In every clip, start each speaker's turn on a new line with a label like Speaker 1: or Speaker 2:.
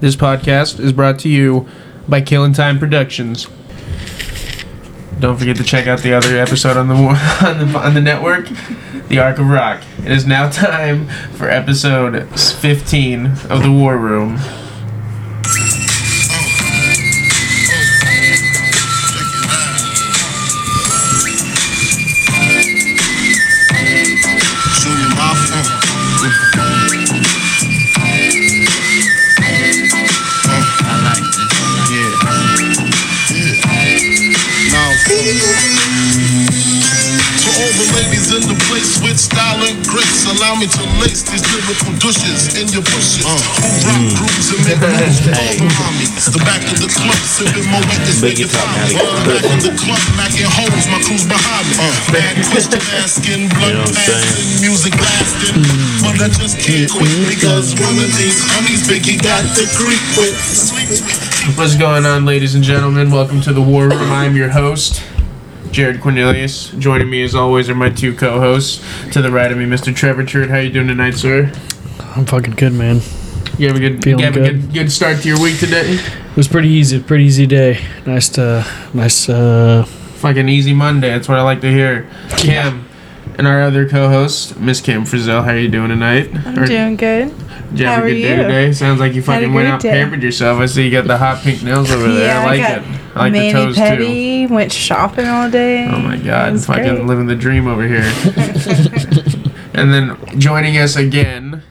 Speaker 1: This podcast is brought to you by Killing Time Productions. Don't forget to check out the other episode on the on the, on the network, The Ark of Rock. It is now time for episode 15 of The War Room.
Speaker 2: Show me my phone.
Speaker 3: I like this.
Speaker 2: Yeah. Yeah. Now, to all the ladies in the place with style and grace, allow me to lace these lyrical douches in your bushes.
Speaker 4: Mm.
Speaker 2: Who rock grooves and make moves with all the mommies. The back of the club, sipping more weed than
Speaker 4: Big it
Speaker 2: stinking
Speaker 4: up,
Speaker 2: Tommy.
Speaker 4: Maddie.
Speaker 2: The back of the club, macking holes, my crew's behind me. Bad question asking, blood
Speaker 4: Mm. what I'm saying? Mm.
Speaker 2: passing, music blasting. But I just can't quit because one of these homies, Biggie, got the creep with.
Speaker 1: What's going on, ladies and gentlemen? Welcome to The War Room. I'm your host, Jared Cornelius. Joining me, as always, are my two co-hosts. To the right of me, Mr. Trevor Chert. How you doing tonight, sir?
Speaker 5: I'm fucking good, man.
Speaker 1: You have a good,
Speaker 5: Feeling
Speaker 1: you have a
Speaker 5: good.
Speaker 1: good, good start to your week today.
Speaker 5: It was pretty easy, pretty easy day. Nice to, nice. Uh,
Speaker 1: Fucking easy Monday. That's what I like to hear. Kim and our other co-host, Miss Kim Frizzell. How you doing tonight?
Speaker 6: I'm doing good.
Speaker 1: Did you have
Speaker 6: how
Speaker 1: a
Speaker 6: are
Speaker 1: good day
Speaker 6: you?
Speaker 1: today? Sounds like you
Speaker 6: Had a
Speaker 1: fucking went
Speaker 6: great
Speaker 1: out
Speaker 6: day.
Speaker 1: pampered yourself. I see you got the hot pink nails over there.
Speaker 6: Yeah,
Speaker 1: I
Speaker 6: I
Speaker 1: like
Speaker 6: got
Speaker 1: it. I like the
Speaker 6: Mani
Speaker 1: toes too.
Speaker 6: pedi, went shopping all day.
Speaker 1: Oh my god,
Speaker 6: It's
Speaker 1: fucking
Speaker 6: great.
Speaker 1: living the dream over here. and then joining us again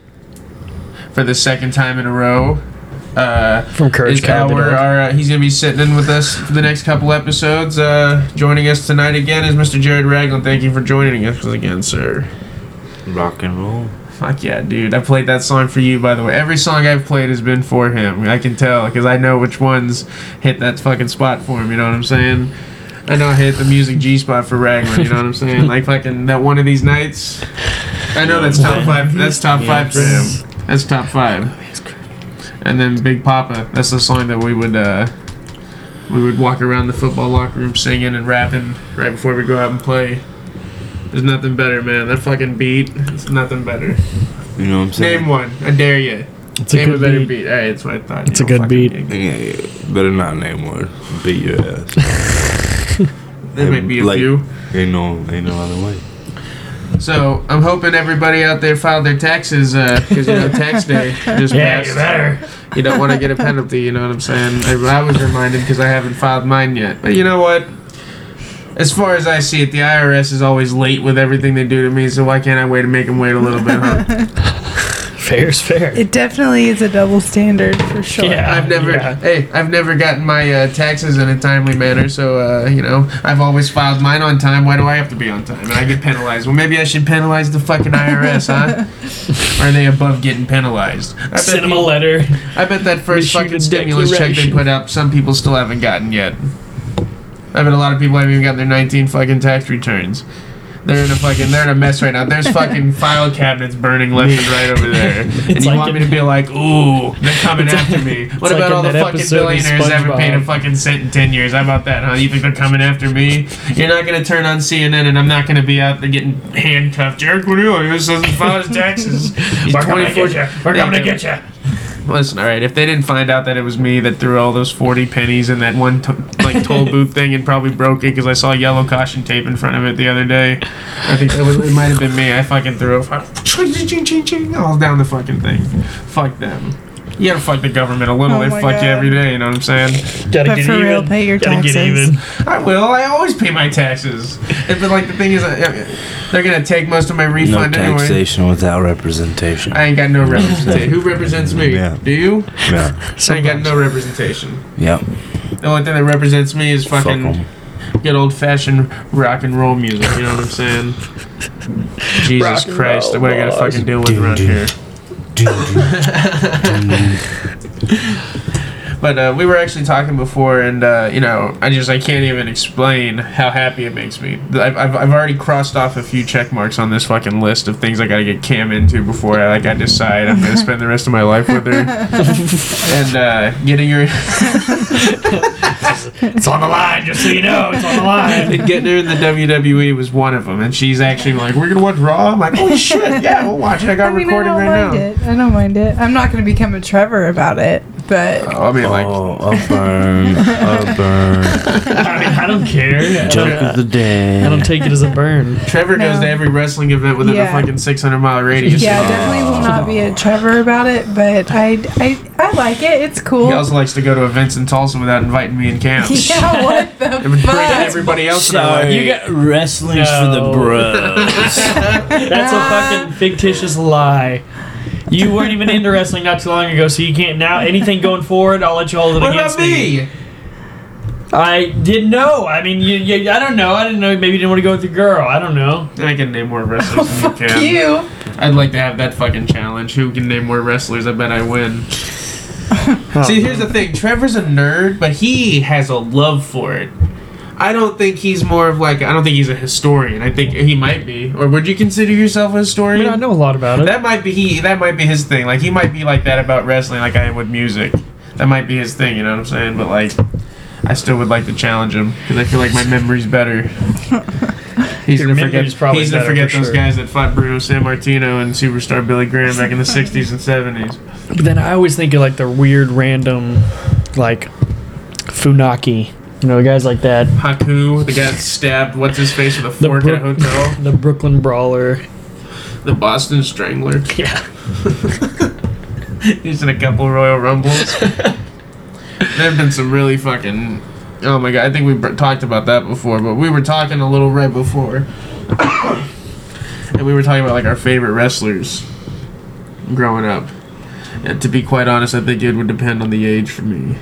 Speaker 1: for the second time in a row. Uh,
Speaker 5: from Courage
Speaker 1: is our,
Speaker 5: Cowboy.
Speaker 1: our, uh, he's gonna be sitting in with us for the next couple episodes. Uh, joining us tonight again is Mr. Jared Ragland. Thank you for joining us again, sir.
Speaker 4: Rock and roll.
Speaker 1: Fuck yeah, dude! I played that song for you, by the way. Every song I've played has been for him. I can tell because I know which ones hit that fucking spot for him. You know what I'm saying? I know I hit the music G spot for Raglan. You know what I'm saying? Like fucking that one of these nights. I know that's top five. That's top five for him. That's top five. And then Big Papa. That's the song that we would uh, we would walk around the football locker room singing and rapping right before we go out and play. There's nothing better, man. That fucking beat. It's nothing better.
Speaker 4: You know what I'm saying?
Speaker 1: Name one. I dare you.
Speaker 5: It's a
Speaker 1: Name a,
Speaker 5: good
Speaker 1: better
Speaker 5: beat.
Speaker 1: beat. All right, that's what I thought.
Speaker 5: It's
Speaker 1: You
Speaker 5: a
Speaker 1: don't
Speaker 5: good
Speaker 1: fucking-
Speaker 5: beat.
Speaker 4: Yeah, yeah. Better not name one. Beat your ass.
Speaker 1: There might be a
Speaker 4: Like-
Speaker 1: few.
Speaker 4: ain't no, ain't no other way.
Speaker 1: So I'm hoping everybody out there filed their taxes because you know tax day just
Speaker 5: Yeah,
Speaker 1: passed.
Speaker 5: you better.
Speaker 1: You don't want to get a penalty. You know what I'm saying? I, I was reminded because I haven't filed mine yet. But you know what? As far as I see it, the IRS is always late with everything they do to me. So why can't I wait to make them wait a little bit? Huh?
Speaker 5: Fair's fair.
Speaker 6: It definitely is a double standard for sure.
Speaker 5: Yeah.
Speaker 1: I've never,
Speaker 5: Yeah.
Speaker 1: hey, I've never gotten my uh, taxes in a timely manner. So uh, you know, I've always filed mine on time. Why do I have to be on time? And I get penalized. Well, maybe I should penalize the fucking IRS, huh? Are they above getting penalized? I bet
Speaker 5: Send him a letter.
Speaker 1: I bet that first
Speaker 5: Issue
Speaker 1: fucking
Speaker 5: the
Speaker 1: stimulus check they
Speaker 5: declaration.
Speaker 1: put out, some people still haven't gotten yet. I bet a lot of people haven't even gotten their 19 fucking tax returns. They're in a fucking, they're in a mess right now. There's fucking file cabinets burning left and right over there, and
Speaker 5: It's
Speaker 1: you
Speaker 5: like
Speaker 1: want me
Speaker 5: it-
Speaker 1: to be like, ooh, they're coming after me. What
Speaker 5: like
Speaker 1: about
Speaker 5: in
Speaker 1: all the
Speaker 5: that
Speaker 1: fucking
Speaker 5: episode of
Speaker 1: billionaires that haven't paid a
Speaker 5: SpongeBob.
Speaker 1: fucking cent in 10 years? How about that, huh? You think they're coming after me? You're not gonna turn on CNN, and I'm not gonna be out there getting handcuffed. Jared Cornelius doesn't file his taxes. He's
Speaker 5: We're coming to
Speaker 1: 24
Speaker 5: get you. We're
Speaker 1: Yeah,
Speaker 5: coming to
Speaker 1: dude.
Speaker 5: get you.
Speaker 1: Listen, all right. If they didn't find out that it was me that threw all those forty pennies in that one to like toll booth thing and probably broke it because I saw yellow caution tape in front of it the other day, I think that was, it might have been me. I fucking threw it fuck- ching, ching, ching, all down the fucking thing. Fuck them. You gotta fuck the government a little.
Speaker 6: Oh
Speaker 1: they
Speaker 6: my
Speaker 1: fuck you
Speaker 6: God.
Speaker 1: every day. You know what I'm saying?
Speaker 5: Gotta
Speaker 6: But
Speaker 5: get
Speaker 6: for
Speaker 5: even.
Speaker 6: real, pay your
Speaker 5: Gotta get
Speaker 6: taxes.
Speaker 5: even.
Speaker 1: I will. I always pay my taxes. And, but like the thing is, I, they're gonna take most of my
Speaker 4: No
Speaker 1: refund anyway.
Speaker 4: taxation without representation.
Speaker 1: I ain't got no representation. Who represents me?
Speaker 4: Yeah.
Speaker 1: Do you?
Speaker 4: yeah.
Speaker 1: I ain't got no representation.
Speaker 4: Yep.
Speaker 1: The only thing that represents me is
Speaker 4: Fuck
Speaker 1: fucking
Speaker 4: 'em.
Speaker 1: good old fashioned rock and roll music. You know what I'm saying? Jesus
Speaker 5: and
Speaker 1: Christ,
Speaker 5: roll,
Speaker 1: what I gotta
Speaker 5: boss.
Speaker 1: fucking deal with
Speaker 4: Ding,
Speaker 1: around
Speaker 4: ding.
Speaker 1: here. But uh, we were actually talking before, and uh, you know, I just I can't even explain how happy it makes me. I've, I've, I've already crossed off a few check marks on this fucking list of things I gotta get Cam into before I like I decide I'm gonna spend the rest of my life with her. and uh, getting her
Speaker 5: It's on the line, just so you know. It's on the line.
Speaker 1: and getting her in the WWE was one of them. And she's actually like, "We're gonna watch Raw." I'm like, "Holy shit! Yeah, we'll watch it. I got
Speaker 6: I mean, I
Speaker 1: recording
Speaker 6: don't
Speaker 1: right
Speaker 6: mind
Speaker 1: now."
Speaker 6: it. I don't mind it. I'm not going to become a Trevor about it. but
Speaker 1: I mean, like,
Speaker 4: Oh, up burn, up burn.
Speaker 5: I, mean, I don't care. I
Speaker 4: Joke
Speaker 5: don't,
Speaker 4: of the day.
Speaker 5: I don't take it as a burn.
Speaker 1: Trevor goes
Speaker 6: No.
Speaker 1: to every wrestling event within
Speaker 6: Yeah.
Speaker 1: a fucking 600 mile radius.
Speaker 6: yeah, I definitely will not be a Trevor about it. But I, I, I like it. It's cool.
Speaker 1: He also likes to go to events in Tulsa without inviting me in camp.
Speaker 6: yeah, what
Speaker 1: It would
Speaker 6: the
Speaker 1: bring
Speaker 6: fuck?
Speaker 1: everybody else in their
Speaker 4: Sorry.
Speaker 1: life.
Speaker 4: You got wrestling
Speaker 5: No.
Speaker 4: bros.
Speaker 5: That's
Speaker 6: Ah.
Speaker 5: a fucking fictitious lie. You weren't even into wrestling not too long ago, so you can't now. Anything going forward, I'll let you hold it
Speaker 1: What
Speaker 5: against
Speaker 1: about me?
Speaker 5: I didn't know. I mean, you, you, I don't know. I didn't know. Maybe you didn't want to go with your girl. I don't know.
Speaker 1: I can name more wrestlers than you can.
Speaker 6: Oh, You.
Speaker 1: I'd like to have that fucking challenge. Who can name more wrestlers? I bet I win. See, here's the thing. Trevor's a nerd, but he has a love for it. I don't think he's more of like I don't think he's a historian. I think he might be. Or would you consider yourself a
Speaker 5: I
Speaker 1: historian?
Speaker 5: mean, I know a lot about it.
Speaker 1: That might be he. That might be his thing. Like he might be like that about wrestling, like I am with music. That might be his thing. You know what I'm saying? But like, I still would like to challenge him because I feel like my memory's better. He's
Speaker 5: Your
Speaker 1: gonna forget.
Speaker 5: memory's probably
Speaker 1: He's gonna
Speaker 5: better
Speaker 1: forget
Speaker 5: for
Speaker 1: those
Speaker 5: sure.
Speaker 1: guys that fought Bruno San Martino and superstar Billy Graham back in the '60s and '70s.
Speaker 5: But then I always think of like the weird, random, like Funaki. You know, guys like that.
Speaker 1: Haku, the guy that stabbed what's his face with a
Speaker 5: The
Speaker 1: fork at a
Speaker 5: Brook-
Speaker 1: hotel.
Speaker 5: The Brooklyn Brawler.
Speaker 1: The Boston Strangler.
Speaker 5: Yeah.
Speaker 1: He's in a couple Royal Rumbles. there have been some really fucking. Oh my god, I think we br- talked about that before, but we were talking a little right before. and we were talking about like our favorite wrestlers growing up. And to be quite honest, I think it would depend on the age for me.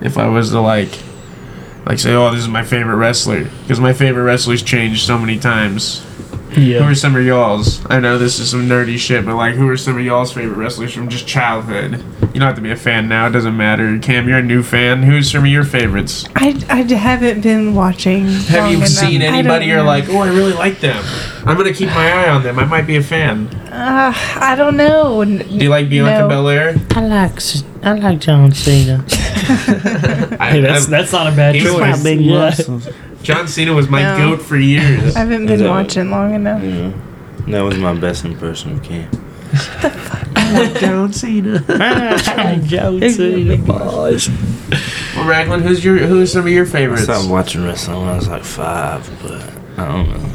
Speaker 1: If I was to like. Like say, oh, this is my favorite wrestler, because my favorite wrestlers changed so many times. Who
Speaker 5: Yeah.
Speaker 1: are some of y'all's? I know this is some nerdy shit, but like, who are some of y'all's favorite wrestlers from just childhood? You don't have to be a fan now; it doesn't matter. Cam, you're a new fan. Who's some of your favorites?
Speaker 6: I, I haven't been watching.
Speaker 1: Have
Speaker 6: long
Speaker 1: you
Speaker 6: enough.
Speaker 1: seen
Speaker 6: I
Speaker 1: anybody
Speaker 6: don't
Speaker 1: you're
Speaker 6: know.
Speaker 1: like, oh, I really like them? I'm gonna keep my eye on them. I might be a fan.
Speaker 6: Uh, I don't know.
Speaker 1: Do you like Bianca
Speaker 6: No.
Speaker 1: Belair?
Speaker 7: I like I like John Cena.
Speaker 1: I,
Speaker 5: Hey, that's
Speaker 1: I-
Speaker 5: that's not a bad
Speaker 1: He's
Speaker 5: choice.
Speaker 1: my
Speaker 7: big
Speaker 5: Yeah.
Speaker 7: muscles.
Speaker 1: John Cena was my
Speaker 6: No.
Speaker 1: goat for years.
Speaker 6: I haven't been
Speaker 4: No.
Speaker 6: watching long enough.
Speaker 4: Yeah. That was my best impression of Cam.
Speaker 1: John Cena.
Speaker 7: I like John Cena. boys.
Speaker 1: Well, Raglan, who's your who's some of your
Speaker 4: I
Speaker 1: favorites?
Speaker 4: stopped watching wrestling when I was like five, but I don't know.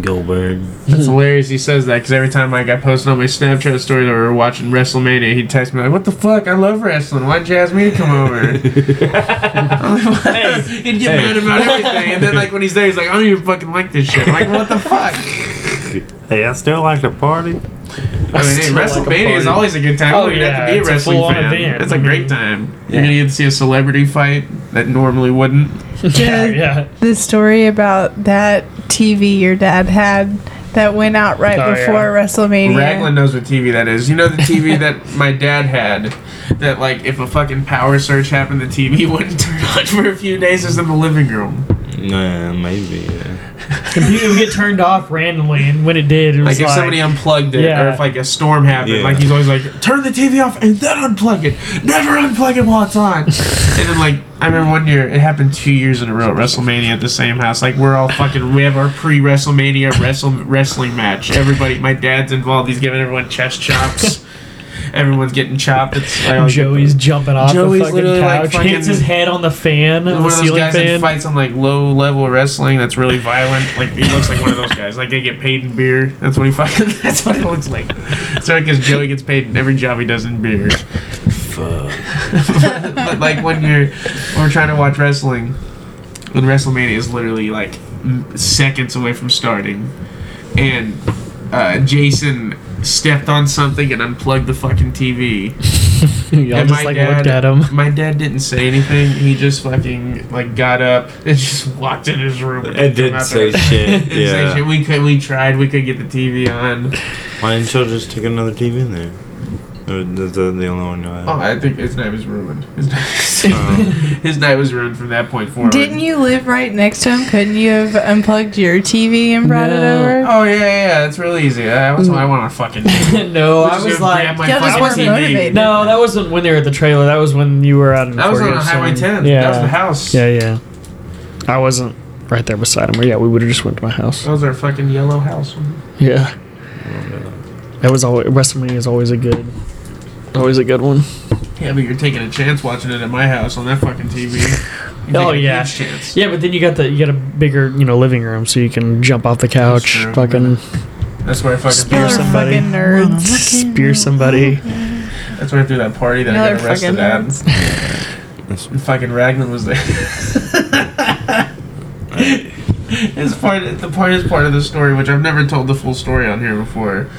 Speaker 4: Goldberg.
Speaker 5: Hmm.
Speaker 1: It's hilarious he says that because every time like I posted on my Snapchat story that we were watching WrestleMania, he'd text me like, "What the fuck? I love wrestling. Why'd you ask me to come over?" he'd get mad about everything, and then like when he's there, he's like, "I don't even fucking like this shit." I'm like, what the fuck?
Speaker 4: Hey, I still like to
Speaker 1: I
Speaker 4: party.
Speaker 1: mean, hey,
Speaker 5: Still like a
Speaker 1: WrestleMania is
Speaker 5: party.
Speaker 1: always a good time.
Speaker 5: Oh,
Speaker 1: you don't have to
Speaker 5: yeah,
Speaker 1: be a
Speaker 5: it's a
Speaker 1: wrestling
Speaker 5: full-on
Speaker 1: fan.
Speaker 5: event. Mm-hmm.
Speaker 1: It's a great time.
Speaker 4: Yeah.
Speaker 1: You're gonna get to see a celebrity fight that normally wouldn't.
Speaker 5: Yeah.
Speaker 6: The, the story about that TV your dad had that went out right
Speaker 5: Oh,
Speaker 6: before WrestleMania.
Speaker 1: Raglan knows what TV that is. You know the TV that my dad had. That like if a fucking power surge happened, the TV wouldn't turn on for a few days. Is in the living room.
Speaker 4: Nah, maybe. Yeah.
Speaker 5: Computer would get turned off randomly, and when it did, it
Speaker 1: Like
Speaker 5: was
Speaker 1: if
Speaker 5: like,
Speaker 1: somebody unplugged it, or
Speaker 5: Yeah.
Speaker 1: if like a storm happened,
Speaker 4: Yeah.
Speaker 1: like he's always like, turn the TV off and then unplug it. Never unplug it while it's on. and then like I remember one year it happened two years in a row at WrestleMania at the same house. Like we're all fucking we have our pre WrestleMania wrestle wrestling match. Everybody, my dad's involved. He's giving everyone chest chops. Everyone's getting chopped. It's like,
Speaker 5: Joey's jumping off
Speaker 1: Joey's
Speaker 5: the fucking
Speaker 1: literally, like,
Speaker 5: couch,
Speaker 1: fucking-
Speaker 5: hits his head on the fan, on
Speaker 1: one
Speaker 5: the
Speaker 1: of those
Speaker 5: ceiling
Speaker 1: guys that
Speaker 5: fan.
Speaker 1: fights on like low level wrestling that's really violent. Like he looks like one of those guys. Like they get paid in beer. That's what he fucking. That's what it looks like. So because Joey gets paid in every job he does in beer.
Speaker 4: Fuck.
Speaker 1: But like when you're when we're trying to watch wrestling, when WrestleMania is literally like m- seconds away from starting, and uh, Jason stepped on something and unplugged the fucking TV.
Speaker 5: Y'all
Speaker 1: And
Speaker 5: just
Speaker 1: my
Speaker 5: like
Speaker 1: dad-
Speaker 5: looked at him.
Speaker 1: My dad didn't say anything. He just fucking like got up and just walked in his room. and
Speaker 4: It
Speaker 1: didn't come
Speaker 4: didn't
Speaker 1: out
Speaker 4: say
Speaker 1: there.
Speaker 4: shit.
Speaker 1: Didn't say shit.
Speaker 4: yeah.
Speaker 1: We could, we tried. We could get the TV on.
Speaker 4: Why didn't y'all just take another TV in there? Or that's the the only one I
Speaker 1: Oh,
Speaker 4: have.
Speaker 1: I think his night was ruined. His night,
Speaker 4: Oh.
Speaker 1: his night was ruined from that point forward.
Speaker 6: Didn't you live right next to him? Couldn't you have unplugged your TV and brought it
Speaker 5: No.
Speaker 6: over?
Speaker 1: Oh yeah, yeah, yeah. It's really easy. Uh, That was why I want to fucking.
Speaker 5: no,
Speaker 1: We're
Speaker 5: Mm. I
Speaker 1: just
Speaker 5: was
Speaker 1: gonna
Speaker 5: like,
Speaker 1: grab my
Speaker 6: Y'all just
Speaker 1: fucking
Speaker 6: weren't
Speaker 1: TV.
Speaker 6: motivated.
Speaker 5: no, that wasn't when they were at the trailer. That was when you were out in.
Speaker 1: That was on
Speaker 5: Forest
Speaker 1: Highway
Speaker 5: and-
Speaker 1: 10.
Speaker 5: Yeah,
Speaker 1: That was the house.
Speaker 5: yeah, yeah. I wasn't right there beside him. Or yeah, we would have just went to my house.
Speaker 1: That was our fucking yellow house.
Speaker 5: Yeah. That was always WrestleMania is always a good, always a good one.
Speaker 1: Yeah, but you're taking a chance watching it at my house on that fucking TV. You're
Speaker 5: Oh,
Speaker 1: taking a
Speaker 5: yeah.
Speaker 1: huge chance.
Speaker 5: Yeah, but then you got the you got a bigger you know living room, so you can jump off the
Speaker 1: That's
Speaker 5: couch,
Speaker 1: true.
Speaker 5: fucking
Speaker 1: That's why I fucking
Speaker 5: Spear
Speaker 6: Y'all are
Speaker 5: somebody.
Speaker 6: fucking nerds.
Speaker 5: spear somebody.
Speaker 1: That's why I threw that party that
Speaker 6: Y'all
Speaker 1: I
Speaker 6: are
Speaker 1: got
Speaker 6: fucking
Speaker 1: arrested at.
Speaker 6: nerds.
Speaker 1: And fucking Raglan was there. it's part the part is part of the story, which I've never told the full story on here before.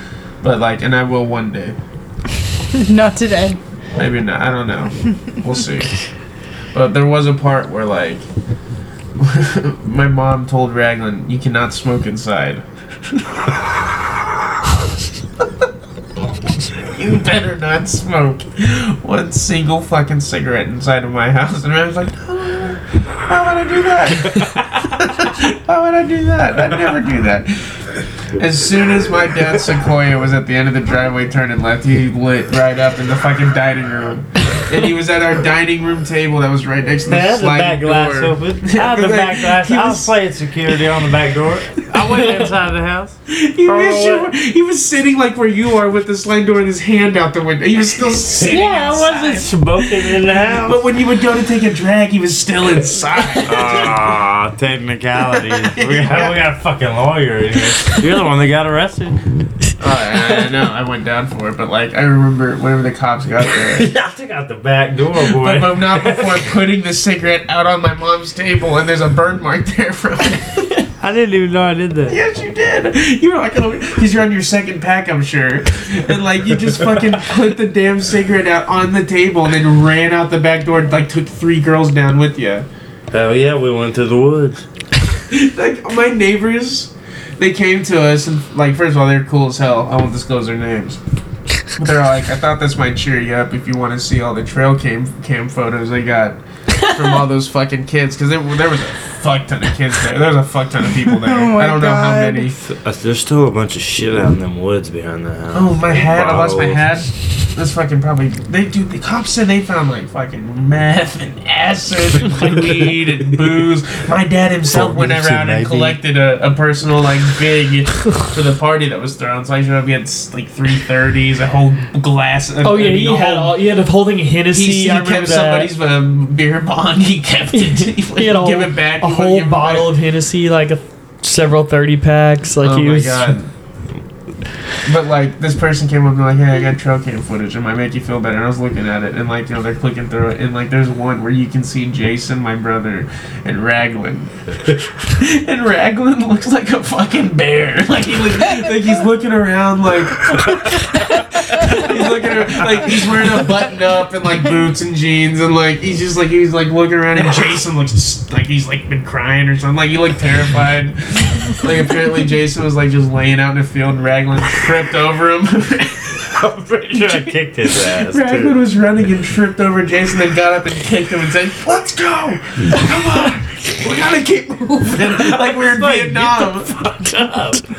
Speaker 1: But like, and I will one day.
Speaker 6: Not today.
Speaker 1: Maybe not. I don't know. We'll see. But there was a part where like, my mom told Raglan, "You cannot smoke inside." you better not smoke one single fucking cigarette inside of my house. And I was like, "How would I- how would I do that? How would I do that? I'd never do that. As soon as my dad's Sequoia was at the end of the driveway turning left, he lit right up in the fucking dining room. And he was at our dining room table that was right next to the
Speaker 4: had the
Speaker 1: sliding
Speaker 4: back glass
Speaker 1: door.
Speaker 4: open. I had the back glass. I was playing security on the back door. I went inside the house.
Speaker 1: He was, sure- he was sitting like where you are with the sliding door and his hand out the window. He was still sitting.
Speaker 4: Yeah, I wasn't smoking in the house.
Speaker 1: But when you would go to take a drag, he was still inside.
Speaker 4: Ah, technicality. We got, we got a fucking lawyer in here. You're the one that got arrested.
Speaker 1: I, I know, I went down for it, but like I remember whenever the cops got there.
Speaker 4: I took out the back door, boy.
Speaker 1: But, but not before putting the cigarette out on my mom's table, and there's a burn mark there from it.
Speaker 4: I didn't even know I did that.
Speaker 1: yes, you did. You were like, oh, because you're on your second pack, I'm sure. And like, you just fucking put the damn cigarette out on the table, and then ran out the back door, and, like took three girls down with you.
Speaker 4: Hell Oh, yeah, we went to the woods.
Speaker 1: like my neighbors, they came to us and like first of all they're cool as hell. I won't disclose their names. But they're like, I thought this might cheer you up if you want to see all the trail cam cam photos I got from all those fucking kids because there, there was a fuck ton of kids there. There was a fuck ton of people there.
Speaker 6: Oh my
Speaker 1: I don't know how
Speaker 6: God.
Speaker 1: many.
Speaker 4: Uh, There's still a bunch of shit out in them woods behind the house.
Speaker 1: Oh my hat! I lost my
Speaker 4: Bottles.
Speaker 1: hat. That's fucking probably they do. The cops said they found like fucking meth and acid and weed and booze. My dad himself went
Speaker 4: Formation,
Speaker 1: around and
Speaker 4: maybe.
Speaker 1: collected a, a personal like big for the party that was thrown. So I showed up. He had like three thirties, a whole glass. Of,
Speaker 5: Oh yeah,
Speaker 1: I mean,
Speaker 5: he
Speaker 1: a whole-
Speaker 5: had all he had a holding Hennessy.
Speaker 1: He, he
Speaker 5: I remember
Speaker 1: kept
Speaker 5: that.
Speaker 1: somebody's um, beer bong. He kept it. He,
Speaker 5: he had a
Speaker 1: wouldn't
Speaker 5: whole,
Speaker 1: give it back.
Speaker 5: a
Speaker 1: He wouldn't
Speaker 5: whole
Speaker 1: give it
Speaker 5: bottle
Speaker 1: back.
Speaker 5: of Hennessy, like a, several thirty packs. Like
Speaker 1: oh
Speaker 5: he
Speaker 1: my
Speaker 5: was.
Speaker 1: god. But like this person came up and like, hey, I got trail cam footage. It might make you feel better. And I was looking at it, and like you know they're clicking through it, and like there's one where you can see Jason, my brother, and Raglan. and Raglan looks like a fucking bear. Like he look, like he's looking around like he's looking around, like he's wearing a button up and like boots and jeans and like he's just like he's like looking around and Jason looks just, like he's like been crying or something. Like he looked terrified. Like apparently Jason was like just laying out in the field and Raglan tripped over him.
Speaker 4: I'm pretty sure I kicked his ass.
Speaker 1: Raglan
Speaker 4: Too.
Speaker 1: was running and tripped over Jason and got up and kicked him and said, Let's go! Come on! We gotta keep moving. Like we we're in Vietnam.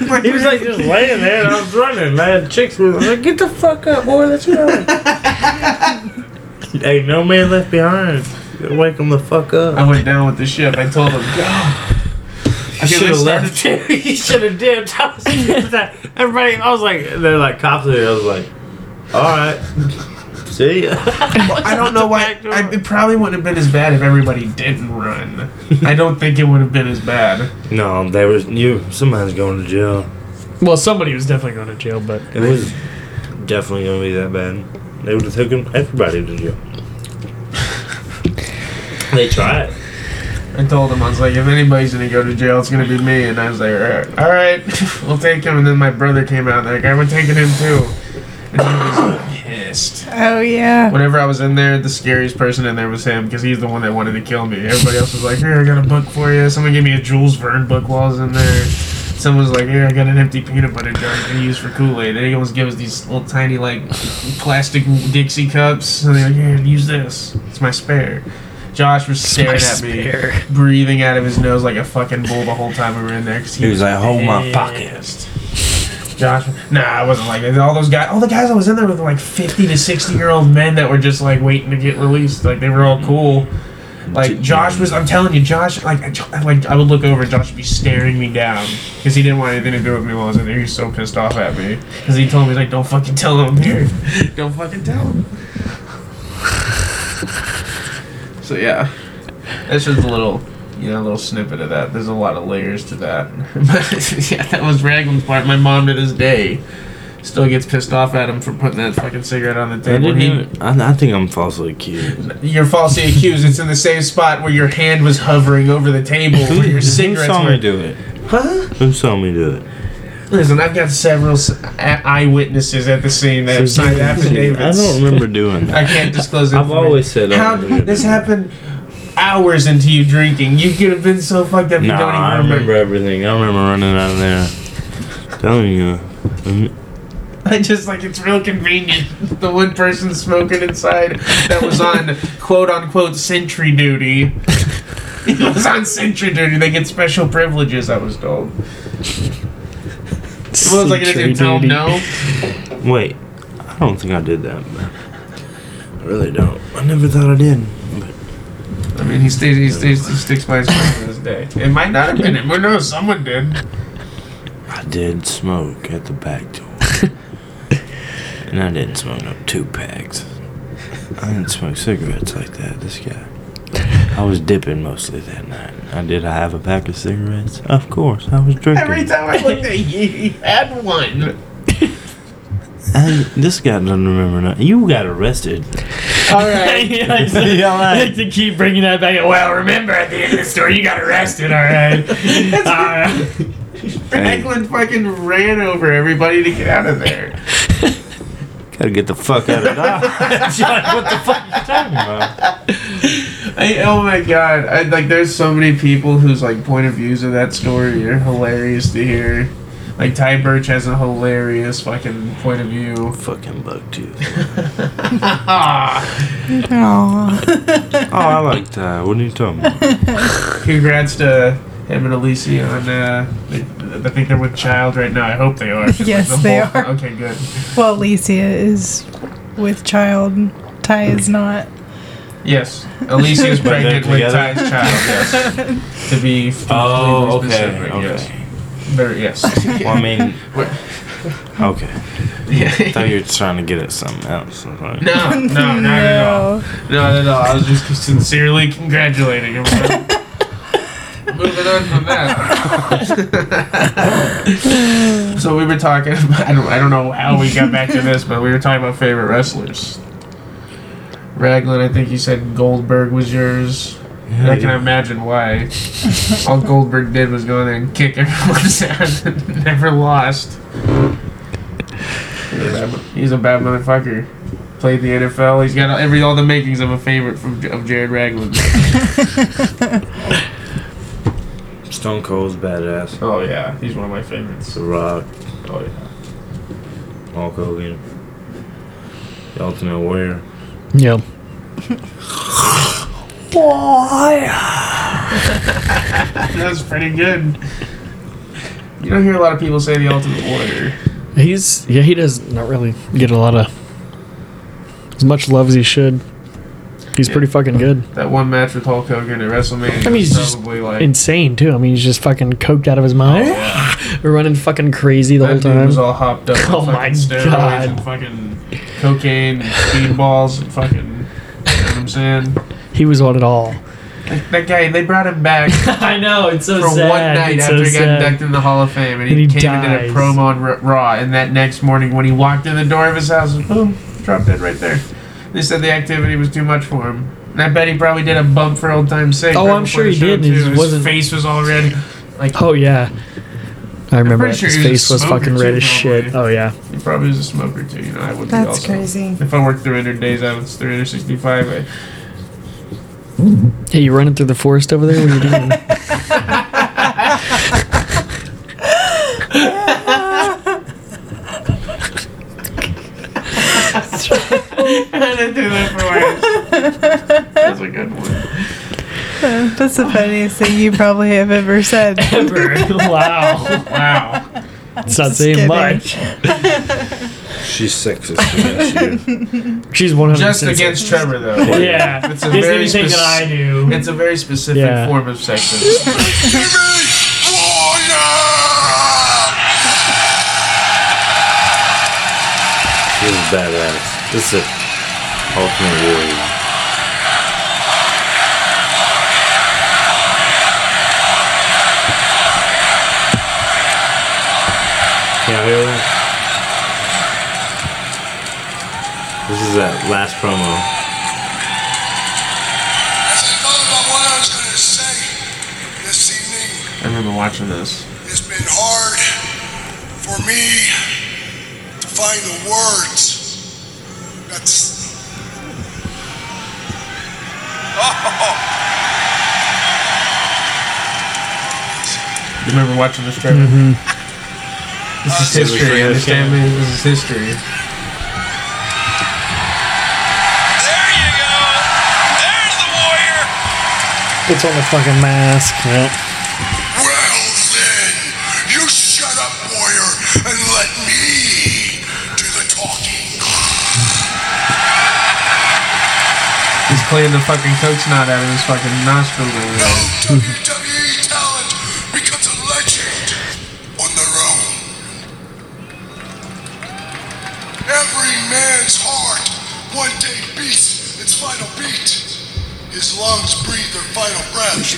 Speaker 1: Like,
Speaker 4: He was like just laying there and I was running, man. Chicks were like, get the fuck up, boy, let's go. hey, no man left behind. Wake him the fuck up.
Speaker 1: I went down with the ship. I told him, Go! I
Speaker 4: should have left. you should have dipped. I was everybody, I was like, they're like cops. there. I was like, all right, see ya.
Speaker 1: I don't know why.
Speaker 4: Back door.
Speaker 1: I, it probably wouldn't have been as bad if everybody didn't run. I don't think it would have been as bad.
Speaker 4: No, they was you. Somebody's going to jail.
Speaker 5: Well, somebody was definitely going to jail, but
Speaker 4: It was definitely gonna be that bad. They would have taken everybody to jail. they tried.
Speaker 1: I told him, I was like, if anybody's gonna go to jail, it's gonna be me. And I was like, all right, all right we'll take him. And then my brother came out, like, I'm taking him too. And he was pissed.
Speaker 6: Oh yeah.
Speaker 1: Whenever I was in there, the scariest person in there was him because he's the one that wanted to kill me. Everybody else was like, here, I got a book for you. Someone gave me a Jules Verne book while I was in there. Someone was like, here, I got an empty peanut butter jar you can use for Kool Aid. They always give us these little tiny, like, plastic Dixie cups. And they're like, here, use this. It's my spare. Josh was staring at me breathing out of his nose like a fucking bull the whole time we were in there. 'cause he,
Speaker 4: He was like, "Hold my
Speaker 1: pissed." Josh, nah, I wasn't like that. All those guys, all the guys I was in there with were like 50 to 60 year old men that were just like waiting to get released. Like they were all cool. Like Josh was, I'm telling you, Josh. Like, I, Jo- like I would look over and Josh would be staring me down because he didn't want anything to do with me while I was in there. He was so pissed off at me because he told me he's like, "Don't fucking tell him I'm here. Don't fucking tell him." So yeah, that's just a little, you know, a little snippet of that. There's a lot of layers to that. But yeah, that was Raglan's part. My mom to this day still gets pissed off at him for putting that fucking cigarette on the
Speaker 4: I
Speaker 1: table.
Speaker 4: didn't
Speaker 1: He-
Speaker 4: even. I, I think I'm falsely accused.
Speaker 1: You're falsely accused. It's in the same spot where your hand was hovering over the table
Speaker 4: Who,
Speaker 1: where your
Speaker 4: who
Speaker 1: cigarettes
Speaker 4: saw me
Speaker 1: were.
Speaker 4: do it?
Speaker 1: Huh?
Speaker 4: Who saw me do it?
Speaker 1: Listen, I've got several s- a- eyewitnesses at the scene that have signed
Speaker 4: I
Speaker 1: affidavits.
Speaker 4: don't remember doing that.
Speaker 1: I can't disclose it.
Speaker 4: I've always said I
Speaker 1: How
Speaker 4: don't remember
Speaker 1: this
Speaker 4: doing that.
Speaker 1: happened hours into you drinking. You could have been so fucked up you
Speaker 4: Nah,
Speaker 1: don't even
Speaker 4: I remember everything. I remember running out of there. Telling you.
Speaker 1: I just like it's real convenient. The one person smoking inside that was on quote unquote sentry duty. It was on sentry duty. They get special privileges, I was told. What was I gonna do? Tell them no?
Speaker 4: Wait, I don't think I did that. But I really don't. I never thought I did.
Speaker 1: I mean, he stays, he stays, he sticks by his word to this day. It might not have been him. Who knows? Someone did.
Speaker 4: I did smoke at the back door. and I didn't smoke no two packs. I didn't smoke cigarettes like that, this guy. I was dipping mostly that night. I did I have a pack of cigarettes? Of course, I was drinking.
Speaker 1: Every time I looked at you, he had one.
Speaker 4: I, this guy doesn't remember nothing. You got arrested.
Speaker 1: All right.
Speaker 5: I like to- I like to keep bringing that back. Well, remember at the end of the story, you got arrested. All right. all right.
Speaker 1: Franklin fucking ran over everybody to get out of there.
Speaker 4: Gotta get the fuck out of Dodge.
Speaker 5: John, what the fuck?
Speaker 1: I, oh my god! I, like, there's so many people whose like point of views of that story are hilarious to hear. Like Ty Birch has a hilarious fucking point of view.
Speaker 4: Fucking bug too.
Speaker 6: Aw.
Speaker 4: Oh, I like that. What are you talking about?
Speaker 1: Congrats to him and Elise on. Uh, they, I think they're with child right now. I hope they are.
Speaker 6: Yes,
Speaker 1: the
Speaker 6: they
Speaker 1: whole-
Speaker 6: are.
Speaker 1: Okay, good.
Speaker 6: Well, Alicia is with child. Ty is not.
Speaker 1: Yes, Elise is
Speaker 4: But they're
Speaker 1: pregnant with
Speaker 4: together?
Speaker 1: Ty's child. Yes, to be
Speaker 4: Oh,
Speaker 1: completely
Speaker 4: okay,
Speaker 1: specific,
Speaker 4: okay.
Speaker 1: Yes. Very, yes.
Speaker 4: Well, I mean,
Speaker 1: What?
Speaker 4: okay. I
Speaker 1: Yeah.
Speaker 4: thought you were trying to get at something else. I was like,
Speaker 1: No, no, not at all. Not at all. I was just sincerely congratulating him. Moving on from that. so we were talking. I don't. I don't know how we got back to this, but we were talking about favorite wrestlers. Raglan, I think you said Goldberg was yours. And I can imagine why. All Goldberg did was go in there and kick everyone's ass and never lost. He's a bad- He's a bad motherfucker. Played the NFL. He's got every all the makings of a favorite from of Jared Ragland.
Speaker 4: Stone Cold's badass.
Speaker 1: oh yeah, he's one of my favorites.
Speaker 4: The Rock,
Speaker 1: Oh yeah.
Speaker 4: Hulk Hogan, The Ultimate Warrior.
Speaker 7: Yep.
Speaker 1: That's pretty good. You don't hear a lot of people say the Ultimate Warrior.
Speaker 7: He's yeah. He does not really get a lot of as much love as he should. He's pretty fucking good.
Speaker 1: That one match with Hulk Hogan at WrestleMania
Speaker 7: I mean, he's
Speaker 1: was
Speaker 7: just
Speaker 1: probably like
Speaker 7: Insane too. I mean, he's just fucking coked out of his mind, running fucking crazy the
Speaker 1: that
Speaker 7: whole
Speaker 1: dude was
Speaker 7: time.
Speaker 1: all hopped up.
Speaker 7: Oh
Speaker 1: on fucking
Speaker 7: my
Speaker 1: steroids
Speaker 7: God.
Speaker 1: And fucking cocaine and speedballs and fucking. You know what I'm saying?
Speaker 7: He was on it all.
Speaker 1: That- That guy, they brought him back.
Speaker 5: I know it's so
Speaker 1: for
Speaker 5: sad.
Speaker 1: one night
Speaker 5: it's
Speaker 1: after
Speaker 5: so
Speaker 1: he got
Speaker 5: sad.
Speaker 1: inducted in the Hall of Fame, and he,
Speaker 7: And he
Speaker 1: came and did
Speaker 7: dies.
Speaker 1: a promo on R- Raw. And that next morning, when he walked in the door of his house, boom, dropped dead right there. They said the activity was too much for him, and I bet he probably did a bump for old time's sake.
Speaker 7: Oh,
Speaker 1: right
Speaker 7: I'm
Speaker 1: before
Speaker 7: sure
Speaker 1: the
Speaker 7: he
Speaker 1: show,
Speaker 7: did, and he
Speaker 1: too.
Speaker 7: just
Speaker 1: His
Speaker 7: wasn't-
Speaker 1: face was all red. Like
Speaker 7: Oh yeah. I remember
Speaker 1: pretty sure
Speaker 7: his
Speaker 1: he was a
Speaker 7: face was
Speaker 1: smoker,
Speaker 7: fucking
Speaker 1: too,
Speaker 7: red as shit.
Speaker 1: probably.
Speaker 7: Oh yeah.
Speaker 1: he probably was a smoker too. You know, I would.
Speaker 6: That's
Speaker 1: be also.
Speaker 6: crazy.
Speaker 1: If I worked 300 days, I was 365. I,
Speaker 7: Hey, you running through the forest over there? What are you doing?
Speaker 1: I didn't do that for hours. That's a good one.
Speaker 6: That's the funniest thing you probably have ever said.
Speaker 5: wow.
Speaker 1: Wow.
Speaker 7: It's not
Speaker 6: Just
Speaker 7: saying
Speaker 6: kidding.
Speaker 7: much.
Speaker 4: She's sexist.
Speaker 7: She's 100.
Speaker 1: Just against Trevor though.
Speaker 5: Yeah.
Speaker 1: It's
Speaker 5: It's
Speaker 1: a
Speaker 5: just
Speaker 1: very
Speaker 5: anything
Speaker 1: spec-
Speaker 5: that I do.
Speaker 1: It's a very specific
Speaker 7: Yeah.
Speaker 1: form of sexism.
Speaker 2: oh,
Speaker 4: She's badass. This is Ultimate Warrior. that last promo?
Speaker 2: Thought about what I was going to say this evening.
Speaker 1: I remember watching this.
Speaker 2: It's been hard for me to find the words. That's.
Speaker 1: You remember watching this, Trevor?
Speaker 7: Mm-hmm.
Speaker 1: This is history.
Speaker 4: Really
Speaker 1: Understand me? This is history.
Speaker 2: There you go. There's the warrior.
Speaker 7: Puts on the fucking mask. Uh, Yep.
Speaker 2: Well then, you shut up, warrior, and let me do the talking.
Speaker 1: He's cleaning the fucking coke's knot out of his fucking nostrils over
Speaker 2: No
Speaker 1: there.
Speaker 2: WWE talent becomes a legend on their own. Every man's heart one day beats its final beat. His lungs breathe their final breath.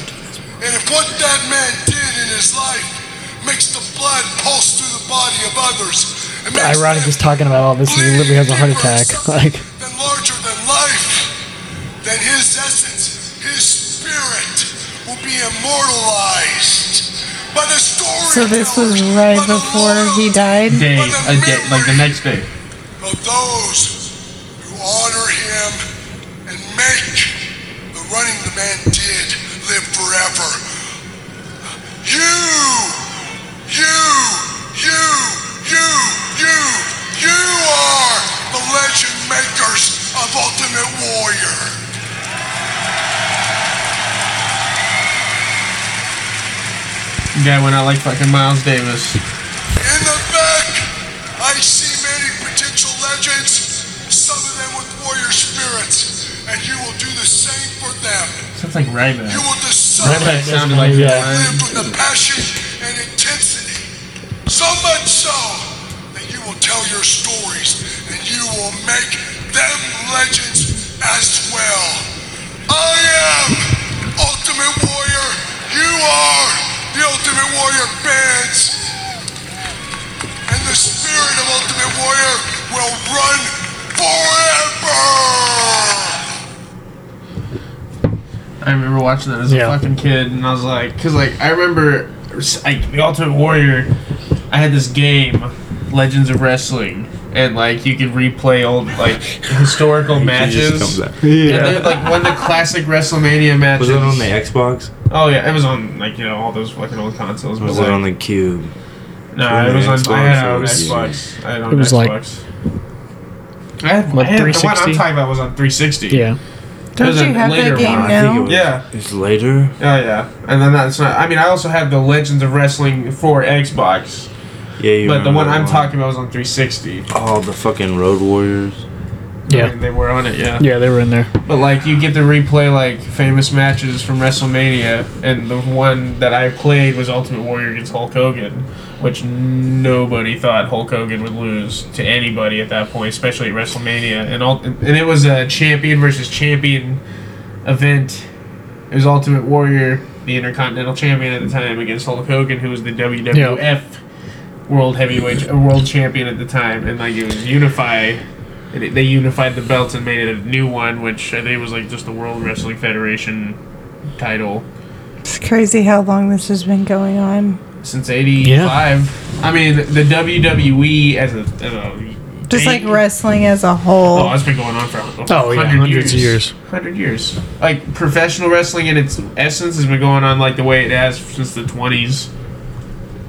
Speaker 2: And if what that man did in his life makes the blood pulse through the body of others, it makes
Speaker 7: Ironic
Speaker 2: them
Speaker 7: he's talking about all this and he literally has a heart attack. Like,
Speaker 2: than larger than life, then his essence, his spirit will be immortalized by the story.
Speaker 6: So this was right before he died.
Speaker 1: Day, a day, like the next day.
Speaker 2: of those who honor him and make the running the man did live forever. You, you, you, you, you, you are the legend makers of Ultimate Warrior.
Speaker 1: Guy went out like fucking Miles Davis.
Speaker 2: In the back, I see many potential legends, some of them with warrior spirits, and you will do the same for them.
Speaker 1: Sounds like Ryback.
Speaker 2: You will decide.
Speaker 1: Ryback sounded like
Speaker 7: Yeah.
Speaker 1: that.
Speaker 2: lived with the passion and intensity. So much so that you will tell your stories and you will make them legends as well. I am Ultimate Warrior. You are the Ultimate Warrior fans. And the spirit of Ultimate Warrior will run forever.
Speaker 1: I remember watching that as
Speaker 7: Yeah.
Speaker 1: a fucking kid, and I was like, because like I remember, like the Ultimate Warrior, I had this game, Legends of Wrestling, and like you could replay old like historical matches. And they're, like one of the classic WrestleMania matches.
Speaker 4: Was it on the Xbox?
Speaker 1: Oh yeah, it was on like you know all those fucking old consoles.
Speaker 4: Was
Speaker 1: but,
Speaker 4: it
Speaker 1: like,
Speaker 4: on the Cube?
Speaker 1: No, it was on.
Speaker 4: Xbox
Speaker 1: I had it on
Speaker 4: or was it-
Speaker 1: Xbox. I had it on
Speaker 7: It was like-
Speaker 1: Xbox. I had,
Speaker 7: What,
Speaker 1: I had the one I'm
Speaker 7: 360?
Speaker 1: talking about was on 360.
Speaker 7: yeah.
Speaker 6: Don't
Speaker 1: There's a
Speaker 6: you have
Speaker 1: later
Speaker 6: that game
Speaker 1: one,
Speaker 4: I think it
Speaker 6: now?
Speaker 4: was.
Speaker 1: Yeah.
Speaker 4: It's later.
Speaker 1: Oh yeah, and then that's not. I mean, I also have the Legends of Wrestling for Xbox,
Speaker 4: Yeah, you
Speaker 1: but the
Speaker 4: remember
Speaker 1: one
Speaker 4: that
Speaker 1: I'm talking about was on 360.
Speaker 4: Oh, the fucking Road Warriors.
Speaker 1: I
Speaker 7: Yeah.
Speaker 1: mean, they were on it, yeah.
Speaker 7: Yeah, they were in there.
Speaker 1: But like, you get to replay like famous matches from WrestleMania, and the one that I played was Ultimate Warrior against Hulk Hogan, which nobody thought Hulk Hogan would lose to anybody at that point, especially at WrestleMania. And all, and it was a champion versus champion event. It was Ultimate Warrior, the Intercontinental Champion at the time, against Hulk Hogan, who was the WWF World Heavyweight uh, World Champion at the time, and like it was unify. and it- They unified the belts and made it a new one, which I think was like just the World Wrestling Federation title
Speaker 6: It's crazy how long this has been going on.
Speaker 1: since '85. I mean, the WWE as a, as a
Speaker 6: Just like
Speaker 1: thing-
Speaker 6: wrestling as a
Speaker 1: Oh,
Speaker 6: whole.
Speaker 1: it's been going on for
Speaker 7: Oh, yeah, hundreds of years.
Speaker 1: Hundred years. Like professional wrestling in its essence has been going on like the way it has since the twenties.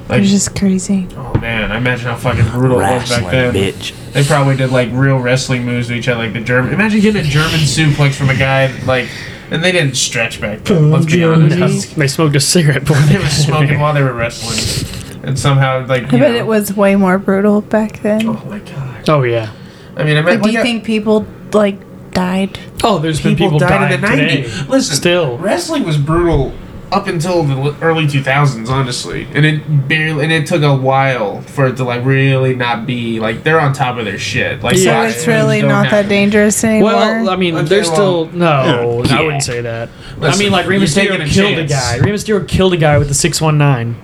Speaker 1: Like,
Speaker 6: It's just crazy.
Speaker 1: oh man, I imagine how fucking brutal it was
Speaker 4: Wrestling,
Speaker 1: back then.
Speaker 4: bitch.
Speaker 1: They probably did like real wrestling moves to each other, like the German. Imagine getting a German suplex from a guy like, and they didn't stretch back then. Let's be honest.
Speaker 7: They smoked a cigarette before
Speaker 1: They were smoking while they were wrestling, and somehow like.
Speaker 6: I
Speaker 1: You
Speaker 6: bet
Speaker 1: know-
Speaker 6: it was way more brutal back then.
Speaker 1: Oh my god.
Speaker 7: Oh, yeah.
Speaker 1: I mean, I mean,
Speaker 6: But do
Speaker 1: look
Speaker 6: you
Speaker 1: at-
Speaker 6: think people like died?
Speaker 7: Oh, there's been people died in the 90s.
Speaker 1: Listen,
Speaker 7: Still.
Speaker 1: wrestling was brutal up until the l- early 2000s, honestly, and it barely and it took a while for it to like really not be like they're on top of their shit. Like,
Speaker 7: Yeah,
Speaker 6: so
Speaker 1: boxing
Speaker 6: it's really
Speaker 1: don't
Speaker 6: not that
Speaker 1: happen.
Speaker 6: dangerous anymore.
Speaker 7: Well, I mean,
Speaker 1: Okay,
Speaker 7: they're
Speaker 1: well-
Speaker 7: still no.
Speaker 1: Yeah.
Speaker 7: I wouldn't say that. I
Speaker 1: Listen,
Speaker 7: mean, like Rey
Speaker 1: you're taking
Speaker 7: Mysterio
Speaker 1: a
Speaker 7: killed a
Speaker 1: chance.
Speaker 7: guy. Rey Mysterio killed a guy with the six one nine.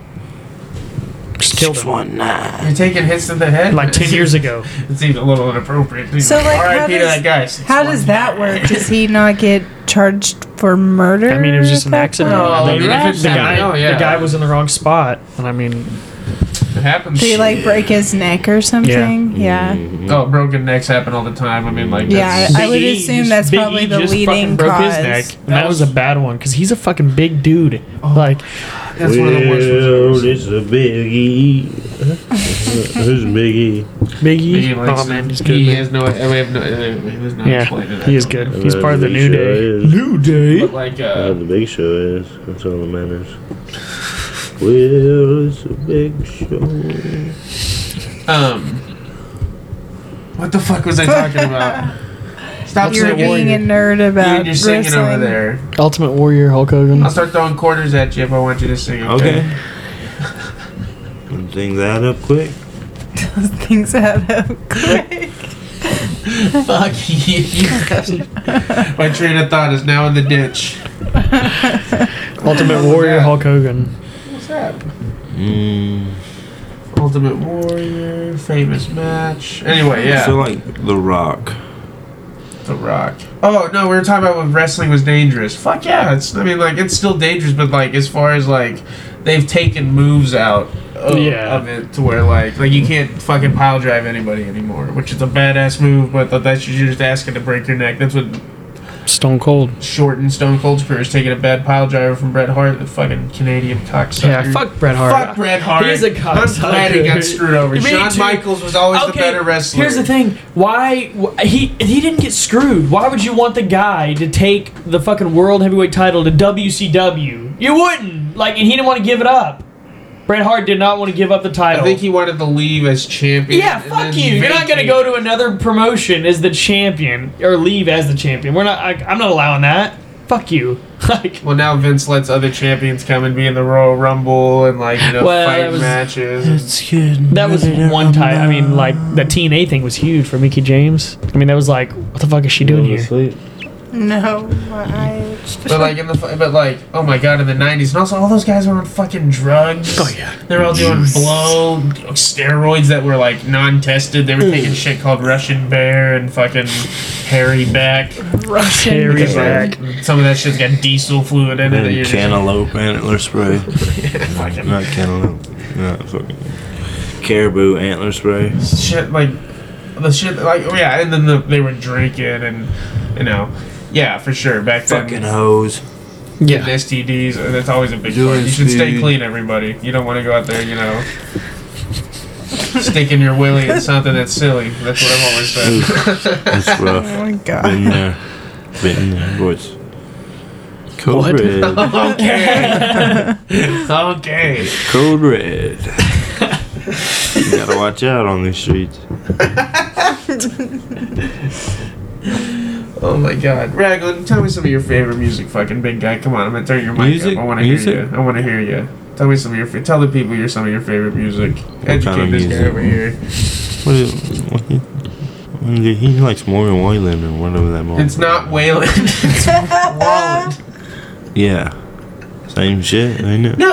Speaker 7: Just killed him.
Speaker 4: One nine.
Speaker 1: You're taking hits to the head.
Speaker 7: Like 10 years ago.
Speaker 1: It seems a little inappropriate.
Speaker 6: So, like, how
Speaker 1: R.I.P. to
Speaker 6: does-
Speaker 1: that guy. Six
Speaker 6: How
Speaker 1: one.
Speaker 6: does that work? Does he not get charged for murder?
Speaker 7: I mean, it was just an
Speaker 6: at that
Speaker 7: accident.
Speaker 6: point?
Speaker 1: Oh,
Speaker 7: I mean,
Speaker 1: you're
Speaker 7: if it- the,
Speaker 1: right.
Speaker 7: guy,
Speaker 1: Oh, yeah.
Speaker 7: the guy was in the wrong spot. And I mean,
Speaker 1: It happens.
Speaker 6: Did he like break his neck or something? Yeah.
Speaker 7: Mm.
Speaker 1: oh, broken necks happen all the time. I mean, like
Speaker 6: Yeah,
Speaker 1: that's-
Speaker 6: I would
Speaker 5: Big E
Speaker 6: assume
Speaker 5: just-
Speaker 6: that's
Speaker 5: Big
Speaker 6: probably
Speaker 5: E
Speaker 6: the
Speaker 5: just fucking
Speaker 6: leading
Speaker 5: broke his
Speaker 6: cause. Oh.
Speaker 5: neck. And That was a bad one because he's a fucking big dude. like,
Speaker 1: that's one of the worst ones.
Speaker 4: it's a biggie. Who's biggie?
Speaker 7: Biggie.
Speaker 1: He, E likes
Speaker 7: oh, man,
Speaker 1: it.
Speaker 7: he's good.
Speaker 1: he
Speaker 7: man.
Speaker 1: has no. I have no. It was not explained in
Speaker 7: Yeah,
Speaker 1: that
Speaker 7: he is
Speaker 1: film.
Speaker 7: good. He's part of the New Day.
Speaker 4: New
Speaker 1: But like, uh,
Speaker 4: the big show is. That's all that matters. Well, it's a big show.
Speaker 1: um, what the fuck was I talking about? Stop saying
Speaker 6: You're being
Speaker 1: warrior.
Speaker 6: a nerd about
Speaker 1: Dude, you're singing
Speaker 6: wrestling.
Speaker 1: over there.
Speaker 7: Ultimate Warrior Hulk Hogan.
Speaker 1: I'll start throwing quarters at you if I want you to sing.
Speaker 4: Okay. Can Sing that up quick.
Speaker 6: Things out of quick.
Speaker 1: Fuck you. My train of thought is now in the ditch.
Speaker 7: Ultimate Warrior Hulk Hogan.
Speaker 1: What's that?
Speaker 4: Mm,
Speaker 1: Ultimate Warrior, famous match. Anyway,
Speaker 4: I
Speaker 1: yeah.
Speaker 4: feel like The Rock.
Speaker 1: The Rock. Oh no, we were talking about when wrestling was dangerous. Fuck yeah, it's. I mean, like it's still dangerous, but like as far as like they've taken moves out oh, of,
Speaker 7: Yeah.
Speaker 1: of it to where like like you can't fucking pile drive anybody anymore, which is a badass move. But that's you're just asking to break your neck. That's what
Speaker 7: Stone Cold.
Speaker 1: shortened Stone Cold's career is taking a bad pile driver from Bret Hart, the fucking Canadian cocksucker.
Speaker 7: Yeah, fuck Bret Hart.
Speaker 1: Fuck Bret Hart.
Speaker 5: He's a
Speaker 1: I'm glad he got
Speaker 5: cocksucker.
Speaker 1: screwed over.
Speaker 5: Me
Speaker 1: Shawn
Speaker 5: too.
Speaker 1: Michaels was always the better wrestler.
Speaker 5: Here's the thing: why wh- he he didn't get screwed? Why would you want the guy to take the fucking world heavyweight title to WCW? You wouldn't. Like, and he didn't want to give it up. Bret Hart did not want to give up the
Speaker 1: I
Speaker 5: title.
Speaker 1: think he wanted to leave as champion.
Speaker 5: yeah,
Speaker 1: and
Speaker 5: fuck
Speaker 1: then
Speaker 5: you. You're not gonna
Speaker 1: vacate.
Speaker 5: go to another promotion as the champion or leave as the champion. We're not. I, I'm not allowing that. Fuck you. Like,
Speaker 1: Well, now Vince lets other champions come and be in the Royal Rumble and like you know
Speaker 5: Well,
Speaker 1: fight
Speaker 5: that was-
Speaker 1: matches.
Speaker 5: That was one time. I mean, like the TNA thing was huge for Mickey James. I mean, that was like, what the fuck is she doing here?
Speaker 6: No, I.
Speaker 1: But like in the fu- but like oh my god in the '90s and also all those guys were on fucking drugs.
Speaker 7: Oh, yeah.
Speaker 1: They're all doing blow steroids that were like non-tested. They
Speaker 5: Mm.
Speaker 1: were taking shit called Russian Bear and fucking Hairy Back.
Speaker 6: Russian.
Speaker 7: Harry
Speaker 1: Like,
Speaker 7: Zack.
Speaker 1: some of that shit's got diesel fluid in it. that you're
Speaker 4: And
Speaker 1: just-
Speaker 4: cantaloupe antler spray. not cantaloupe. Not fucking. Caribou antler spray.
Speaker 1: shit like the shit like oh yeah, and then the, they were drinking and you know yeah for sure back then.
Speaker 4: Fucking hose.
Speaker 7: Yeah.
Speaker 1: and STDs. uh, That's always a big
Speaker 4: Doing
Speaker 1: part. You should stay
Speaker 4: speed.
Speaker 1: clean, everybody. You don't want to go out there, you know, sticking your willy in something that's silly. That's what I've always said.
Speaker 4: That's
Speaker 6: Oh
Speaker 4: rough.
Speaker 6: my god.
Speaker 4: Been there. Been there, boys. Code
Speaker 7: What?
Speaker 4: red.
Speaker 1: okay. okay.
Speaker 4: Code red. you gotta watch out on these streets.
Speaker 1: Oh my God, Raglan, tell me some of your favorite music, fucking big guy. Come on, I'm gonna turn your mic
Speaker 4: Music?
Speaker 1: up. I want to hear
Speaker 4: Music?
Speaker 1: you. I want to hear you. Tell me some of your. fa- Tell the people your some of your favorite music. Educate
Speaker 4: kind of
Speaker 1: this guy
Speaker 4: music?
Speaker 1: over here.
Speaker 4: What is, what he, what he, he likes Morgan Wallen or whatever that motherfucker
Speaker 1: It's not
Speaker 4: is.
Speaker 1: Waylon. it's Wallen.
Speaker 4: Yeah. Same shit, ain't it?
Speaker 1: No.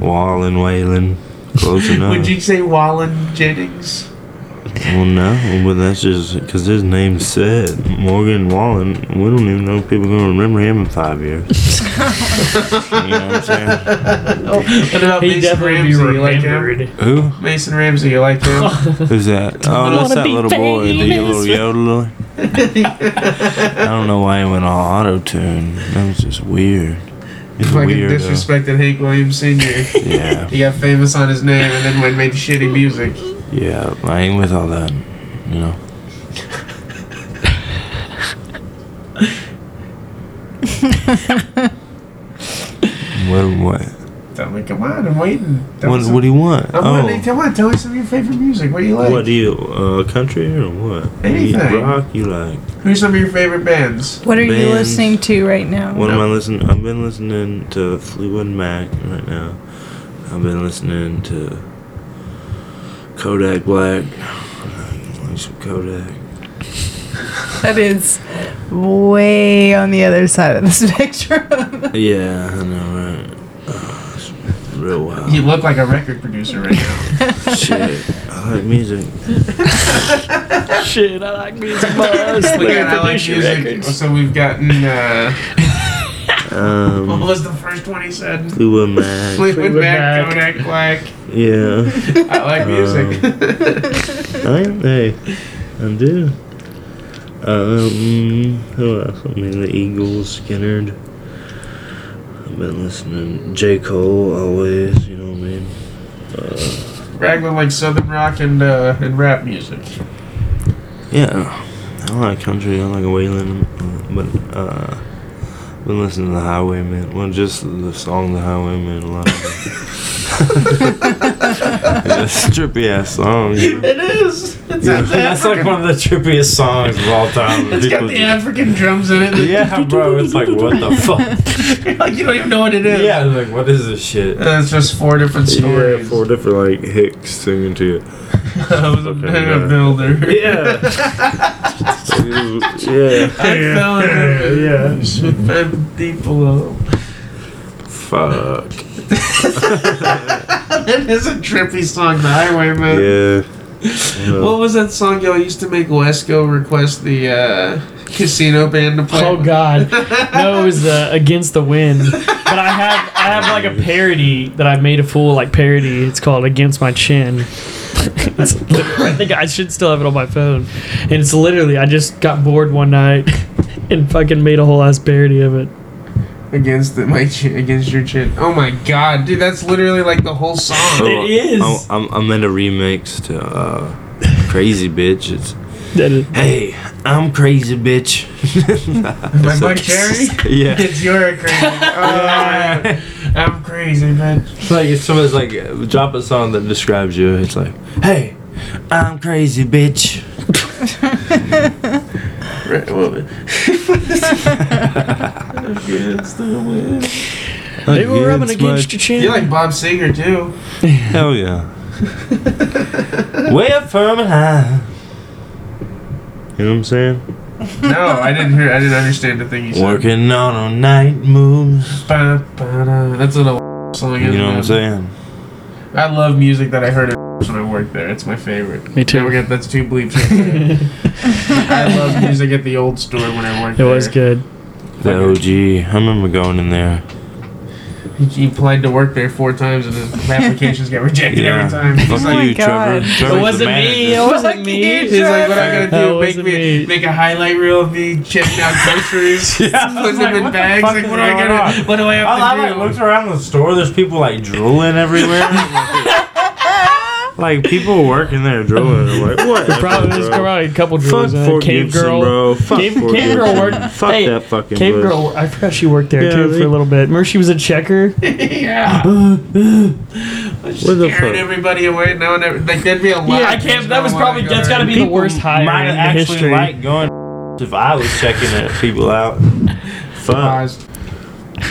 Speaker 4: Wallen, Waylon. Close enough.
Speaker 1: Would you say Wallen Jennings?
Speaker 4: Well, no, but that's just because his name's said Morgan Wallen. We don't even know if people gonna remember him in five years. you know what I'm saying?
Speaker 1: What about
Speaker 5: He
Speaker 1: Mason
Speaker 5: definitely
Speaker 1: Ramsey?
Speaker 5: be
Speaker 1: You like him?
Speaker 5: remembered.
Speaker 4: Who?
Speaker 1: Mason Ramsey, you like him?
Speaker 4: Who's that? Oh, that's that little boy, the little yodeler. I don't know why he went all auto tune. That was just weird. He's a
Speaker 1: Fucking
Speaker 4: weirdo.
Speaker 1: disrespected Hank Williams Sr.
Speaker 4: Yeah,
Speaker 1: he got famous on his name and then went and made shitty music.
Speaker 4: yeah. I ain't with all that. You know. what? What?
Speaker 1: Tell me, come on, I'm waiting. Tell
Speaker 4: What,
Speaker 1: me some-
Speaker 4: what do you want? Oh.
Speaker 1: I'm waiting. Come on, tell me some of your favorite music. What do you like?
Speaker 4: What do you, uh, country or what?
Speaker 1: Anything.
Speaker 4: You rock, you like.
Speaker 1: Who's some of your favorite bands?
Speaker 6: What are you
Speaker 4: Bands.
Speaker 6: listening to right now?
Speaker 4: What am I listening? I've been listening to Fleetwood Mac right now. I've been listening to Kodak Black. I Like some Kodak.
Speaker 6: That is way on the other side of the spectrum.
Speaker 4: Yeah, I know, right? Uh, in real wild.
Speaker 1: You look like a record producer right now.
Speaker 4: Shit. I like music.
Speaker 5: Shit, I like music, but I was
Speaker 1: Look
Speaker 5: looking
Speaker 1: at I
Speaker 5: for
Speaker 1: like
Speaker 5: Dishy
Speaker 1: music.
Speaker 5: records.
Speaker 1: So we've gotten. Uh, what
Speaker 4: Um,
Speaker 1: was the first one he said?
Speaker 4: Fleetwood Mac.
Speaker 1: Fleetwood
Speaker 7: Fleetwood
Speaker 1: Mac,
Speaker 7: Mac.
Speaker 1: Kodak Black.
Speaker 4: Yeah.
Speaker 1: I like music.
Speaker 4: uh, I am. Hey, I do. Um, who else? I mean, the Eagles, Skinnerd. I've been listening. J. Cole always. You know what I mean?
Speaker 1: Raglan like southern rock and uh, and rap music.
Speaker 4: Yeah, I like country. I like Waylon, uh, but uh, been listening to the Highwayman. Well, just the song "The Highwayman" a lot. It's a trippy ass song.
Speaker 1: It is. It's got the
Speaker 4: That's like one of the trippiest songs of all time.
Speaker 1: It's got the African drums in it.
Speaker 4: yeah, bro. It's like what the fuck?
Speaker 1: like you don't even know what it is.
Speaker 4: Yeah, like what is this shit?
Speaker 1: Uh, it's just four different
Speaker 4: Yeah,
Speaker 1: stories.
Speaker 4: four different like hicks singing to you.
Speaker 1: I was a
Speaker 4: Okay,
Speaker 1: bit
Speaker 4: yeah.
Speaker 1: of builder.
Speaker 4: Yeah. yeah.
Speaker 1: I fell in it. Yeah. I'm deep below.
Speaker 4: Fuck.
Speaker 1: That is a trippy song, The Highwayman.
Speaker 4: Yeah.
Speaker 1: What was that song y'all used to make Wesco request the uh, casino band to play?
Speaker 5: Oh God, no, it was uh, Against the Wind. But I have I have like a parody that I made a full like parody. It's called Against My Chin. It's- I think I should still have it on my phone. And it's literally I just got bored one night and fucking made a whole ass parody of it.
Speaker 1: Against the, my chin, against your chin. Oh my God, dude, that's literally like the whole song.
Speaker 4: Oh,
Speaker 5: It is.
Speaker 4: I'm, I'm, I'm in a remix to uh, Crazy Bitch. It's
Speaker 5: That is-
Speaker 4: Hey, I'm Crazy Bitch.
Speaker 1: My Buck Cherry?
Speaker 4: yeah.
Speaker 1: It's your crazy. Oh, I'm crazy, man.
Speaker 4: It's like if someone's like, uh, drop a song that describes you. It's like, hey, I'm Crazy Bitch.
Speaker 5: They were rubbing
Speaker 4: Against my
Speaker 5: against your chin.
Speaker 1: You like Bob Seger too?
Speaker 4: Hell yeah. Way up firm and high. You know what I'm saying?
Speaker 1: No, I didn't hear. I didn't understand the thing you said.
Speaker 4: Working on a night moves.
Speaker 1: Ba, ba, da. That's an old song.
Speaker 4: You
Speaker 1: isn't
Speaker 4: know what I'm
Speaker 1: it?
Speaker 4: saying?
Speaker 1: I love music that I heard at when I worked there. It's my favorite.
Speaker 7: Me too.
Speaker 1: Now we got that's two bleeps. I love music at the old store when I worked
Speaker 7: It
Speaker 1: there.
Speaker 7: was good.
Speaker 4: The OG. I remember going in there.
Speaker 1: He applied to work there four times and his applications got rejected
Speaker 4: Yeah.
Speaker 1: every time. Oh
Speaker 4: Fuck
Speaker 1: He's like,
Speaker 6: my
Speaker 4: you, Trevor.
Speaker 6: God.
Speaker 4: Trevor's
Speaker 5: It
Speaker 4: the
Speaker 5: wasn't me. It
Speaker 4: manager.
Speaker 5: wasn't me.
Speaker 1: he's like, what I
Speaker 7: That
Speaker 1: gotta do? Make
Speaker 7: wasn't
Speaker 1: me
Speaker 7: me.
Speaker 1: make a highlight reel of me checking out groceries,
Speaker 4: Yeah.
Speaker 1: putting them in bags.
Speaker 4: fuck
Speaker 1: Like,
Speaker 4: is
Speaker 1: what do I
Speaker 4: going
Speaker 1: gotta?
Speaker 4: on?
Speaker 1: What do I
Speaker 4: I, I like
Speaker 1: have to
Speaker 4: looked
Speaker 1: do?
Speaker 4: around the store. There's people like drooling everywhere. like people working there drooling. They're like what?
Speaker 5: Probably there's probably a couple
Speaker 4: Fuck
Speaker 5: drawers. in it.
Speaker 4: Fort
Speaker 5: Cave
Speaker 4: Gibson,
Speaker 5: girl.
Speaker 4: bro. Fuck
Speaker 5: Cave,
Speaker 4: Fort
Speaker 5: Cave
Speaker 4: Gibson.
Speaker 5: girl worked.
Speaker 4: Fuck
Speaker 5: hey,
Speaker 4: that fucking
Speaker 5: Cave
Speaker 4: bush.
Speaker 5: girl. I forgot she worked there
Speaker 4: Yeah,
Speaker 5: too
Speaker 4: they-
Speaker 5: for a little bit. Remember she was a checker.
Speaker 1: Yeah.
Speaker 4: What the
Speaker 1: scaring
Speaker 4: fuck?
Speaker 1: everybody away. No one ever, like there'd be a lot.
Speaker 5: Yeah, I
Speaker 1: of
Speaker 5: can't.
Speaker 1: things
Speaker 5: That was
Speaker 1: going on
Speaker 5: probably.
Speaker 1: in
Speaker 5: That's got to be the worst hire
Speaker 4: Might
Speaker 5: in
Speaker 4: actually
Speaker 5: history.
Speaker 4: like going if I was checking at people out. Fuck.
Speaker 1: Pause.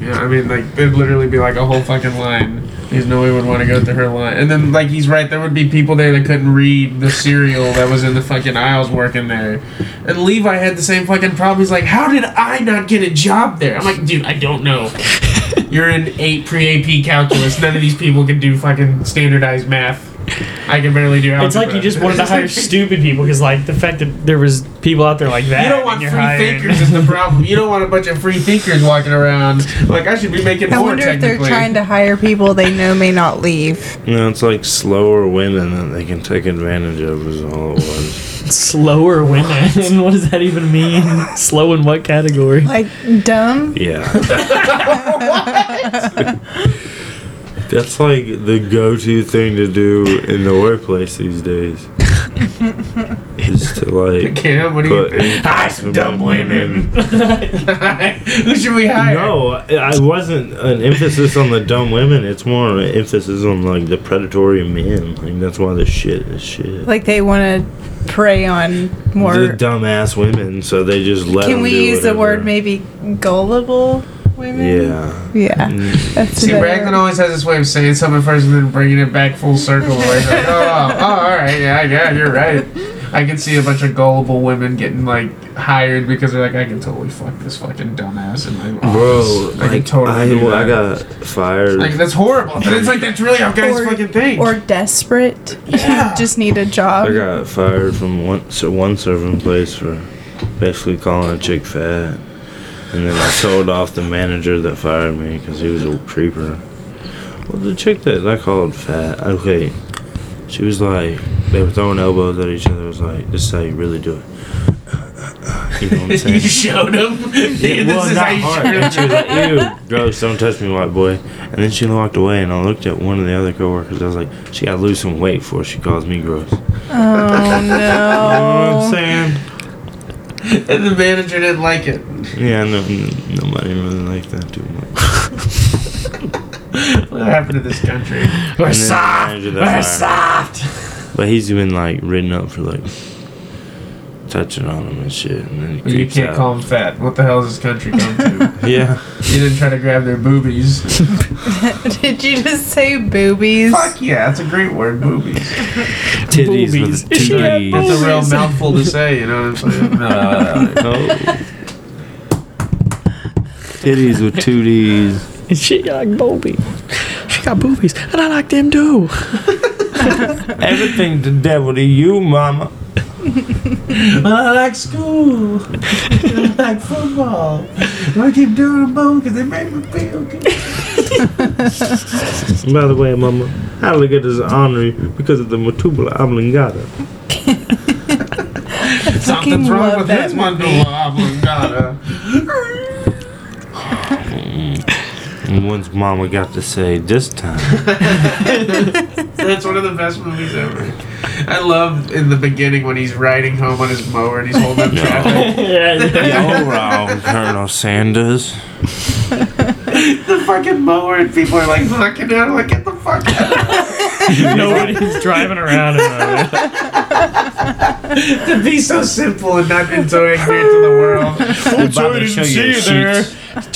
Speaker 1: yeah, I mean, like there'd literally be like a whole fucking line. Because no one would want to go through her line. And then, like, he's right. There would be people there that couldn't read the cereal that was in the fucking aisles working there. And Levi had the same fucking problem. He's like, "How did I not get a job there?" I'm like, "Dude, I don't know. You're in eight pre AP calculus. None of these people can do fucking standardized math. I can barely do algebra."
Speaker 5: It's like you just wanted to
Speaker 1: It's like-
Speaker 5: hire stupid people because, like, the fact that there was people out there like that.
Speaker 1: You don't want free thinkers is the problem. You don't want a bunch of free thinkers walking around. Like I should be making
Speaker 6: I
Speaker 1: more.
Speaker 6: wonder if they're
Speaker 1: technically.
Speaker 6: trying to hire people they know may not leave.
Speaker 4: No, it's like slower women that they can take advantage of is all it was.
Speaker 5: Slower women. what does that even mean? Slow in what category?
Speaker 6: Like dumb.
Speaker 4: Yeah. That's like the go-to thing to do in the workplace these days. is to like
Speaker 1: Cam, what do you
Speaker 4: put
Speaker 1: think?
Speaker 4: hire some dumb women.
Speaker 1: Who should we hire?
Speaker 4: No, I I wasn't an emphasis on the dumb women. It's more an emphasis on like the predatory men. Like that's why the shit is shit.
Speaker 6: Like they want to prey on
Speaker 4: They're
Speaker 6: more.
Speaker 4: dumbass women, so they just let.
Speaker 6: Can
Speaker 4: 'em
Speaker 6: we
Speaker 4: do
Speaker 6: use the
Speaker 4: whatever.
Speaker 6: word maybe gullible women?
Speaker 4: Yeah. Mm.
Speaker 6: Yeah. That's
Speaker 1: See,
Speaker 6: a better-
Speaker 1: Bragman always has this way of saying something first and then bringing it back full circle. Like, oh, oh, all right, yeah, yeah, you're right. I can see a bunch of gullible women getting like hired because they're like, I can totally fuck this fucking dumbass in my
Speaker 4: Bro,
Speaker 1: office. I can
Speaker 4: like,
Speaker 1: totally
Speaker 4: I,
Speaker 1: do
Speaker 4: well,
Speaker 1: that.
Speaker 4: I got fired.
Speaker 1: like that's horrible. But it's like that's really how guys fucking think.
Speaker 6: or desperate. You just need a job.
Speaker 4: I got fired from one so one serving place for basically calling a chick fat, and then I sold off the manager that fired me because he was a creeper. Well, the chick that I called fat, okay, she was like they were throwing elbows at each other. It was like this is how you really do it. You know what I'm
Speaker 1: you
Speaker 4: saying?
Speaker 1: showed him.
Speaker 4: Yeah,
Speaker 1: this
Speaker 4: well,
Speaker 1: is
Speaker 4: not
Speaker 1: how you
Speaker 4: hard.
Speaker 1: show
Speaker 4: And she was like, "Ew, gross! Don't touch me, white boy." And then she walked away, and I looked at one of the other coworkers. I was like, "She got to lose some weight before she calls me gross." You know
Speaker 6: Oh
Speaker 4: what I'm
Speaker 6: no.
Speaker 4: saying?
Speaker 1: And the manager didn't like it.
Speaker 4: Yeah, no, n- nobody really liked that too much.
Speaker 1: What happened to this country?
Speaker 4: We're soft. We're soft. But he's been like written up for like touching on him and shit, and then he
Speaker 1: But you
Speaker 4: creeps
Speaker 1: can't
Speaker 4: out.
Speaker 1: call them fat. What the hell is this country come to?
Speaker 4: Yeah,
Speaker 1: you didn't try to grab their boobies.
Speaker 6: Did you just say boobies?
Speaker 1: Fuck yeah, that's a great word, boobies.
Speaker 4: titties with
Speaker 7: Boobies. She had
Speaker 4: titties.
Speaker 1: It's a real mouthful to say, you know what I'm saying? No, no, no, no.
Speaker 4: Oh. Titties with two D's.
Speaker 7: And she got like boobies. She got boobies, and I like them too.
Speaker 4: Everything the devil to you, mama.
Speaker 1: But I like school. I like football. And I keep doing them both because they make me feel good.
Speaker 4: By the way, mama, alligators are honorary because of the Matubula oblongata.
Speaker 1: Something's wrong
Speaker 6: love
Speaker 1: with
Speaker 6: that
Speaker 1: this one, oblongata.
Speaker 4: And once mama got to say, this time.
Speaker 1: That's one of the best movies ever. I love in the beginning when he's riding home on his mower and he's holding up traffic.
Speaker 4: You're wrong, Colonel Sanders.
Speaker 1: the fucking mower and people are like looking at him like, get the fuck out.
Speaker 7: Nobody's driving around. In
Speaker 1: To be so simple and not been so ignorant to the world.
Speaker 4: I'm about to show you the sheets.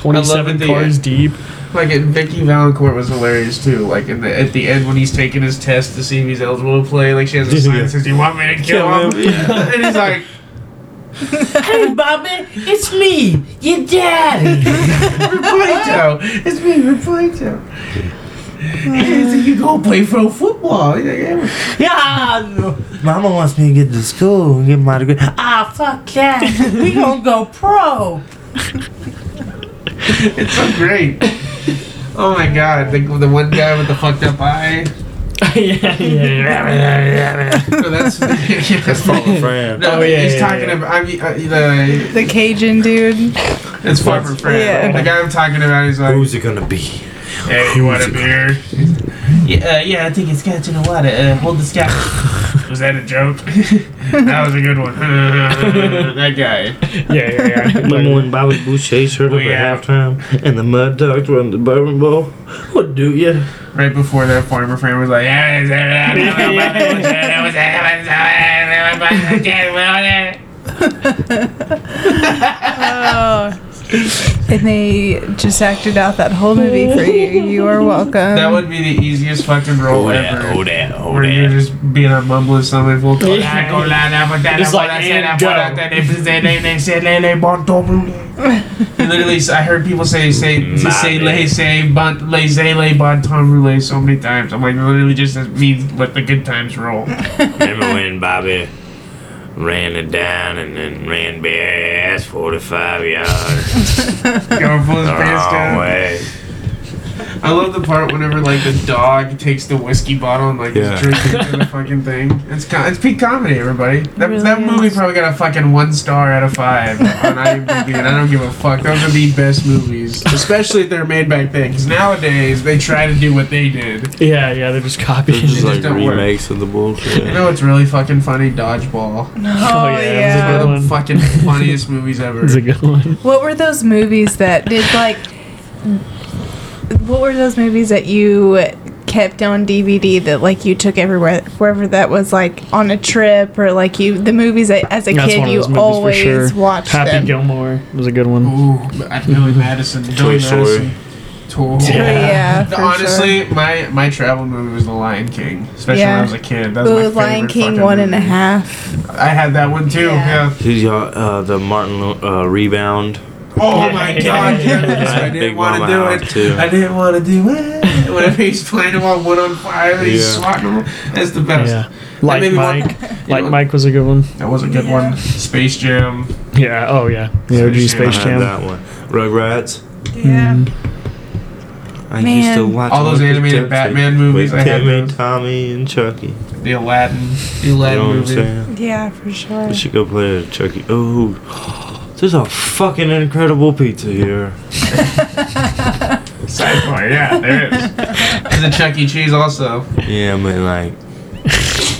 Speaker 7: Twenty-seven
Speaker 1: the-
Speaker 7: cars deep.
Speaker 1: Like and Vicky Valancourt was hilarious too. Like in the, at the end when he's taking his test to see if he's eligible to play, like she has a sign that says, "Do you want me to kill
Speaker 4: Kill
Speaker 1: him?"
Speaker 4: him,
Speaker 1: and he's like,
Speaker 5: Hey, Bobby, it's me, your daddy.
Speaker 1: "Plato, it's me, we're Plato." And he's like, "You go play pro football." He's like, "Yeah."
Speaker 5: yeah,
Speaker 4: Mama wants me to get to school and get my degree.
Speaker 5: ah, fuck that. We gonna go pro.
Speaker 1: It's so great. Oh my god, the, the one guy with the fucked up eye.
Speaker 5: yeah, yeah.
Speaker 1: No, Oh, that's. that's
Speaker 4: Follow Fran.
Speaker 1: No,
Speaker 5: Oh, yeah,
Speaker 1: he's
Speaker 5: yeah,
Speaker 1: talking
Speaker 5: yeah.
Speaker 1: about. I mean, uh, the,
Speaker 6: The Cajun dude.
Speaker 1: it's Farmer Fran.
Speaker 6: Yeah.
Speaker 1: The guy I'm talking about, he's like,
Speaker 4: Who's it gonna be?
Speaker 1: Hey, you want a beer? Yeah, uh, yeah, I think it's got you in a water. Uh, hold the scalp. was that a joke? that was a good one. that guy.
Speaker 7: Yeah, yeah, yeah.
Speaker 4: Remember when Bobby Boucher showed up
Speaker 1: We
Speaker 4: at
Speaker 1: out.
Speaker 4: halftime and the mud ducks run the bourbon bowl? What do you?
Speaker 1: Right before that, Farmer Fran was like, "Yeah, it's-
Speaker 6: Oh. And they just acted out that whole movie for you. You are welcome.
Speaker 1: That would be the easiest fucking role ever.
Speaker 4: that, oh
Speaker 1: Where you're just being a mumble something full time.
Speaker 5: Yeah.
Speaker 1: It's
Speaker 5: It's like, and go.
Speaker 1: Literally, I heard people say say say lay say bon lay say lay bon temps roulé so many times. I'm like, literally, just means let the good times roll.
Speaker 4: Remember when Bobby ran it down and then ran bare ass 45 yards?
Speaker 1: Going full his pants
Speaker 4: Wrong
Speaker 1: down.
Speaker 4: way.
Speaker 1: I love the part whenever like the dog takes the whiskey bottle and like
Speaker 4: Yeah.
Speaker 1: is drinking it in the fucking thing. It's com- it's peak comedy, everybody. That,
Speaker 6: really
Speaker 1: that movie
Speaker 6: is.
Speaker 1: probably got a fucking one star out of five on IMDb, and I don't give a fuck. Those are the best movies, especially if they're made back then. 'Cause nowadays they try to do what they did.
Speaker 7: Yeah, yeah. They're just copying.
Speaker 4: Just
Speaker 1: like
Speaker 4: like
Speaker 1: don't work.
Speaker 4: remakes of the
Speaker 1: You
Speaker 4: bullshit.
Speaker 1: know what's really fucking funny? Dodgeball.
Speaker 6: oh,
Speaker 7: yeah, it was a good
Speaker 6: yeah.
Speaker 1: One of
Speaker 7: one.
Speaker 1: the fucking funniest movies ever.
Speaker 7: It's a good one.
Speaker 6: What were those movies that did like? What were those movies that you kept on DVD that like you took everywhere, wherever that was like on a trip or like you the movies that as a
Speaker 7: That's
Speaker 6: kid
Speaker 7: one of
Speaker 6: you
Speaker 7: those movies
Speaker 6: always
Speaker 7: for sure.
Speaker 6: watched
Speaker 7: Happy
Speaker 6: them.
Speaker 7: Gilmore was a good one.
Speaker 1: Ooh, Billy Madison. Billy
Speaker 4: Toy Story.
Speaker 1: Madison. Totally.
Speaker 6: Yeah, for
Speaker 1: Honestly, my my travel movie was The Lion King, especially when
Speaker 6: Yeah.
Speaker 1: I was a kid. That was
Speaker 6: sure. The
Speaker 1: my
Speaker 6: Lion
Speaker 1: favorite
Speaker 6: King
Speaker 1: fucking
Speaker 6: one and a
Speaker 1: movie.
Speaker 6: half.
Speaker 1: I had that one too.
Speaker 6: Yeah.
Speaker 1: Yeah.
Speaker 4: Did y'all uh, the Martin Lu- uh, rebound?
Speaker 1: Oh my
Speaker 5: Yeah.
Speaker 1: god!
Speaker 5: Yeah.
Speaker 1: yes, I didn't
Speaker 4: Big
Speaker 1: want to
Speaker 4: Mama
Speaker 1: do
Speaker 4: out,
Speaker 1: it.
Speaker 4: too.
Speaker 1: I didn't want to do it. Whenever he's playing him on wood on fire, and he's
Speaker 4: Yeah.
Speaker 1: swatting him. That's the best.
Speaker 7: Yeah.
Speaker 1: That made
Speaker 7: Like
Speaker 1: me want-
Speaker 7: Mike.
Speaker 1: You
Speaker 7: Like
Speaker 1: know,
Speaker 7: Mike was a good one.
Speaker 1: That was a good one. Space Jam.
Speaker 7: Yeah. Oh yeah. The OG
Speaker 1: Space Jam.
Speaker 7: Space
Speaker 4: I had
Speaker 7: Jam.
Speaker 4: that one. Rugrats.
Speaker 6: Yeah.
Speaker 7: Mm.
Speaker 4: I used
Speaker 6: Man.
Speaker 4: to watch
Speaker 1: All those
Speaker 4: Lucas
Speaker 1: animated
Speaker 4: Dempsey
Speaker 1: Batman movies,
Speaker 4: With
Speaker 1: I had
Speaker 4: Timmy,
Speaker 1: those.
Speaker 4: Tommy, and Chucky.
Speaker 1: The Aladdin. The
Speaker 4: You
Speaker 1: Aladdin
Speaker 4: know what I'm
Speaker 1: movie.
Speaker 4: saying?
Speaker 6: Yeah, for sure.
Speaker 4: We should go play at Chucky. Oh, there's a fucking incredible pizza here.
Speaker 1: Sidebar, yeah, there is. There's a Chuck E. Cheese also.
Speaker 4: Yeah, I mean like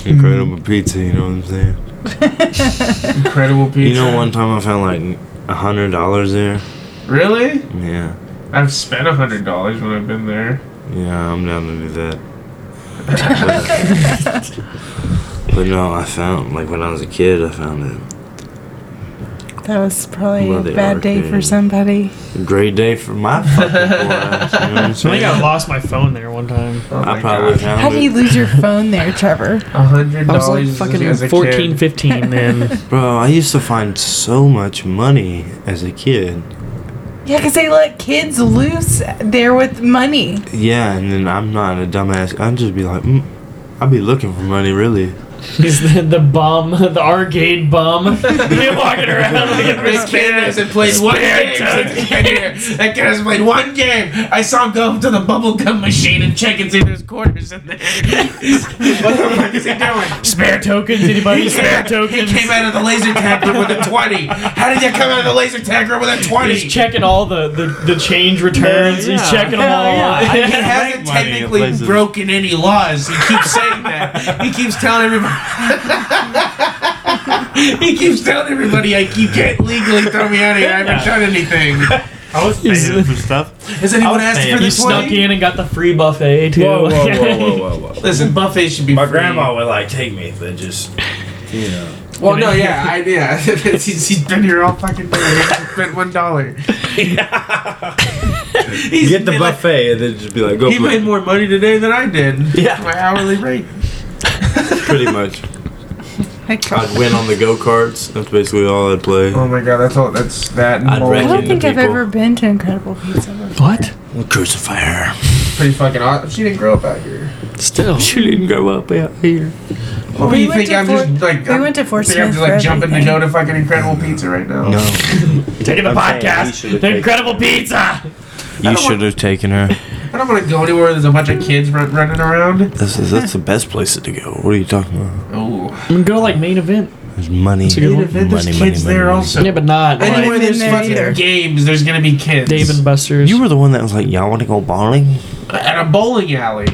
Speaker 4: incredible pizza. You know what I'm saying?
Speaker 1: Incredible pizza.
Speaker 4: You know, one time I found like a hundred dollars there.
Speaker 1: Really?
Speaker 4: Yeah,
Speaker 1: I've spent a hundred dollars when I've been there.
Speaker 4: yeah, I'm down to do that. but, but no, I found like when I was a kid, I found
Speaker 6: That was probably
Speaker 4: Well,
Speaker 6: a
Speaker 4: they
Speaker 6: bad
Speaker 4: are
Speaker 6: day for
Speaker 4: good.
Speaker 6: somebody.
Speaker 4: it a great day for my fucking poor ass. You know what I'm
Speaker 7: I think
Speaker 4: saying?
Speaker 7: I lost my phone there one time.
Speaker 1: Oh
Speaker 4: I probably found
Speaker 6: How do you
Speaker 4: it,
Speaker 6: lose your phone there, Trevor?
Speaker 1: a hundred
Speaker 7: I was like
Speaker 1: dollars
Speaker 7: fucking
Speaker 1: as a
Speaker 7: 14,
Speaker 1: kid.
Speaker 7: 15, man.
Speaker 4: bro. I used to find so much money as a kid.
Speaker 6: Yeah, because they let kids loose there with money.
Speaker 4: Yeah, and then I'm not a dumbass. I'd just be like, mm, I'd be looking for money, really.
Speaker 5: He's the, the bum, the arcade bum. He's walking around like a
Speaker 1: This kid hasn't played one game since he's been here. That kid hasn't played one game. I saw him go up to the bubblegum machine and check and see if there's quarters in there. what the fuck is he doing?
Speaker 5: spare tokens. Anybody spare
Speaker 1: He
Speaker 5: tokens?
Speaker 1: came out of the laser tag room with a 20. How did you come out of the laser tag room with a 20?
Speaker 5: He's checking all the, the, the change returns. He's checking them all.
Speaker 1: He
Speaker 5: Yeah.
Speaker 1: hasn't
Speaker 4: money in
Speaker 1: technically
Speaker 4: places.
Speaker 1: broken any laws. He keeps saying that. He keeps telling everybody. he keeps telling everybody, like, you can't legally throw me out of here. I haven't done anything.
Speaker 4: I was paying for stuff.
Speaker 1: Has anyone asked
Speaker 4: saying,
Speaker 1: for
Speaker 5: You
Speaker 1: the
Speaker 5: snuck
Speaker 1: 20?
Speaker 5: in and got the free buffet too.
Speaker 4: whoa, whoa,
Speaker 1: Listen, buffets should be
Speaker 4: My
Speaker 1: free.
Speaker 4: grandma would like take me, but just you know.
Speaker 1: Well, no, yeah, I, yeah. he's, he's been here all fucking day. He hasn't spent one dollar. He's
Speaker 4: Get the
Speaker 1: made, like-
Speaker 4: buffet and then just be like, go
Speaker 1: He made more money today than I did.
Speaker 4: Yeah.
Speaker 1: my hourly rate.
Speaker 4: pretty much.
Speaker 6: Like,
Speaker 4: I'd win on the go karts. That's basically all I'd play.
Speaker 1: Oh my god, that's all. That's that. And
Speaker 4: I'd
Speaker 1: more.
Speaker 6: I
Speaker 4: reckon-
Speaker 6: don't think I've
Speaker 4: people.
Speaker 6: ever been to Incredible Pizza. before.
Speaker 7: what?
Speaker 4: Crucify her.
Speaker 1: pretty fucking awesome. She didn't grow up out here.
Speaker 7: Still.
Speaker 4: She didn't grow up out here.
Speaker 1: What do
Speaker 6: We
Speaker 1: you
Speaker 6: went
Speaker 1: think?
Speaker 6: to
Speaker 1: I'm
Speaker 6: Fort-
Speaker 1: just like
Speaker 6: we
Speaker 1: I'm,
Speaker 6: went to Fort
Speaker 1: think I'm just
Speaker 6: Smith
Speaker 1: like
Speaker 6: for
Speaker 1: jumping to
Speaker 6: everything.
Speaker 1: go to fucking Incredible Pizza right now.
Speaker 4: No,
Speaker 5: Taking the
Speaker 4: I'm saying he
Speaker 5: podcast.
Speaker 4: should've
Speaker 5: The
Speaker 4: taken-
Speaker 5: incredible pizza.
Speaker 4: you
Speaker 1: don't
Speaker 4: should have taken her.
Speaker 1: I don't want to go anywhere. There's a bunch of kids run, running around.
Speaker 4: This is that's the best place to go. What are you talking about?
Speaker 1: Oh,
Speaker 5: I'm gonna go like main event.
Speaker 4: There's money.
Speaker 7: a good one.
Speaker 1: there's kids there also.
Speaker 5: Yeah, but not like
Speaker 1: Anywhere
Speaker 6: been
Speaker 1: there's
Speaker 6: there
Speaker 1: fucking
Speaker 6: either.
Speaker 1: games, there's gonna be kids.
Speaker 5: Dave and Buster's.
Speaker 4: You were the one that was like, y'all want to go bowling?
Speaker 1: at a bowling alley.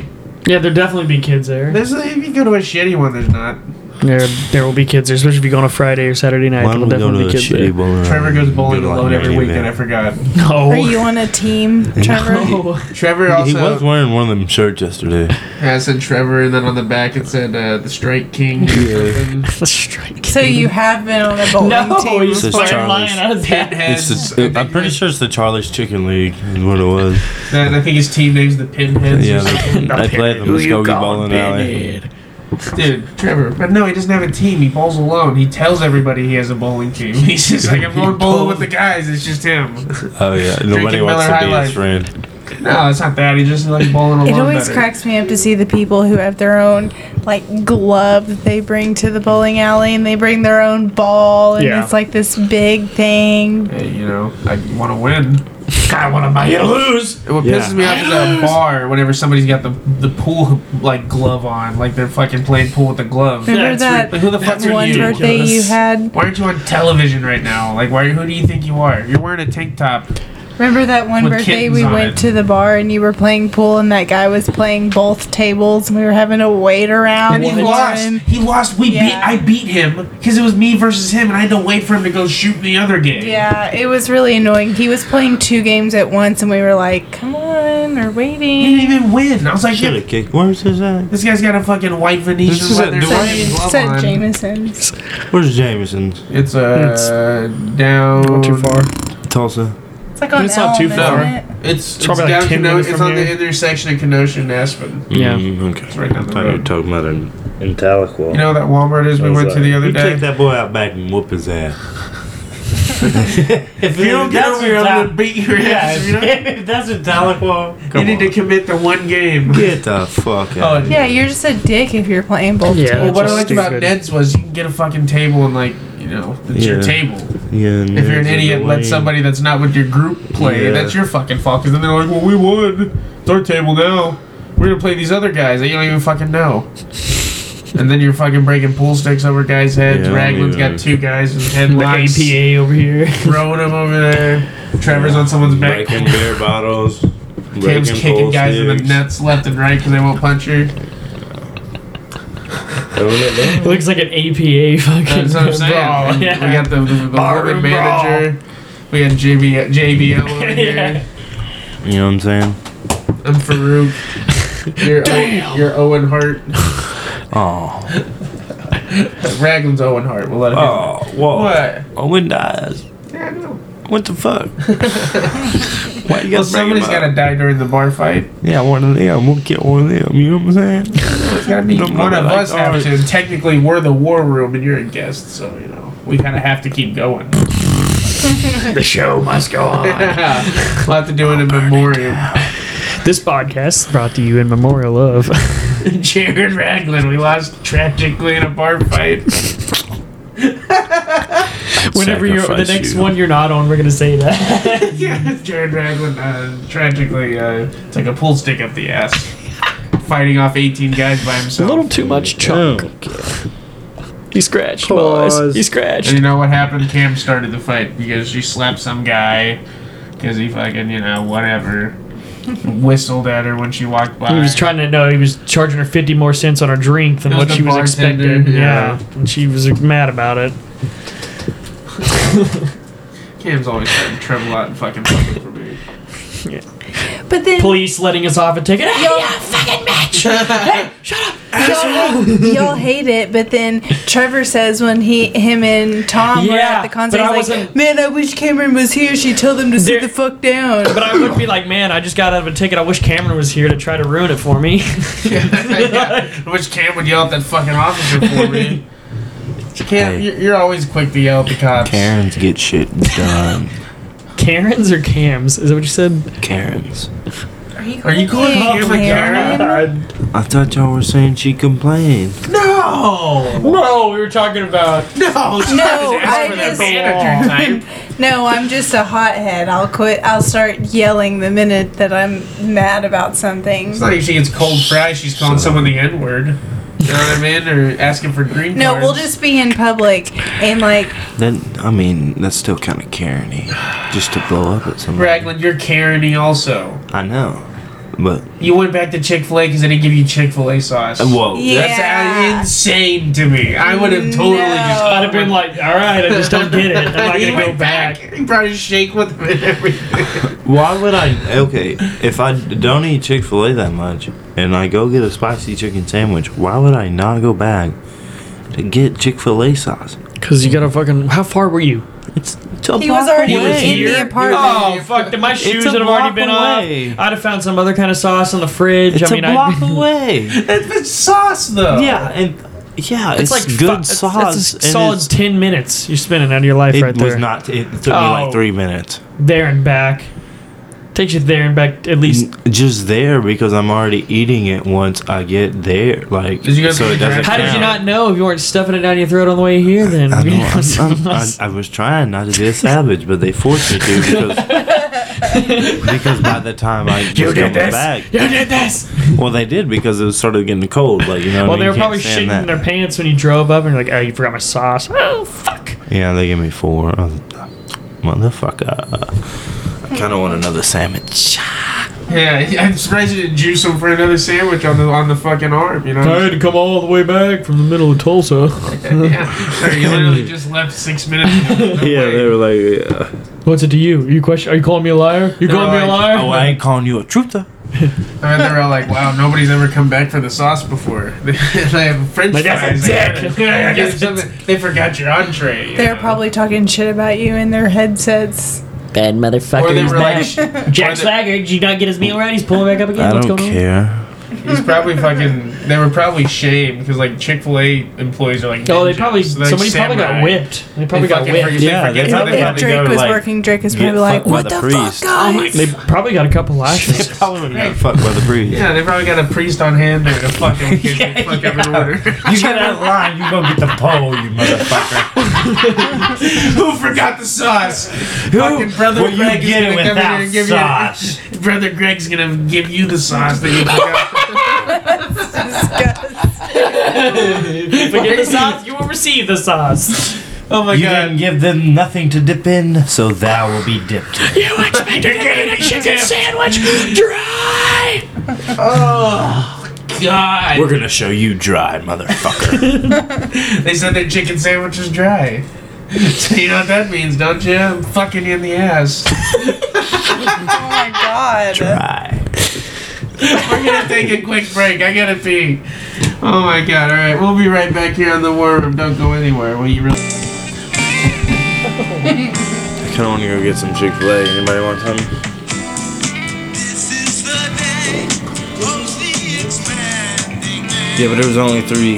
Speaker 5: yeah, there'd definitely be kids there.
Speaker 1: There's if you go to a shitty one, there's not.
Speaker 7: There, there will be kids there, especially if you go on a Friday or Saturday night.
Speaker 4: Why
Speaker 7: There will
Speaker 4: don't we
Speaker 7: definitely
Speaker 4: go
Speaker 7: be
Speaker 4: to a
Speaker 7: kids
Speaker 4: shitty
Speaker 7: there.
Speaker 4: bowling?
Speaker 1: Trevor
Speaker 4: alley
Speaker 1: goes
Speaker 4: and
Speaker 1: bowling
Speaker 4: do, like,
Speaker 1: alone every
Speaker 4: an
Speaker 1: weekend. I
Speaker 4: event?
Speaker 1: forgot.
Speaker 6: Are
Speaker 7: No.
Speaker 6: you on a team, Trevor?
Speaker 1: Trevor
Speaker 4: He was
Speaker 1: also
Speaker 4: wearing one of them shirts yesterday.
Speaker 1: yeah, it said Trevor, and then on the back it said uh, the Strike King.
Speaker 7: Let's strike.
Speaker 6: So you have been on a bowling
Speaker 5: No,
Speaker 6: team.
Speaker 5: he's
Speaker 4: This is
Speaker 5: fucking
Speaker 4: Charlie's.
Speaker 5: lying out of his head.
Speaker 1: Pinheads.
Speaker 4: It's the, I'm pretty sure it's the Charlie's Chicken League is what it was.
Speaker 1: And I think his team name's the Pinheads.
Speaker 4: Yeah,
Speaker 1: or something.
Speaker 4: they, they played the Muskogee Bowling Alley.
Speaker 5: Pinhead?
Speaker 1: Dude, Trevor, but no, he doesn't have a team. He bowls alone. He tells everybody he has a bowling team. He's just like, I'm going bowling with the guys. It's just him.
Speaker 4: Oh yeah, nobody
Speaker 1: Drinking
Speaker 4: wants
Speaker 1: Miller
Speaker 4: to be
Speaker 1: High
Speaker 4: his friend.
Speaker 1: No, it's not that. He just like bowling alone.
Speaker 6: It always
Speaker 1: better.
Speaker 6: cracks me up to see the people who have their own like glove that they bring to the bowling alley and they bring their own ball and
Speaker 7: Yeah.
Speaker 6: it's like this big thing.
Speaker 1: Hey, you know, I want to win.
Speaker 5: I want to buy you to lose.
Speaker 1: What
Speaker 4: Yeah.
Speaker 1: pisses me off is at a bar whenever somebody's got the the pool like glove on, like they're fucking playing pool with the glove.
Speaker 6: Remember
Speaker 5: it's
Speaker 6: that
Speaker 1: Like, who the fuck are
Speaker 6: one
Speaker 1: you?
Speaker 6: birthday you
Speaker 5: ridiculous.
Speaker 6: had?
Speaker 1: Why aren't you on television right now? Like, why? Who do you think you are? You're wearing a tank top.
Speaker 6: Remember that one
Speaker 1: With
Speaker 6: birthday
Speaker 1: kittens
Speaker 6: we
Speaker 1: on
Speaker 6: went
Speaker 1: it.
Speaker 6: to the bar and you were playing pool and that guy was playing both tables and we were having to wait around.
Speaker 1: And he
Speaker 6: for
Speaker 1: lost.
Speaker 6: him.
Speaker 1: He lost. We beat.
Speaker 6: Yeah.
Speaker 1: I beat him because it was me versus him, and I had to wait for him to go shoot the other game.
Speaker 6: Yeah, it was really annoying. He was playing two games at once and we were like, "Come on, we're
Speaker 1: He didn't
Speaker 6: waiting."
Speaker 1: even win. I was like,
Speaker 4: Should
Speaker 1: yeah,
Speaker 4: have kicked. Where's his at?
Speaker 1: this guy's got a fucking white
Speaker 4: This
Speaker 1: Venetian
Speaker 4: is a
Speaker 1: leather
Speaker 4: Dwayne.
Speaker 1: glove
Speaker 6: Said
Speaker 1: on.
Speaker 6: Jameson's.
Speaker 4: Where's Jameson's?
Speaker 1: It's uh down.
Speaker 7: Not too far.
Speaker 4: Tulsa.
Speaker 6: It's like on
Speaker 7: It's not too
Speaker 6: Elm,
Speaker 7: far.
Speaker 6: isn't it?
Speaker 1: It's, it's,
Speaker 7: probably like
Speaker 1: down
Speaker 7: 10
Speaker 1: Keno-
Speaker 7: minutes
Speaker 1: It's
Speaker 7: from
Speaker 1: on
Speaker 7: here.
Speaker 1: the intersection of Kenosha and Aspen.
Speaker 7: Yeah.
Speaker 4: Mm, okay.
Speaker 1: right down
Speaker 4: I
Speaker 1: the
Speaker 4: thought you were
Speaker 1: road.
Speaker 4: talking about in, in Tahlequah.
Speaker 1: You know that Walmart is we went to the other
Speaker 4: you
Speaker 1: day.
Speaker 4: Take that boy out back and whoop his ass.
Speaker 5: If
Speaker 1: If you don't get
Speaker 5: that's
Speaker 1: over here, I'm
Speaker 5: what
Speaker 1: gonna
Speaker 5: Tal-
Speaker 1: beat your
Speaker 5: Yeah,
Speaker 1: ass.
Speaker 5: if-
Speaker 1: you know?
Speaker 4: if that's in Tahlequah,
Speaker 1: you need to commit to one game.
Speaker 4: get the fuck
Speaker 1: Oh,
Speaker 4: out.
Speaker 6: Yeah, you're just a dick if you're playing both.
Speaker 7: Yeah.
Speaker 1: Well,
Speaker 7: that's
Speaker 1: what I
Speaker 7: just
Speaker 1: liked about
Speaker 7: stupid.
Speaker 1: Ned's was you can get a fucking table and like you know it's your
Speaker 4: Yeah.
Speaker 1: table.
Speaker 4: Yeah,
Speaker 1: If you're an idiot, let somebody that's not with your group play.
Speaker 4: Yeah.
Speaker 1: That's your fucking fault. Because then they're like, well, we won. It's our table now. We're gonna play these other guys that you don't even fucking know. And then you're fucking breaking pool sticks over guys' heads.
Speaker 4: Yeah, I don't
Speaker 1: Raglan's
Speaker 4: even-
Speaker 1: got two guys in
Speaker 5: The
Speaker 1: headlocks,
Speaker 5: APA over here.
Speaker 1: throwing them over there. Trevor's on someone's back.
Speaker 4: Breaking beer bottles.
Speaker 1: Cam's
Speaker 4: breaking
Speaker 1: kicking
Speaker 4: pool
Speaker 1: guys in the
Speaker 4: sticks,
Speaker 1: nuts left and right because they won't punch you.
Speaker 4: throwing it down.
Speaker 5: It looks like an APA fucking
Speaker 1: That's what I'm saying.
Speaker 5: brawl.
Speaker 1: And
Speaker 5: Yeah.
Speaker 1: We got the, the, the
Speaker 5: Barroom
Speaker 1: woman manager. We got JB, JBL over
Speaker 5: Yeah.
Speaker 1: here.
Speaker 4: You know what I'm saying?
Speaker 1: I'm Farouk. You're, Owen, you're Owen Hart.
Speaker 4: Oh,
Speaker 1: Raglan's Owen Hart. We'll let him.
Speaker 4: oh, whoa!
Speaker 1: What?
Speaker 4: Owen Oh, dies.
Speaker 1: Yeah, I know.
Speaker 4: What the fuck? Why you
Speaker 1: Well,
Speaker 4: guys bring him
Speaker 1: somebody's
Speaker 4: up?
Speaker 1: got to die during the bar fight.
Speaker 4: Yeah, one of them. We'll get one of them. You know what I'm saying?
Speaker 1: It's got to be
Speaker 4: Don't
Speaker 1: one
Speaker 4: look
Speaker 1: of
Speaker 4: like oh.
Speaker 1: us have
Speaker 4: ours.
Speaker 1: to. And technically, we're the war room, and you're a guest, so you know we kind of have to keep going.
Speaker 5: The show must go on.
Speaker 1: we'll have to do it in memoriam.
Speaker 7: This podcast is brought to you in memorial of.
Speaker 1: Jared Raglan, we lost tragically in a bar fight.
Speaker 5: Whenever you're the
Speaker 4: Sacrifice
Speaker 5: next
Speaker 4: you.
Speaker 5: one you're not on, we're gonna say that.
Speaker 1: Yeah, Jared Raglan uh, tragically uh, took a pool stick up the ass, fighting off 18 guys by
Speaker 7: A
Speaker 1: himself.
Speaker 7: little too much chunk. He scratched,
Speaker 4: Pause.
Speaker 7: boys. He
Speaker 1: and
Speaker 7: scratched.
Speaker 1: you know what happened? Cam started the fight because she slapped some guy because he fucking, you know, whatever. Whistled at her when she walked by.
Speaker 5: He was trying to know. He was charging her fifty more cents on her drink than
Speaker 1: It was
Speaker 5: what
Speaker 1: the
Speaker 5: she was
Speaker 1: bartender,
Speaker 5: expecting.
Speaker 1: yeah.
Speaker 5: Yeah. and she was mad about it.
Speaker 1: Cam's always getting trouble out and fucking fucking for me.
Speaker 6: But then
Speaker 5: Police letting us off a ticket.
Speaker 6: y'all, y'all hate it. But then Trevor says when he, him and Tom were
Speaker 5: Yeah,
Speaker 6: at the concert,
Speaker 5: but I
Speaker 6: he's like,
Speaker 5: wasn't-
Speaker 6: "Man, I wish Cameron was here. She'd tell them to sit
Speaker 5: There-
Speaker 6: the fuck down."
Speaker 5: But I would be like, man, I just got out of a ticket. I wish Cameron was here to try to ruin it for me.
Speaker 1: yeah. Which Cam would yell at that fucking officer for me. Cam,
Speaker 4: Hey.
Speaker 1: you're you're always quick to yell at the cops.
Speaker 4: Karens get shit done.
Speaker 5: Karens or Cams? Is that what you said?
Speaker 4: Karens.
Speaker 1: Are you calling
Speaker 6: Hey,
Speaker 1: Cam a Karen?
Speaker 4: I thought y'all were saying she complained.
Speaker 1: No!
Speaker 5: No, we were talking about.
Speaker 1: No! she
Speaker 6: No,
Speaker 1: was asking
Speaker 6: I
Speaker 1: for that
Speaker 6: just-
Speaker 1: manager type.
Speaker 6: No, I'm just a hothead. I'll quit. I'll start yelling the minute that I'm mad about something.
Speaker 1: It's not like she gets cold fries, she's calling someone the N word. You know what I mean? Or asking for green
Speaker 6: No,
Speaker 1: cards.
Speaker 6: we'll just be in public and like
Speaker 4: That I mean, that's still kind of Karen-y. Just to blow up at somebody.
Speaker 1: Raglan, you're Karen also.
Speaker 4: I know, but
Speaker 1: You went back to Chick fil A because they didn't give you Chick fil A sauce.
Speaker 4: whoa,
Speaker 1: That's uh,
Speaker 6: Yeah.
Speaker 1: insane to me. I would have totally just.
Speaker 6: No.
Speaker 5: I'd have been like, all right, I just don't get it. I'm not
Speaker 1: He
Speaker 5: gonna
Speaker 1: went
Speaker 5: go back.
Speaker 1: He brought his shake with him and everything.
Speaker 4: Why would I? Okay, if I don't eat Chick Fil A that much, and I go get a spicy chicken sandwich, why would I not go back to get Chick Fil A sauce?
Speaker 7: Because you gotta fucking. How far were you?
Speaker 4: It's it's a
Speaker 6: he was
Speaker 4: block
Speaker 6: already
Speaker 5: He was
Speaker 6: in
Speaker 5: here.
Speaker 6: the apartment.
Speaker 5: Oh fuck! Did my shoes
Speaker 4: a
Speaker 5: that have already
Speaker 4: block
Speaker 5: been
Speaker 4: away.
Speaker 5: off? I'd have found some other kind of sauce in the fridge.
Speaker 4: It's
Speaker 5: I mean,
Speaker 4: a block
Speaker 5: I,
Speaker 4: away.
Speaker 1: That's been sauce though.
Speaker 4: Yeah, and yeah, it's, like
Speaker 5: fi-
Speaker 4: good
Speaker 5: it's-
Speaker 4: sauce.
Speaker 5: It's,
Speaker 4: and
Speaker 5: a solid
Speaker 4: it's-
Speaker 5: ten minutes you're spending out of your life
Speaker 4: It
Speaker 5: right there.
Speaker 4: was not. It took me
Speaker 5: Oh.
Speaker 4: like three minutes.
Speaker 5: there and back. Takes you there and back at least.
Speaker 4: Just there because I'm already eating it once I get there. Like,
Speaker 1: Did you guys
Speaker 4: so
Speaker 1: get
Speaker 4: it
Speaker 1: the
Speaker 4: doesn't
Speaker 1: dress?
Speaker 5: How did you
Speaker 4: count.
Speaker 5: not know if you weren't stuffing it down your throat on the way here? Then
Speaker 4: I, know, I'm- I'm- i I was trying not to be a savage, but they forced me to because because by the time I was coming back,
Speaker 5: You did this.
Speaker 4: well, they did because it was started getting cold. Like you know,
Speaker 5: Well,
Speaker 4: what I mean?
Speaker 5: they
Speaker 4: You
Speaker 5: were
Speaker 4: can't
Speaker 5: probably
Speaker 4: stand
Speaker 5: shitting
Speaker 4: that.
Speaker 5: in their pants when you drove up, and you're like, "Oh, you forgot my sauce." Oh fuck!
Speaker 4: Yeah, they gave me four. I was like, Motherfucker, I kind of want another sandwich.
Speaker 1: Yeah, I'm surprised you didn't juice him for another sandwich on the on the fucking arm. You know.
Speaker 5: to come all the way back from the middle of Tulsa.
Speaker 1: yeah. Sorry, you literally just left six minutes ago. No way.
Speaker 4: were like, yeah.
Speaker 5: What's it to you? Are you question? Are you calling me a liar? You
Speaker 1: No,
Speaker 5: calling me a
Speaker 1: I-
Speaker 5: liar?
Speaker 4: Oh, I ain't calling you a truther.
Speaker 1: I mean, they're all like, "Wow, nobody's ever come back for the sauce before." they have French
Speaker 5: Like, that's a
Speaker 1: fries. They-
Speaker 5: dick.
Speaker 1: they-
Speaker 5: That's a
Speaker 1: something- They forgot your entree. you
Speaker 6: They're
Speaker 1: know?
Speaker 6: probably talking shit about you in their headsets.
Speaker 8: Bad motherfucker.
Speaker 1: Or they
Speaker 8: he's
Speaker 1: were
Speaker 8: back.
Speaker 1: like,
Speaker 5: Jack
Speaker 1: Why
Speaker 5: Swagger, did you not get his meal right? He's pulling back up again.
Speaker 4: I
Speaker 5: What's
Speaker 4: don't
Speaker 5: going
Speaker 4: care.
Speaker 1: he's probably fucking. They were probably shamed because like Chick Fil A employees are like.
Speaker 5: on? Oh, they
Speaker 1: ninjas.
Speaker 5: probably
Speaker 1: They're, like,
Speaker 5: somebody probably
Speaker 1: samurai.
Speaker 5: got whipped. They probably got
Speaker 1: fucking
Speaker 5: whipped.
Speaker 1: forget- they
Speaker 4: Yeah,
Speaker 1: forget
Speaker 4: they
Speaker 1: how
Speaker 4: probably
Speaker 1: they
Speaker 6: If
Speaker 1: probably go
Speaker 6: Drake
Speaker 1: to,
Speaker 6: was
Speaker 1: like,
Speaker 6: working, Drake is
Speaker 4: get
Speaker 6: probably like,
Speaker 4: fucked by
Speaker 6: what
Speaker 4: the
Speaker 6: the
Speaker 4: priest."
Speaker 6: fuck, guys?
Speaker 5: They probably got a couple
Speaker 4: They
Speaker 5: lashes.
Speaker 4: probably would have got fucked by the breeze.
Speaker 1: Yeah, they probably got a priest on hand there to fucking give me fuck every order.
Speaker 9: You get out of line, you gonna get the pole, you motherfucker.
Speaker 1: Who forgot the sauce? Fucking brother
Speaker 9: Will you
Speaker 1: Greg is
Speaker 9: get
Speaker 1: gonna
Speaker 9: it
Speaker 1: come in here
Speaker 9: without
Speaker 1: and give
Speaker 9: sauce?
Speaker 1: you- brother Greg's gonna give you the sauce that you forgot.
Speaker 5: Forget the sauce. You will receive the sauce. Oh my
Speaker 9: You
Speaker 5: god.
Speaker 9: didn't give them nothing to dip in, so thou will be dipped.
Speaker 5: You expected a chicken sandwich dry.
Speaker 4: Oh,
Speaker 1: God,
Speaker 4: We're gonna show you dry, motherfucker.
Speaker 1: they said their chicken sandwich was dry. So you know what that means, don't you? I'm fucking you in the ass.
Speaker 6: Oh my god.
Speaker 4: dry.
Speaker 1: We're gonna take a quick break. I gotta pee. Oh my god! All right, we'll be right back here on the War Room. Don't go anywhere. Will you really?
Speaker 4: I kinda wanna go get some Chick fil A. Anybody want some? Yeah, but it was only three.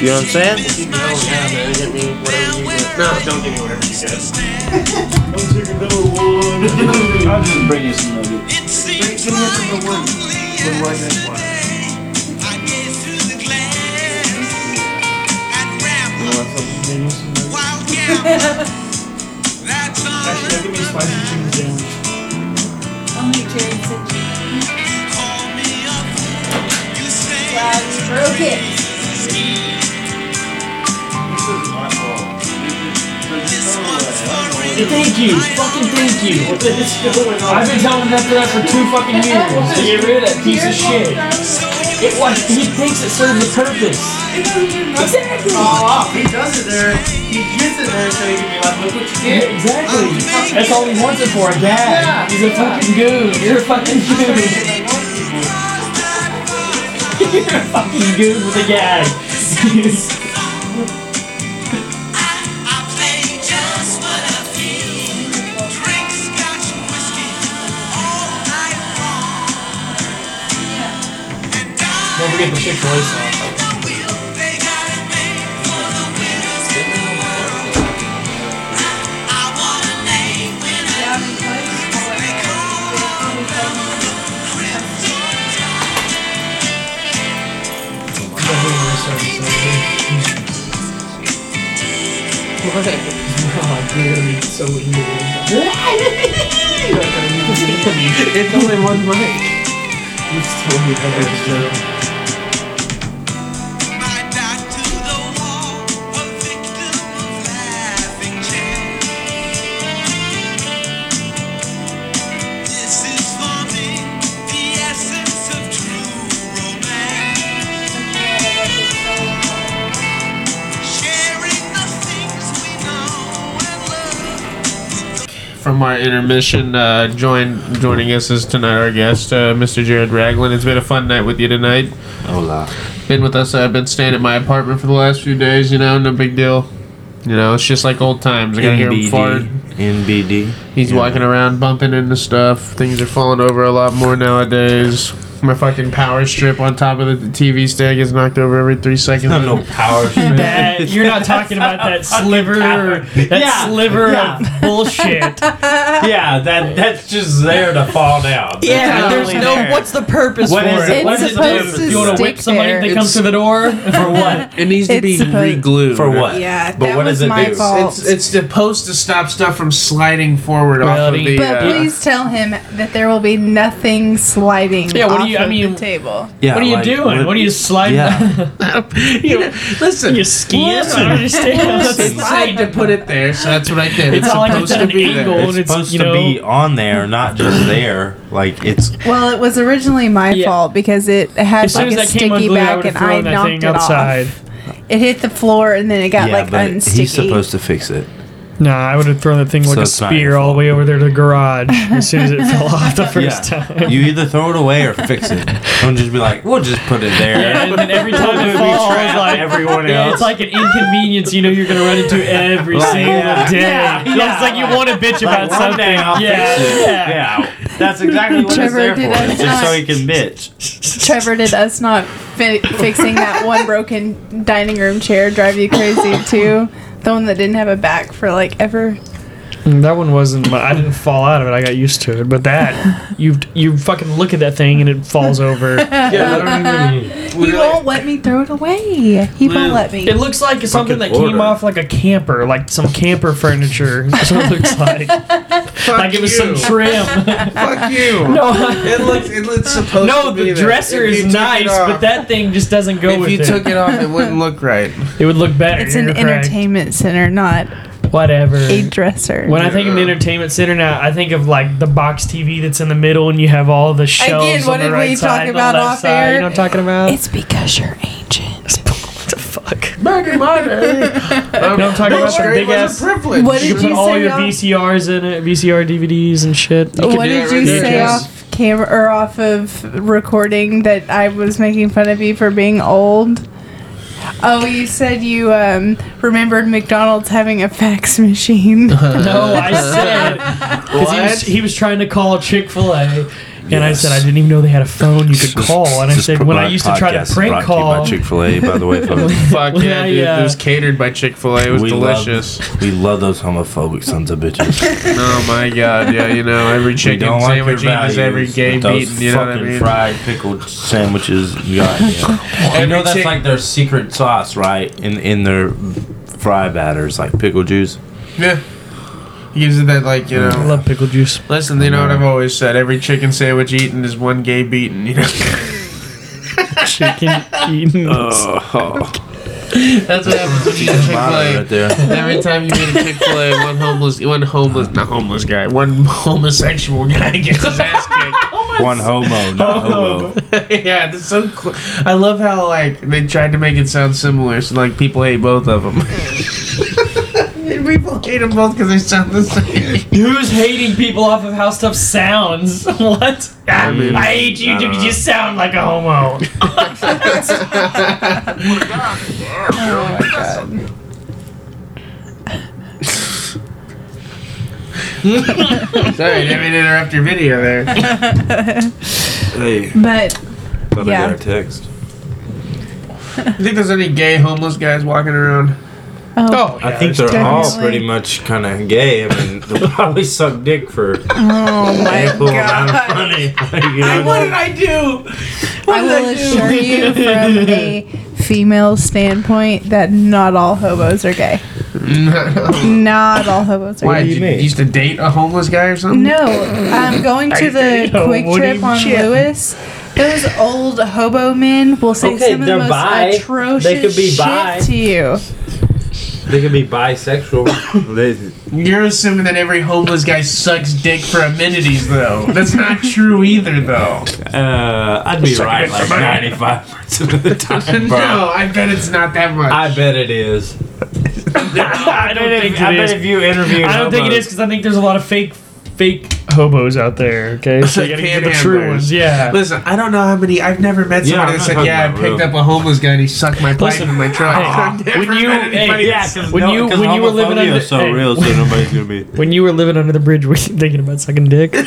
Speaker 4: you know what I'm saying?
Speaker 1: No, don't give me whatever.
Speaker 5: Thank you. Fucking thank you. I've been telling him that for that for two fucking years. To get rid of that piece of shit. It was, he thinks it serves a purpose. Exactly.
Speaker 1: He does it there. He gets it there so he can be like, look what you did.
Speaker 5: Exactly. That's all he wants it for, a gag. He's a fucking goon. You're a fucking goon. You're a fucking goon with a gag. Don't forget the Chick fil A song.
Speaker 1: It's only one mic. From our intermission, uh, join joining us is tonight our guest, uh, Mr. Jared Ragland. It's been a fun night with you tonight.
Speaker 4: Hola.
Speaker 1: Been with us. I've been staying at my apartment for the last few days. You know, no big deal. You know, it's just like old times. I gotta hear him fart.
Speaker 4: NBD.
Speaker 1: He's
Speaker 4: Yeah.
Speaker 1: walking around bumping into stuff. Things are falling over a lot more nowadays. My fucking power strip on top of the TV stand gets knocked over every three seconds.
Speaker 9: No, no power. strip.
Speaker 5: That, you're not talking about that sliver, that
Speaker 9: Yeah,
Speaker 5: sliver
Speaker 9: yeah.
Speaker 5: of bullshit.
Speaker 9: yeah, that that's just there to fall down.
Speaker 5: Yeah, there's
Speaker 9: totally
Speaker 5: no.
Speaker 9: there.
Speaker 5: What's the purpose
Speaker 9: What
Speaker 5: for
Speaker 9: is
Speaker 5: it?
Speaker 9: it?
Speaker 5: What
Speaker 9: It's
Speaker 5: is it
Speaker 9: supposed
Speaker 5: purpose?
Speaker 9: to
Speaker 5: you want to whip
Speaker 6: stick
Speaker 5: somebody if they
Speaker 6: there.
Speaker 5: come through the door for what?
Speaker 1: It needs to
Speaker 6: It's
Speaker 1: be
Speaker 6: supposed-
Speaker 1: re-glued.
Speaker 9: For what?
Speaker 6: Yeah,
Speaker 9: But
Speaker 6: that
Speaker 9: what
Speaker 6: was
Speaker 9: does it
Speaker 6: my
Speaker 9: do?
Speaker 6: fault.
Speaker 1: It's it's supposed to stop stuff from sliding forward off of the.
Speaker 5: Reality.
Speaker 6: but
Speaker 1: uh,
Speaker 6: please tell him that there will be nothing sliding
Speaker 5: Yeah, what do
Speaker 6: off
Speaker 5: you- I
Speaker 6: of
Speaker 5: mean-
Speaker 6: the table.
Speaker 4: Yeah,
Speaker 5: what are you
Speaker 4: like,
Speaker 5: doing? What, are you sliding?
Speaker 4: Yeah.
Speaker 1: you know, listen,
Speaker 5: You're skiing. I don't understand.
Speaker 1: it's safe to put it there, so that's what I did.
Speaker 5: It's
Speaker 1: It's,
Speaker 5: not like
Speaker 1: supposed
Speaker 5: it's
Speaker 1: to
Speaker 5: at an
Speaker 1: be
Speaker 5: angle.
Speaker 1: there.
Speaker 5: Well,
Speaker 4: It's
Speaker 5: it's,
Speaker 4: supposed
Speaker 5: you
Speaker 4: to
Speaker 5: know-
Speaker 4: be on there, not just there. Like it's
Speaker 6: Well, it was originally my
Speaker 5: Yeah.
Speaker 6: fault because it had
Speaker 5: As soon
Speaker 6: like
Speaker 5: as
Speaker 6: a
Speaker 5: that came
Speaker 6: sticky
Speaker 5: unglued, I
Speaker 6: back
Speaker 5: would
Speaker 6: and
Speaker 5: have
Speaker 6: I
Speaker 5: thrown that
Speaker 6: knocked
Speaker 5: thing
Speaker 6: it
Speaker 5: outside.
Speaker 6: off. It hit the floor and then it got like unsticky.
Speaker 4: he's supposed to fix it.
Speaker 7: Nah, I would have thrown the thing like
Speaker 4: So
Speaker 7: a
Speaker 4: it's not your
Speaker 7: spear all the way over there to the garage as soon as it fell off the first time.
Speaker 4: You either throw it away or fix it. Don't just be like, we'll just put it there.
Speaker 5: Yeah, and then every time it
Speaker 4: Movie
Speaker 5: falls,
Speaker 4: trap
Speaker 5: like
Speaker 4: everyone
Speaker 5: yeah,
Speaker 4: else.
Speaker 5: it's like an inconvenience you know you're gonna run into every
Speaker 4: Like,
Speaker 5: single
Speaker 4: yeah.
Speaker 5: day.
Speaker 7: Yeah,
Speaker 5: It's like you want to bitch about
Speaker 4: one
Speaker 5: something.
Speaker 4: day I'll
Speaker 5: yeah,
Speaker 4: fix it.
Speaker 5: yeah.
Speaker 4: yeah. That's exactly what
Speaker 6: Trevor,
Speaker 4: it's
Speaker 6: did
Speaker 4: there for.
Speaker 6: I
Speaker 4: It's just so
Speaker 6: not-
Speaker 4: he can bitch.
Speaker 6: Trevor, did us not fi- fixing that one broken dining room chair drive you crazy too? The one that didn't have a back for like ever.
Speaker 7: Mm, That one wasn't. My, I didn't fall out of it. I got used to it. But that you you fucking look at that thing and it falls over.
Speaker 4: Yeah, I don't even.
Speaker 6: He won't let me throw it away. He won't let me.
Speaker 5: It looks like it's something that
Speaker 4: Fucking
Speaker 5: came
Speaker 4: order.
Speaker 5: off like a camper, like some camper furniture. That's what it looks like. like it was some trim.
Speaker 1: Fuck you.
Speaker 5: no,
Speaker 1: It looks. It looks supposed
Speaker 5: no,
Speaker 1: to be
Speaker 5: the
Speaker 1: there.
Speaker 5: dresser
Speaker 1: If you
Speaker 5: is
Speaker 1: took it
Speaker 5: nice,
Speaker 1: off-
Speaker 5: but that thing just doesn't go
Speaker 1: If
Speaker 5: with
Speaker 1: you
Speaker 5: it.
Speaker 1: took it off, it wouldn't look right.
Speaker 5: it would look better.
Speaker 6: It's an
Speaker 5: you're correct.
Speaker 6: entertainment center, not
Speaker 5: Whatever.
Speaker 6: a dresser.
Speaker 5: When I think of an entertainment center now, I think of like the box TV that's in the middle and you have all the shelves
Speaker 6: Again, what
Speaker 5: on the
Speaker 6: did
Speaker 5: right
Speaker 6: we
Speaker 5: side,
Speaker 6: talk
Speaker 5: the
Speaker 6: about
Speaker 5: left
Speaker 6: off
Speaker 5: side.
Speaker 6: air?
Speaker 5: You know what I'm talking about?
Speaker 6: It's because you're ancient.
Speaker 5: what the fuck? Back in my day.
Speaker 1: Um,
Speaker 5: No, I'm talking about the big ass-
Speaker 1: privilege.
Speaker 6: What
Speaker 5: You
Speaker 6: did
Speaker 5: put
Speaker 6: you
Speaker 5: all
Speaker 6: say?
Speaker 5: your
Speaker 6: off-
Speaker 5: VCRs in it, VCR DVDs and shit. You
Speaker 6: What
Speaker 1: do
Speaker 6: did
Speaker 1: that
Speaker 6: you
Speaker 1: right
Speaker 6: say
Speaker 1: there.
Speaker 6: off camera or off of recording that I was making fun of you for being old? Oh, you said you um, remembered McDonald's having a fax machine.
Speaker 5: No, I said because he was, he was trying to call Chick Fil A, and I said I didn't even know they had a phone you could call. And I
Speaker 4: This
Speaker 5: said when I
Speaker 4: podcast
Speaker 5: used to try to
Speaker 4: is
Speaker 5: prank
Speaker 4: brought you
Speaker 5: call,
Speaker 4: by Chick Fil A, by the way, folks.
Speaker 1: Fuck
Speaker 5: When
Speaker 1: yeah,
Speaker 5: I,
Speaker 1: dude.
Speaker 5: uh,
Speaker 1: it was catered by Chick Fil A. It was delicious.
Speaker 4: Love, we love those homophobic sons of bitches.
Speaker 1: oh my god. Yeah, you know every
Speaker 4: We
Speaker 1: chicken
Speaker 4: don't like their
Speaker 1: sandwich is every
Speaker 4: values,
Speaker 1: gay
Speaker 4: but those
Speaker 1: beating. You know what I
Speaker 4: fucking
Speaker 1: mean?
Speaker 4: fried pickled sandwiches. God, yeah. I
Speaker 1: Every
Speaker 4: know that's
Speaker 1: chick-
Speaker 4: like their secret sauce, right? In in their fry batters, like pickle juice.
Speaker 1: Yeah. He gives it that like you
Speaker 7: I
Speaker 1: know.
Speaker 7: love pickle juice.
Speaker 1: Listen, you know what I've always said: every chicken sandwich eaten is one gay beaten. You know,
Speaker 7: Chicken eaten.
Speaker 4: Oh,
Speaker 1: that's what happens when you eat
Speaker 4: Bottom
Speaker 1: Chick
Speaker 4: right there.
Speaker 1: Fil A. Every time you eat a Chick Fil A, one homeless, one homeless, not homeless guy, one homosexual guy gets his ass kicked.
Speaker 4: One homo, not homo.
Speaker 1: yeah, that's so. Cl- I love how like they tried to make it sound similar, so like people hate both of them. people hate them both because they sound the same.
Speaker 5: who's hating people off of how stuff sounds? what? I,
Speaker 1: mean,
Speaker 5: hate you
Speaker 4: I don't
Speaker 5: because
Speaker 4: know.
Speaker 5: you sound like a homo.
Speaker 1: Sorry, didn't mean to interrupt your video there.
Speaker 4: Hey,
Speaker 6: But
Speaker 4: thought
Speaker 6: Yeah.
Speaker 4: I got our text.
Speaker 1: You think there's any gay homeless guys walking around?
Speaker 6: oh,
Speaker 1: Oh,
Speaker 4: I think they're all
Speaker 6: definitely-
Speaker 4: pretty much kind of gay. I mean, they probably suck dick for
Speaker 6: oh my
Speaker 4: ample amount of
Speaker 6: god!
Speaker 4: money. you know?
Speaker 1: I do?
Speaker 6: I will assure you, from a female standpoint, that not all hobos are gay. Not all hobos are
Speaker 1: Why?
Speaker 6: gay.
Speaker 1: Did you,
Speaker 4: mean?
Speaker 1: used to date a homeless guy or something?
Speaker 6: No, um, going to the
Speaker 5: Oh,
Speaker 6: quick
Speaker 5: what do
Speaker 6: trip
Speaker 5: you
Speaker 6: on
Speaker 5: mean?
Speaker 6: Lewis. Those old hobo men will say
Speaker 4: Okay,
Speaker 6: some of the
Speaker 4: they're
Speaker 6: most
Speaker 4: bi. They
Speaker 6: atrocious
Speaker 4: could be
Speaker 6: shit
Speaker 4: bi.
Speaker 6: to you.
Speaker 4: They could be bisexual. They-
Speaker 1: You're assuming that every homeless guy sucks dick for amenities, though. That's not true either, though.
Speaker 4: uh, I'd be right like ninety-five percent of the time, bro.
Speaker 1: No, I bet it's not that much.
Speaker 4: I bet it is.
Speaker 5: I don't think
Speaker 4: I
Speaker 5: it
Speaker 4: bet
Speaker 5: is.
Speaker 4: if you interview,
Speaker 5: I don't think it is because I think there's a lot of fake, fake hobos out there. Okay, so you gotta get the true
Speaker 1: Panhandlers.
Speaker 5: ones. Yeah.
Speaker 1: Listen, I don't know how many. I've never met
Speaker 4: Yeah,
Speaker 1: somebody
Speaker 4: I'm
Speaker 1: that
Speaker 4: not
Speaker 1: said,
Speaker 4: talking
Speaker 1: "Yeah, I
Speaker 4: about
Speaker 1: picked
Speaker 4: real."
Speaker 1: up a homeless guy and he sucked my pipe
Speaker 5: Listen,
Speaker 1: in my truck." I've never
Speaker 5: when you-
Speaker 1: met anybody that
Speaker 5: hey, yeah,
Speaker 1: said-
Speaker 5: When you- when you were living under-
Speaker 4: so
Speaker 5: hey.
Speaker 4: real, so nobody's gonna be.
Speaker 7: When you were living under the bridge, were you thinking about sucking dick?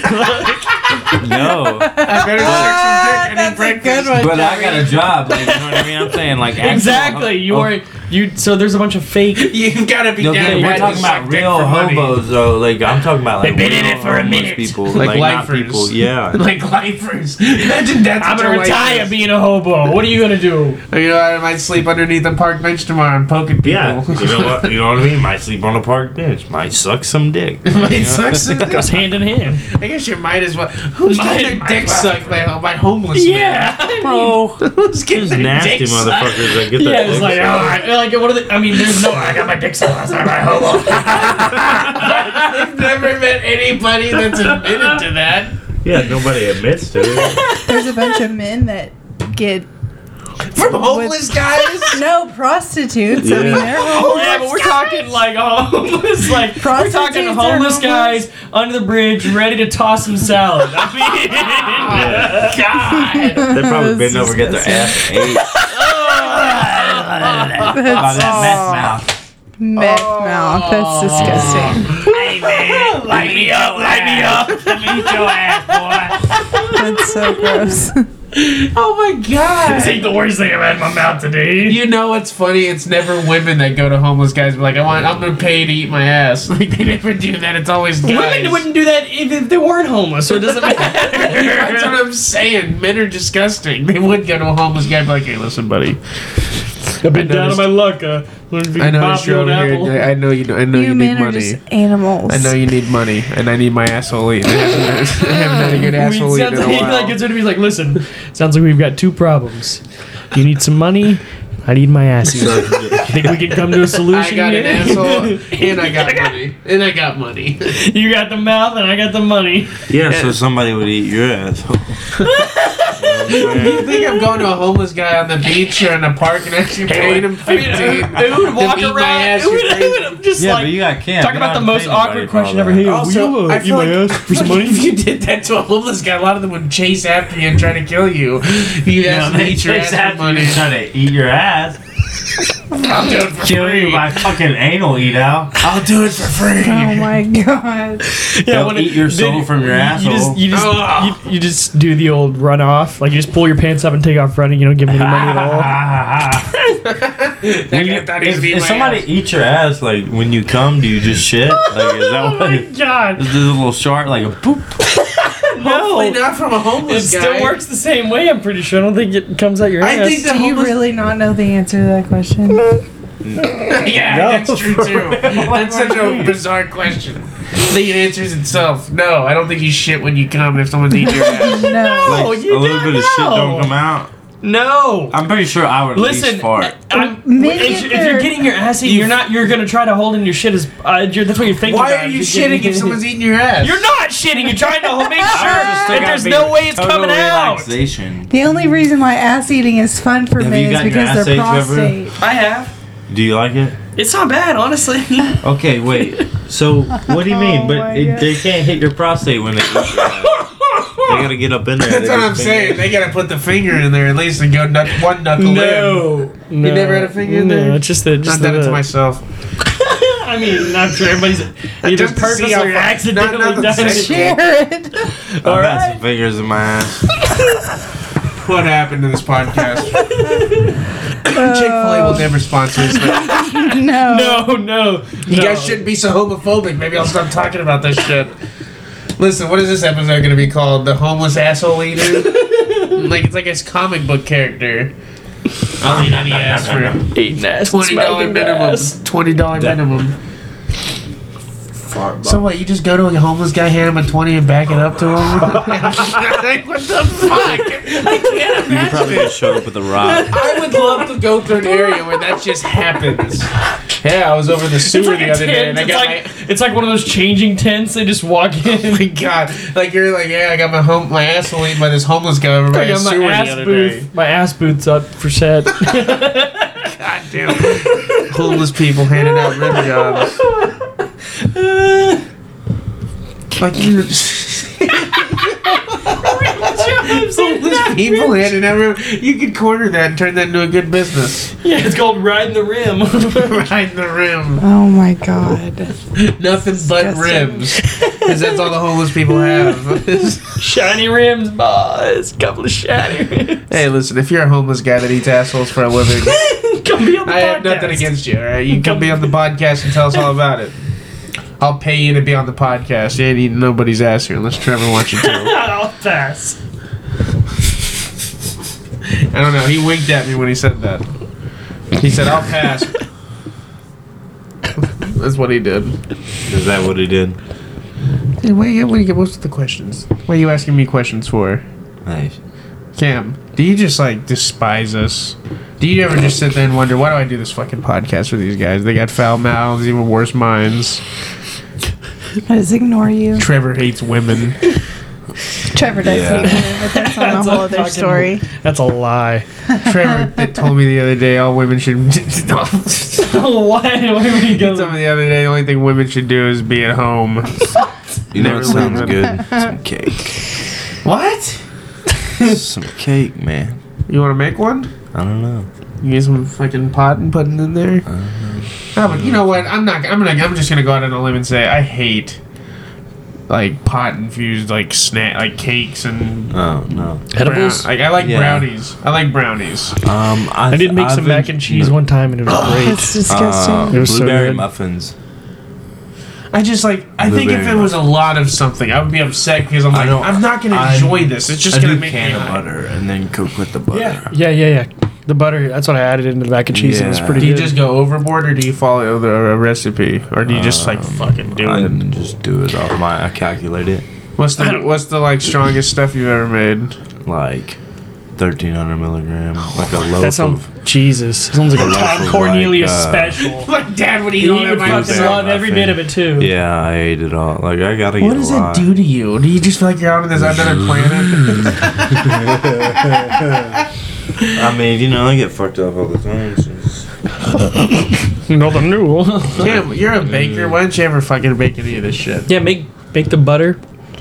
Speaker 4: No,
Speaker 1: I better suck some dick and eat
Speaker 6: That's a
Speaker 1: breakfast.
Speaker 6: good one.
Speaker 4: but I got a job. Like, you know what I mean? I'm saying like actual-
Speaker 5: Exactly. You
Speaker 4: Oh,
Speaker 5: are you. So there's a bunch of fake.
Speaker 1: You've got to be
Speaker 4: No,
Speaker 1: down.
Speaker 4: okay,
Speaker 1: with
Speaker 4: we're
Speaker 1: it
Speaker 4: talking
Speaker 1: to
Speaker 4: about
Speaker 1: suck dick
Speaker 4: real
Speaker 1: for money.
Speaker 4: hobos though. Like I'm talking about like
Speaker 5: They've been in
Speaker 4: real
Speaker 5: it for a
Speaker 4: homeless
Speaker 5: minute.
Speaker 4: people,
Speaker 1: Like
Speaker 4: not
Speaker 1: lifers.
Speaker 4: people. Yeah,
Speaker 1: Like lifers. Imagine that's
Speaker 5: I'm
Speaker 1: what
Speaker 5: gonna
Speaker 1: your life
Speaker 5: retire
Speaker 1: is.
Speaker 5: being a hobo. What are you gonna do?
Speaker 1: You know, I might sleep underneath a park bench tomorrow and poking people.
Speaker 4: Yeah, you know what? You know what I mean. Might sleep on a park bench. Might suck some dick.
Speaker 1: It sucks.
Speaker 5: Goes hand in hand.
Speaker 1: I guess you might as well. Who's
Speaker 5: Might-
Speaker 1: getting their dick sucked by, by homeless
Speaker 4: Bro,
Speaker 1: Who's getting
Speaker 4: these
Speaker 1: their
Speaker 4: nasty
Speaker 1: dick sucked?
Speaker 4: motherfuckers that get
Speaker 5: Yeah,
Speaker 4: that.
Speaker 5: it's like, oh, I, like what are the, I mean, there's no. I got my dick sucked last night by a hobo.
Speaker 1: I've never met anybody that's admitted to that.
Speaker 4: yeah, nobody admits to it.
Speaker 6: There's a bunch of men that get
Speaker 1: From homeless guys?
Speaker 6: No prostitutes. I mean, they're homeless.
Speaker 5: Yeah, but we're talking like homeless, like we're
Speaker 6: Prostitutes
Speaker 5: talking
Speaker 6: are
Speaker 5: homeless
Speaker 6: homeless.
Speaker 5: guys under the bridge, ready to toss some salad. I mean, God.
Speaker 4: They probably
Speaker 6: That's
Speaker 4: been over, get their ass ate.
Speaker 9: By that meth
Speaker 6: That's
Speaker 9: mouth.
Speaker 6: meth mouth. That's disgusting.
Speaker 5: Light me up, light me up. Eat your ass, boy.
Speaker 6: That's so gross.
Speaker 1: Oh my god.
Speaker 5: This ain't the worst thing I've had in my mouth today.
Speaker 1: You know what's funny? It's never women that go to homeless guys and be like, I want I'm gonna pay to eat my ass. Like they never do that. It's always guys.
Speaker 5: Women wouldn't do that if, if they weren't homeless, so it doesn't
Speaker 1: That's what
Speaker 5: matter.
Speaker 1: I'm saying. Men are disgusting. They would go to a homeless guy and be like, hey, listen, buddy.
Speaker 5: I've been
Speaker 1: I
Speaker 5: down on
Speaker 1: noticed-
Speaker 5: my luck. Uh, learned to
Speaker 1: I know
Speaker 5: pop
Speaker 1: you're
Speaker 5: your own
Speaker 1: over
Speaker 5: apple.
Speaker 1: here. I I know you. I know you,
Speaker 6: you
Speaker 1: need
Speaker 6: men are
Speaker 1: money.
Speaker 6: just animals.
Speaker 1: I know you need money, and I need my asshole eaten. I haven't I haven't had a good
Speaker 5: I mean,
Speaker 1: asshole eaten
Speaker 5: sounds
Speaker 1: in a
Speaker 5: like,
Speaker 1: while.
Speaker 5: like it's gonna be like, listen, sounds like we've got two problems. You need some money. I need my ass. eaten. Think we can come to a solution?
Speaker 1: I got an
Speaker 5: here?
Speaker 1: asshole, and I got money, and I got money.
Speaker 5: you got the mouth, and I got the money.
Speaker 4: Yeah, so somebody would eat your asshole.
Speaker 1: You think I'm going to a homeless guy on the beach or in a park and actually paying him
Speaker 5: I mean,
Speaker 1: fifteen?
Speaker 5: uh, it would walk
Speaker 1: eat my
Speaker 5: around.
Speaker 1: ass,
Speaker 5: It would,
Speaker 1: you're
Speaker 5: it would just
Speaker 4: Yeah,
Speaker 5: like
Speaker 4: but you got Cam.
Speaker 5: talk about the most awkward question ever. Hey, will you uh, eat my ass for some money?
Speaker 1: if you did that to a homeless guy, a lot of them would chase after you and try to kill you. You
Speaker 9: Yeah,
Speaker 1: asked me
Speaker 9: they
Speaker 1: eat your
Speaker 9: chase
Speaker 1: ass for
Speaker 9: after you
Speaker 1: money.
Speaker 9: trying to eat your ass.
Speaker 1: I'll do it for
Speaker 9: Kill you
Speaker 1: free.
Speaker 9: by fucking anal eat out.
Speaker 1: I'll do it for free.
Speaker 6: Oh my god.
Speaker 5: Yeah,
Speaker 4: They'll
Speaker 5: when
Speaker 4: eat
Speaker 5: it-
Speaker 4: your
Speaker 5: then
Speaker 4: soul from your
Speaker 5: You
Speaker 4: asshole.
Speaker 5: just, you just,
Speaker 1: Ugh.
Speaker 5: you, you just do the old run off. Like you just pull your pants up and take off running. You don't give them any money at all.
Speaker 1: That guy thought he was
Speaker 4: if,
Speaker 1: eating
Speaker 4: if
Speaker 1: my
Speaker 4: somebody
Speaker 1: ass.
Speaker 4: eats your ass, like when you come, do you just shit? Like is
Speaker 5: Oh
Speaker 4: that what? Is
Speaker 5: God,
Speaker 4: this a little shark like a poop?
Speaker 5: no.
Speaker 1: Not from a
Speaker 5: It
Speaker 1: homeless guy.
Speaker 5: still works the same way. I'm pretty sure. I don't think it comes out your ass.
Speaker 1: I think the
Speaker 6: Do you
Speaker 1: homeless
Speaker 6: really not know the answer to that question?
Speaker 1: Yeah, that's true too. That's such a bizarre question. I think it answers itself. No, I don't think you shit when you come if someone's eating your ass.
Speaker 6: No.
Speaker 5: no,
Speaker 4: Like,
Speaker 5: Oh, you
Speaker 4: a little
Speaker 5: don't
Speaker 4: bit
Speaker 5: know.
Speaker 4: of shit don't come out.
Speaker 5: No.
Speaker 4: I'm pretty sure I would at
Speaker 5: Listen, uh,
Speaker 4: least fart.
Speaker 5: I'm,
Speaker 6: Maybe
Speaker 5: if,
Speaker 6: if
Speaker 5: if you're
Speaker 6: they're-
Speaker 5: getting your ass eaten, you're not. You're gonna try to hold in your shit. As uh, you're, that's what you're thinking.
Speaker 1: Why
Speaker 5: about.
Speaker 1: are you
Speaker 5: You're getting-
Speaker 1: shitting if someone's eating your ass?
Speaker 5: You're not shitting. You're trying to ho- make sure that
Speaker 4: Gotta
Speaker 5: there's
Speaker 4: be
Speaker 5: no way it's
Speaker 4: total
Speaker 5: coming out.
Speaker 4: relaxation.
Speaker 6: The only reason why ass eating is fun for
Speaker 4: Have
Speaker 6: me
Speaker 4: you
Speaker 6: is
Speaker 4: gotten your ass
Speaker 6: because they're
Speaker 4: ate, Trevor?
Speaker 6: prostate.
Speaker 5: I have.
Speaker 4: Do you like it?
Speaker 5: It's not bad, honestly.
Speaker 4: Okay, wait. So what do you mean?
Speaker 6: Oh my
Speaker 4: but it,
Speaker 6: God.
Speaker 4: they can't hit your prostate when they eat your ass. They gotta get up in there.
Speaker 1: That's
Speaker 4: They
Speaker 1: what
Speaker 4: gotta
Speaker 1: I'm
Speaker 4: figure-
Speaker 1: saying. They gotta put the finger in there at least and go knuck, one knuckle in.
Speaker 5: no.
Speaker 1: never had a finger in there?
Speaker 5: No, it's just the
Speaker 1: Not
Speaker 5: just
Speaker 1: that
Speaker 5: the,
Speaker 1: it's myself.
Speaker 5: I mean, not sure everybody's either
Speaker 1: Just to see
Speaker 5: purposely
Speaker 1: how
Speaker 5: or
Speaker 1: far-
Speaker 5: accidentally
Speaker 1: not- not
Speaker 5: done
Speaker 1: the
Speaker 5: it.
Speaker 1: same.
Speaker 6: Jared.
Speaker 4: I've got some fingers in my ass.
Speaker 1: What happened to this podcast? Chick Fil A will never sponsor this. thing.
Speaker 6: No.
Speaker 5: No, no.
Speaker 1: You guys shouldn't be so homophobic. Maybe I'll stop talking about this shit. Listen, what is this episode gonna be called? The homeless asshole eater? like it's like his comic book character. I'll eat any ass for
Speaker 5: eating ass.
Speaker 1: twenty dollar minimum. Twenty dollar minimum. So what? You just go to a homeless guy, hand him a twenty, and back it up to him? like, what the fuck? I can't
Speaker 4: You could
Speaker 1: imagine
Speaker 4: probably
Speaker 1: it.
Speaker 4: just show up with a rock.
Speaker 1: I would love to go through an area where that just happens. Yeah, I was over in the
Speaker 5: It's
Speaker 1: sewer
Speaker 5: like
Speaker 1: the
Speaker 5: a
Speaker 1: other day,
Speaker 5: tent.
Speaker 1: and I
Speaker 5: It's
Speaker 1: got
Speaker 5: like,
Speaker 1: my
Speaker 5: it's like one of those changing tents. They just walk in.
Speaker 1: Oh my god! Like you're like, yeah, I got my home, my ass eaten by this homeless guy over by
Speaker 5: I
Speaker 1: the
Speaker 5: got my
Speaker 1: sewer the
Speaker 5: ass
Speaker 1: other
Speaker 5: booth.
Speaker 1: day.
Speaker 5: My ass booth's up for set.
Speaker 1: God damn! homeless people handing out rim jobs. Like you. homeless people handing out rim. You could corner that and turn that into a good business.
Speaker 5: yeah, it's called riding the rim.
Speaker 1: Riding the rim,
Speaker 6: Oh my god.
Speaker 1: nothing but
Speaker 6: Disgusting.
Speaker 1: rims, because that's all the homeless people have.
Speaker 5: shiny rims, boys. Couple of shiny rims.
Speaker 1: Hey, listen, if you're a homeless guy that eats assholes for a living,
Speaker 5: Come be on the
Speaker 1: I have
Speaker 5: podcast.
Speaker 1: nothing against you, all right? You can come be on the podcast and tell us all about it. I'll pay you to be on the podcast. You ain't eating nobody's ass here unless Trevor wants you to.
Speaker 5: I'll pass.
Speaker 1: I don't know. He winked at me when he said that. He said, I'll pass. That's what he did.
Speaker 4: Is that what he did?
Speaker 1: Hey, why you, why you get most of the questions? What are you asking me questions for?
Speaker 4: Nice.
Speaker 1: Cam, do you just like despise us? Do you ever just sit there and wonder why do I do this fucking podcast with these guys? They got foul mouths, even worse minds.
Speaker 6: I just ignore you.
Speaker 1: Trevor hates women.
Speaker 6: Trevor does
Speaker 4: Yeah.
Speaker 6: hate women, but that's on a
Speaker 5: That's a
Speaker 6: whole other
Speaker 5: fucking-
Speaker 6: story.
Speaker 7: That's a lie.
Speaker 1: Trevor that told me the other day all women should. no. he
Speaker 5: Why? Where we go?
Speaker 1: told me the other day the only thing women should do is be at home.
Speaker 4: You
Speaker 1: Never
Speaker 4: know what sounds
Speaker 1: leave
Speaker 4: good? Some cake.
Speaker 1: what?
Speaker 4: Some cake, man.
Speaker 1: You want to make one?
Speaker 4: I don't know.
Speaker 1: You get some fucking pot and put it in there. Ah, but you know what? I'm not. I'm gonna. I'm just gonna go out on a limb and say I hate like pot infused like snack like cakes and
Speaker 4: Oh no.
Speaker 7: Edibles.
Speaker 1: Brown, like I like
Speaker 4: Yeah.
Speaker 1: brownies. I like brownies.
Speaker 4: Um, I,
Speaker 7: I did make some
Speaker 4: I've
Speaker 7: mac
Speaker 4: en-
Speaker 7: and cheese one time and it was
Speaker 6: That's
Speaker 7: great.
Speaker 6: disgusting.
Speaker 4: Uh,
Speaker 7: It was so
Speaker 4: blueberry
Speaker 7: good.
Speaker 4: muffins.
Speaker 1: I just like. I think if
Speaker 4: Blueberry
Speaker 1: it was a lot of something, I would be upset because I'm
Speaker 4: I
Speaker 1: like,
Speaker 4: don't-
Speaker 1: I'm not gonna
Speaker 4: I-
Speaker 1: enjoy this. It's just
Speaker 4: I
Speaker 1: gonna
Speaker 4: do
Speaker 1: make me.
Speaker 4: can of
Speaker 1: hot.
Speaker 4: butter and then cook with the butter.
Speaker 1: Yeah.
Speaker 7: Yeah, yeah, yeah. The butter. That's what I added into the mac and cheese. It was
Speaker 4: Yeah.
Speaker 7: pretty
Speaker 1: Do you
Speaker 7: good.
Speaker 1: just go overboard, or do you follow the a recipe, or do you just like fucking do
Speaker 4: I
Speaker 1: it?
Speaker 4: didn't just do it off my. I calculate it
Speaker 1: What's the what's the like strongest stuff you've ever made?
Speaker 4: like. 1300 milligram, like a loaf
Speaker 7: that sounds
Speaker 4: of
Speaker 7: Jesus. Sounds like a
Speaker 4: Tom
Speaker 5: Tom Cornelius
Speaker 4: Like, uh,
Speaker 5: special.
Speaker 1: Like dad would
Speaker 5: He
Speaker 1: eat all
Speaker 5: would
Speaker 1: that by
Speaker 5: fucking
Speaker 1: himself.
Speaker 5: love every bit of it too.
Speaker 4: Yeah, I ate it all. Like I gotta
Speaker 1: What
Speaker 4: get
Speaker 1: does
Speaker 4: a
Speaker 1: that
Speaker 4: lot.
Speaker 1: do to you? Do you just feel like you're on this another planet?
Speaker 4: I mean, you know, I get fucked up all the time. so it's-
Speaker 7: Nothing new.
Speaker 1: Damn, you're a baker. Why don't you ever fucking bake any of this shit?
Speaker 5: Yeah, make make the butter.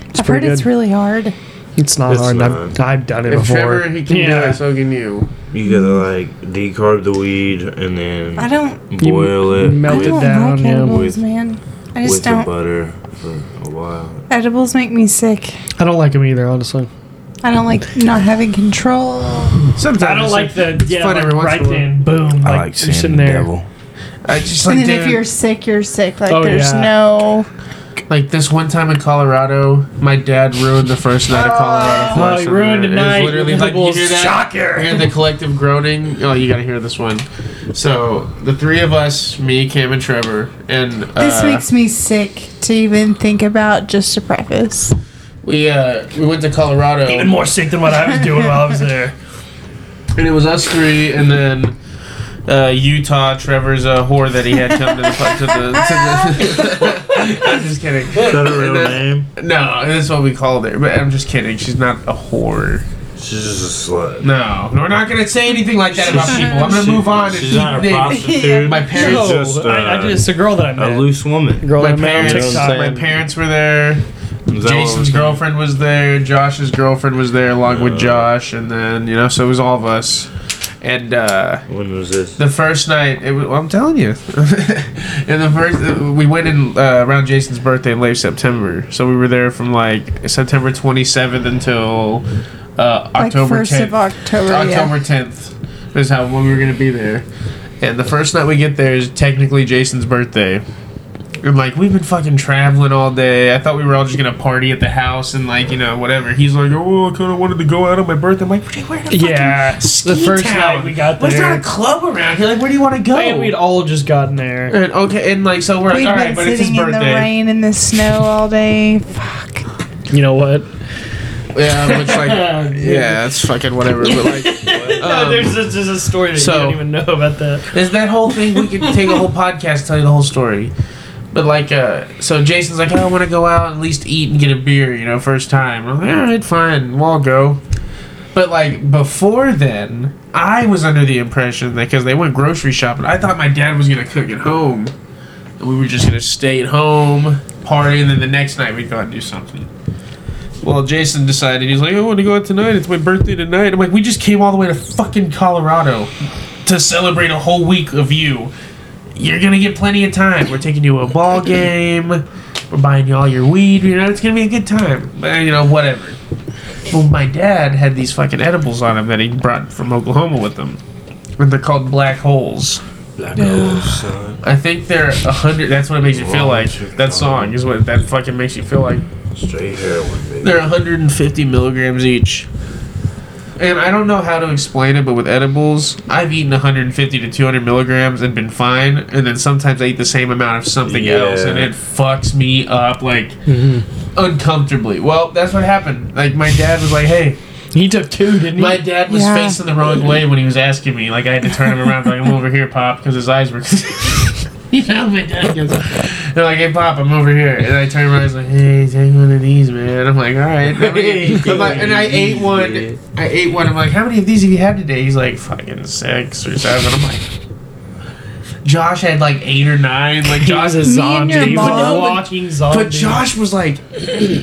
Speaker 6: I've heard
Speaker 7: pretty
Speaker 6: it's
Speaker 7: good.
Speaker 6: really hard.
Speaker 7: It's not
Speaker 4: It's uh,
Speaker 7: hard. I've,
Speaker 4: not.
Speaker 7: I've done it
Speaker 1: If
Speaker 7: before.
Speaker 1: Trevor he can do
Speaker 7: Yeah.
Speaker 1: it, so can you.
Speaker 4: You gotta like decarb the weed and then
Speaker 6: I don't.
Speaker 4: boil it
Speaker 7: melt
Speaker 6: I
Speaker 7: it
Speaker 4: with,
Speaker 6: don't
Speaker 7: down,
Speaker 6: like
Speaker 7: yeah.
Speaker 6: edibles,
Speaker 4: With-
Speaker 6: man. I
Speaker 4: with
Speaker 6: just
Speaker 4: the
Speaker 6: don't.
Speaker 4: butter for a while.
Speaker 6: Edibles make me sick.
Speaker 7: I don't like them either, honestly.
Speaker 6: I don't like not having control.
Speaker 1: Sometimes
Speaker 5: I don't
Speaker 1: it's
Speaker 5: like the
Speaker 1: it's
Speaker 5: yeah,
Speaker 1: fun
Speaker 5: like
Speaker 1: every once
Speaker 5: right
Speaker 1: in a while.
Speaker 5: then, boom.
Speaker 4: I
Speaker 5: Like,
Speaker 4: like
Speaker 5: you're
Speaker 4: seeing
Speaker 5: sitting
Speaker 4: the
Speaker 5: there.
Speaker 4: devil.
Speaker 1: I just
Speaker 6: And
Speaker 1: like
Speaker 6: then if
Speaker 1: dude,
Speaker 6: you're sick, you're sick. Like
Speaker 7: Oh,
Speaker 6: there's
Speaker 7: yeah.
Speaker 6: no.
Speaker 1: like this one time in Colorado, my dad ruined the first night of Colorado. for
Speaker 5: Oh,
Speaker 1: us
Speaker 5: he
Speaker 1: over
Speaker 5: ruined
Speaker 1: there. It
Speaker 5: the
Speaker 1: was
Speaker 5: night
Speaker 1: Literally,
Speaker 5: with
Speaker 1: like
Speaker 5: the
Speaker 1: you
Speaker 5: bull's
Speaker 1: hear that?
Speaker 5: shocker.
Speaker 1: Hear the collective groaning. Oh, you gotta hear this one. So the three of us, me, Cam, and Trevor, and uh,
Speaker 6: This makes me sick to even think about. Just to preface,
Speaker 1: we uh, we went to Colorado.
Speaker 5: Even more sick than what I was doing while I was there.
Speaker 1: And it was us three, and then uh, Utah. Trevor's a whore that he had come to the to the. To the I'm just kidding.
Speaker 4: Is that a
Speaker 1: And
Speaker 4: real
Speaker 1: then-
Speaker 4: name?
Speaker 1: No, that's what we called her. But I'm just kidding. She's not a whore.
Speaker 4: She's just a slut.
Speaker 1: No, we're not gonna say anything like that about people. I'm gonna move on. and
Speaker 4: She's not a
Speaker 1: keep names.
Speaker 4: prostitute.
Speaker 1: My parents.
Speaker 5: No,
Speaker 4: just, uh,
Speaker 5: I, I did. It's a girl that I
Speaker 4: A
Speaker 5: met.
Speaker 4: loose woman.
Speaker 7: Girl
Speaker 1: My
Speaker 7: that I met on
Speaker 1: parents,
Speaker 7: TikTok.
Speaker 1: my parents were there.
Speaker 4: Is that what
Speaker 1: Jason's
Speaker 4: we're saying?
Speaker 1: girlfriend was there. Josh's girlfriend was there, along with Josh, and then you know, so it was all of us. And uh,
Speaker 4: When was this?
Speaker 1: the first night, it was, well, I'm telling you, and the first we went in uh, around Jason's birthday in late September, so we were there from like September 27th until uh,
Speaker 6: like
Speaker 1: October
Speaker 6: first
Speaker 1: 10th.
Speaker 6: of October.
Speaker 1: October 10th is how when we were going to be there. And the first night we get there is technically Jason's birthday. And like we've been fucking traveling all day. I thought we were all just gonna party at the house and like you know whatever. He's like, oh, I kind of wanted to go out on my birthday. I'm like, where the
Speaker 7: Yeah,
Speaker 1: fucking
Speaker 7: the
Speaker 1: ski
Speaker 7: first
Speaker 1: town?
Speaker 5: night we got
Speaker 1: There's not
Speaker 5: there,
Speaker 1: a club around here. Like, where do you want to go?
Speaker 5: man, we'd all just gotten there.
Speaker 1: and okay, and like so we're
Speaker 6: Yeah. We've
Speaker 1: like, all
Speaker 6: been
Speaker 1: right, but it's his
Speaker 6: sitting in the
Speaker 1: birthday.
Speaker 6: rain and the snow all day. Fuck.
Speaker 7: you know what?
Speaker 1: Yeah, which like yeah, it's fucking whatever. But like.
Speaker 5: there's, just there's a story that
Speaker 1: so-
Speaker 5: you don't even know about that.
Speaker 1: There's that whole thing. We could take a whole podcast to tell you the whole story. But like, uh, so Jason's like, I want to go out and at least eat and get a beer, you know, first time. I'm like, all right, fine, we'll all go. But like before then, I was under the impression that because they went grocery shopping, I thought my dad was gonna cook at home, and we were just gonna stay at home, party, and then the next night we'd go out and do something. Well, Jason decided he's like, I want to go out tonight. It's my birthday tonight. I'm like, we just came all the way to fucking Colorado to celebrate a whole week of you. You're gonna get plenty of time. We're taking you to a ball game. We're buying you all your weed. You know, it's gonna be a good time. But, you know, whatever. Well, my dad had these fucking edibles on him that he brought from Oklahoma with him. And they're called black holes.
Speaker 4: Black hole, son.
Speaker 1: I think they're a hundred. That's what it makes you feel like. That song is what that fucking makes you feel like.
Speaker 4: Straight heroin, baby.
Speaker 1: They're 150 milligrams each. And I don't know how to explain it, but with edibles, I've eaten 150 to 200 milligrams and been fine. And then sometimes I eat the same amount of something
Speaker 4: Yeah.
Speaker 1: else, and it fucks me up like uncomfortably. Well, that's what happened. Like my dad was like, "Hey."
Speaker 5: He took two, didn't he?
Speaker 1: My dad was
Speaker 6: Yeah.
Speaker 1: facing the wrong way when he was asking me. Like I had to turn him around, like I'm over here, pop, because his eyes were. you know, my dad goes. They're like, "Hey, Pop, I'm over here," and I turn around. I was like, "Hey, take one of these, man." I'm like, "All right." I'm like- I'm like- and I ate one. I ate one. I'm like, "How many of these have you had today?" He's like, "Fucking six or seven. I'm like. Josh had like eight or nine. Like
Speaker 7: was
Speaker 1: Josh
Speaker 7: a
Speaker 1: is
Speaker 6: Me and
Speaker 1: zombie.
Speaker 6: your
Speaker 1: He was
Speaker 6: mom-
Speaker 1: a walking
Speaker 5: Walking zombie.
Speaker 1: but Josh was like,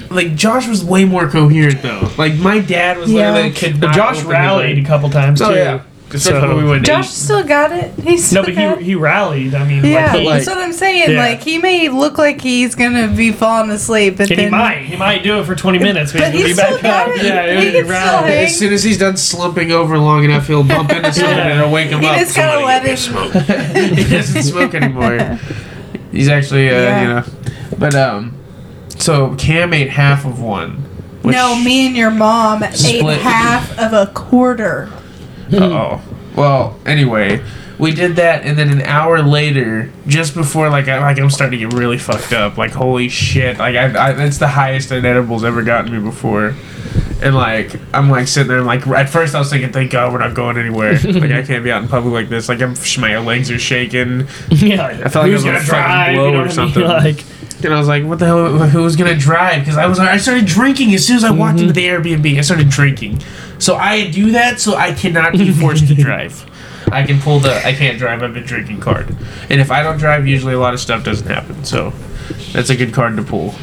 Speaker 1: like Josh was way more coherent though. Like my dad was
Speaker 6: Yeah.
Speaker 1: literally could
Speaker 5: But
Speaker 1: not.
Speaker 5: Josh
Speaker 1: open his
Speaker 5: rallied a
Speaker 1: mouth.
Speaker 5: couple times
Speaker 1: So
Speaker 5: too.
Speaker 1: Oh, yeah, especially
Speaker 5: Oh, So-
Speaker 1: when we went. to
Speaker 6: Josh still got it. He's
Speaker 5: No,
Speaker 6: still
Speaker 5: but
Speaker 6: got
Speaker 5: he he rallied. I mean,
Speaker 6: Yeah,
Speaker 5: like, he,
Speaker 6: that's what I'm saying.
Speaker 5: Yeah.
Speaker 6: Like he may look like he's gonna be falling asleep, but
Speaker 5: and
Speaker 6: then
Speaker 5: he might he might do it for 20 minutes, but,
Speaker 6: But
Speaker 5: he'll be
Speaker 6: he's
Speaker 5: back
Speaker 6: still got
Speaker 5: up.
Speaker 6: it.
Speaker 5: Yeah,
Speaker 6: He can still
Speaker 5: rallied.
Speaker 6: hang.
Speaker 1: As soon as he's done slumping over long enough, he'll bump into something and it'll wake him
Speaker 6: He
Speaker 1: up.
Speaker 6: just gotta
Speaker 1: Somebody
Speaker 6: let
Speaker 1: give me
Speaker 6: him-
Speaker 1: smoke. he doesn't smoke anymore. He's actually, uh,
Speaker 6: Yeah.
Speaker 1: you know, but um, so Cam ate half of one. Which,
Speaker 6: No, me and your mom
Speaker 1: Split.
Speaker 6: ate half of a quarter.
Speaker 1: Uh oh. Well, anyway, we did that, and then an hour later, just before like I like I'm starting to get really fucked up. Like holy shit! Like I, I that's the highest an edibles ever gotten me before. And like I'm like sitting there, and like at first I was thinking, thank God we're not going anywhere. like I can't be out in public like this. Like I'm, sh- my legs are shaking.
Speaker 5: Yeah, I
Speaker 1: felt like I was gonna fucking blow or something.
Speaker 5: Like,
Speaker 1: And I was like, what the hell? Who's gonna drive? Because I was I started drinking as soon as I walked
Speaker 5: Mm-hmm.
Speaker 1: into the Airbnb. I started drinking, so I do that so I cannot be forced to drive. I can pull the I can't drive. I've been drinking card, and if I don't drive, usually a lot of stuff doesn't happen. So that's a good card to pull.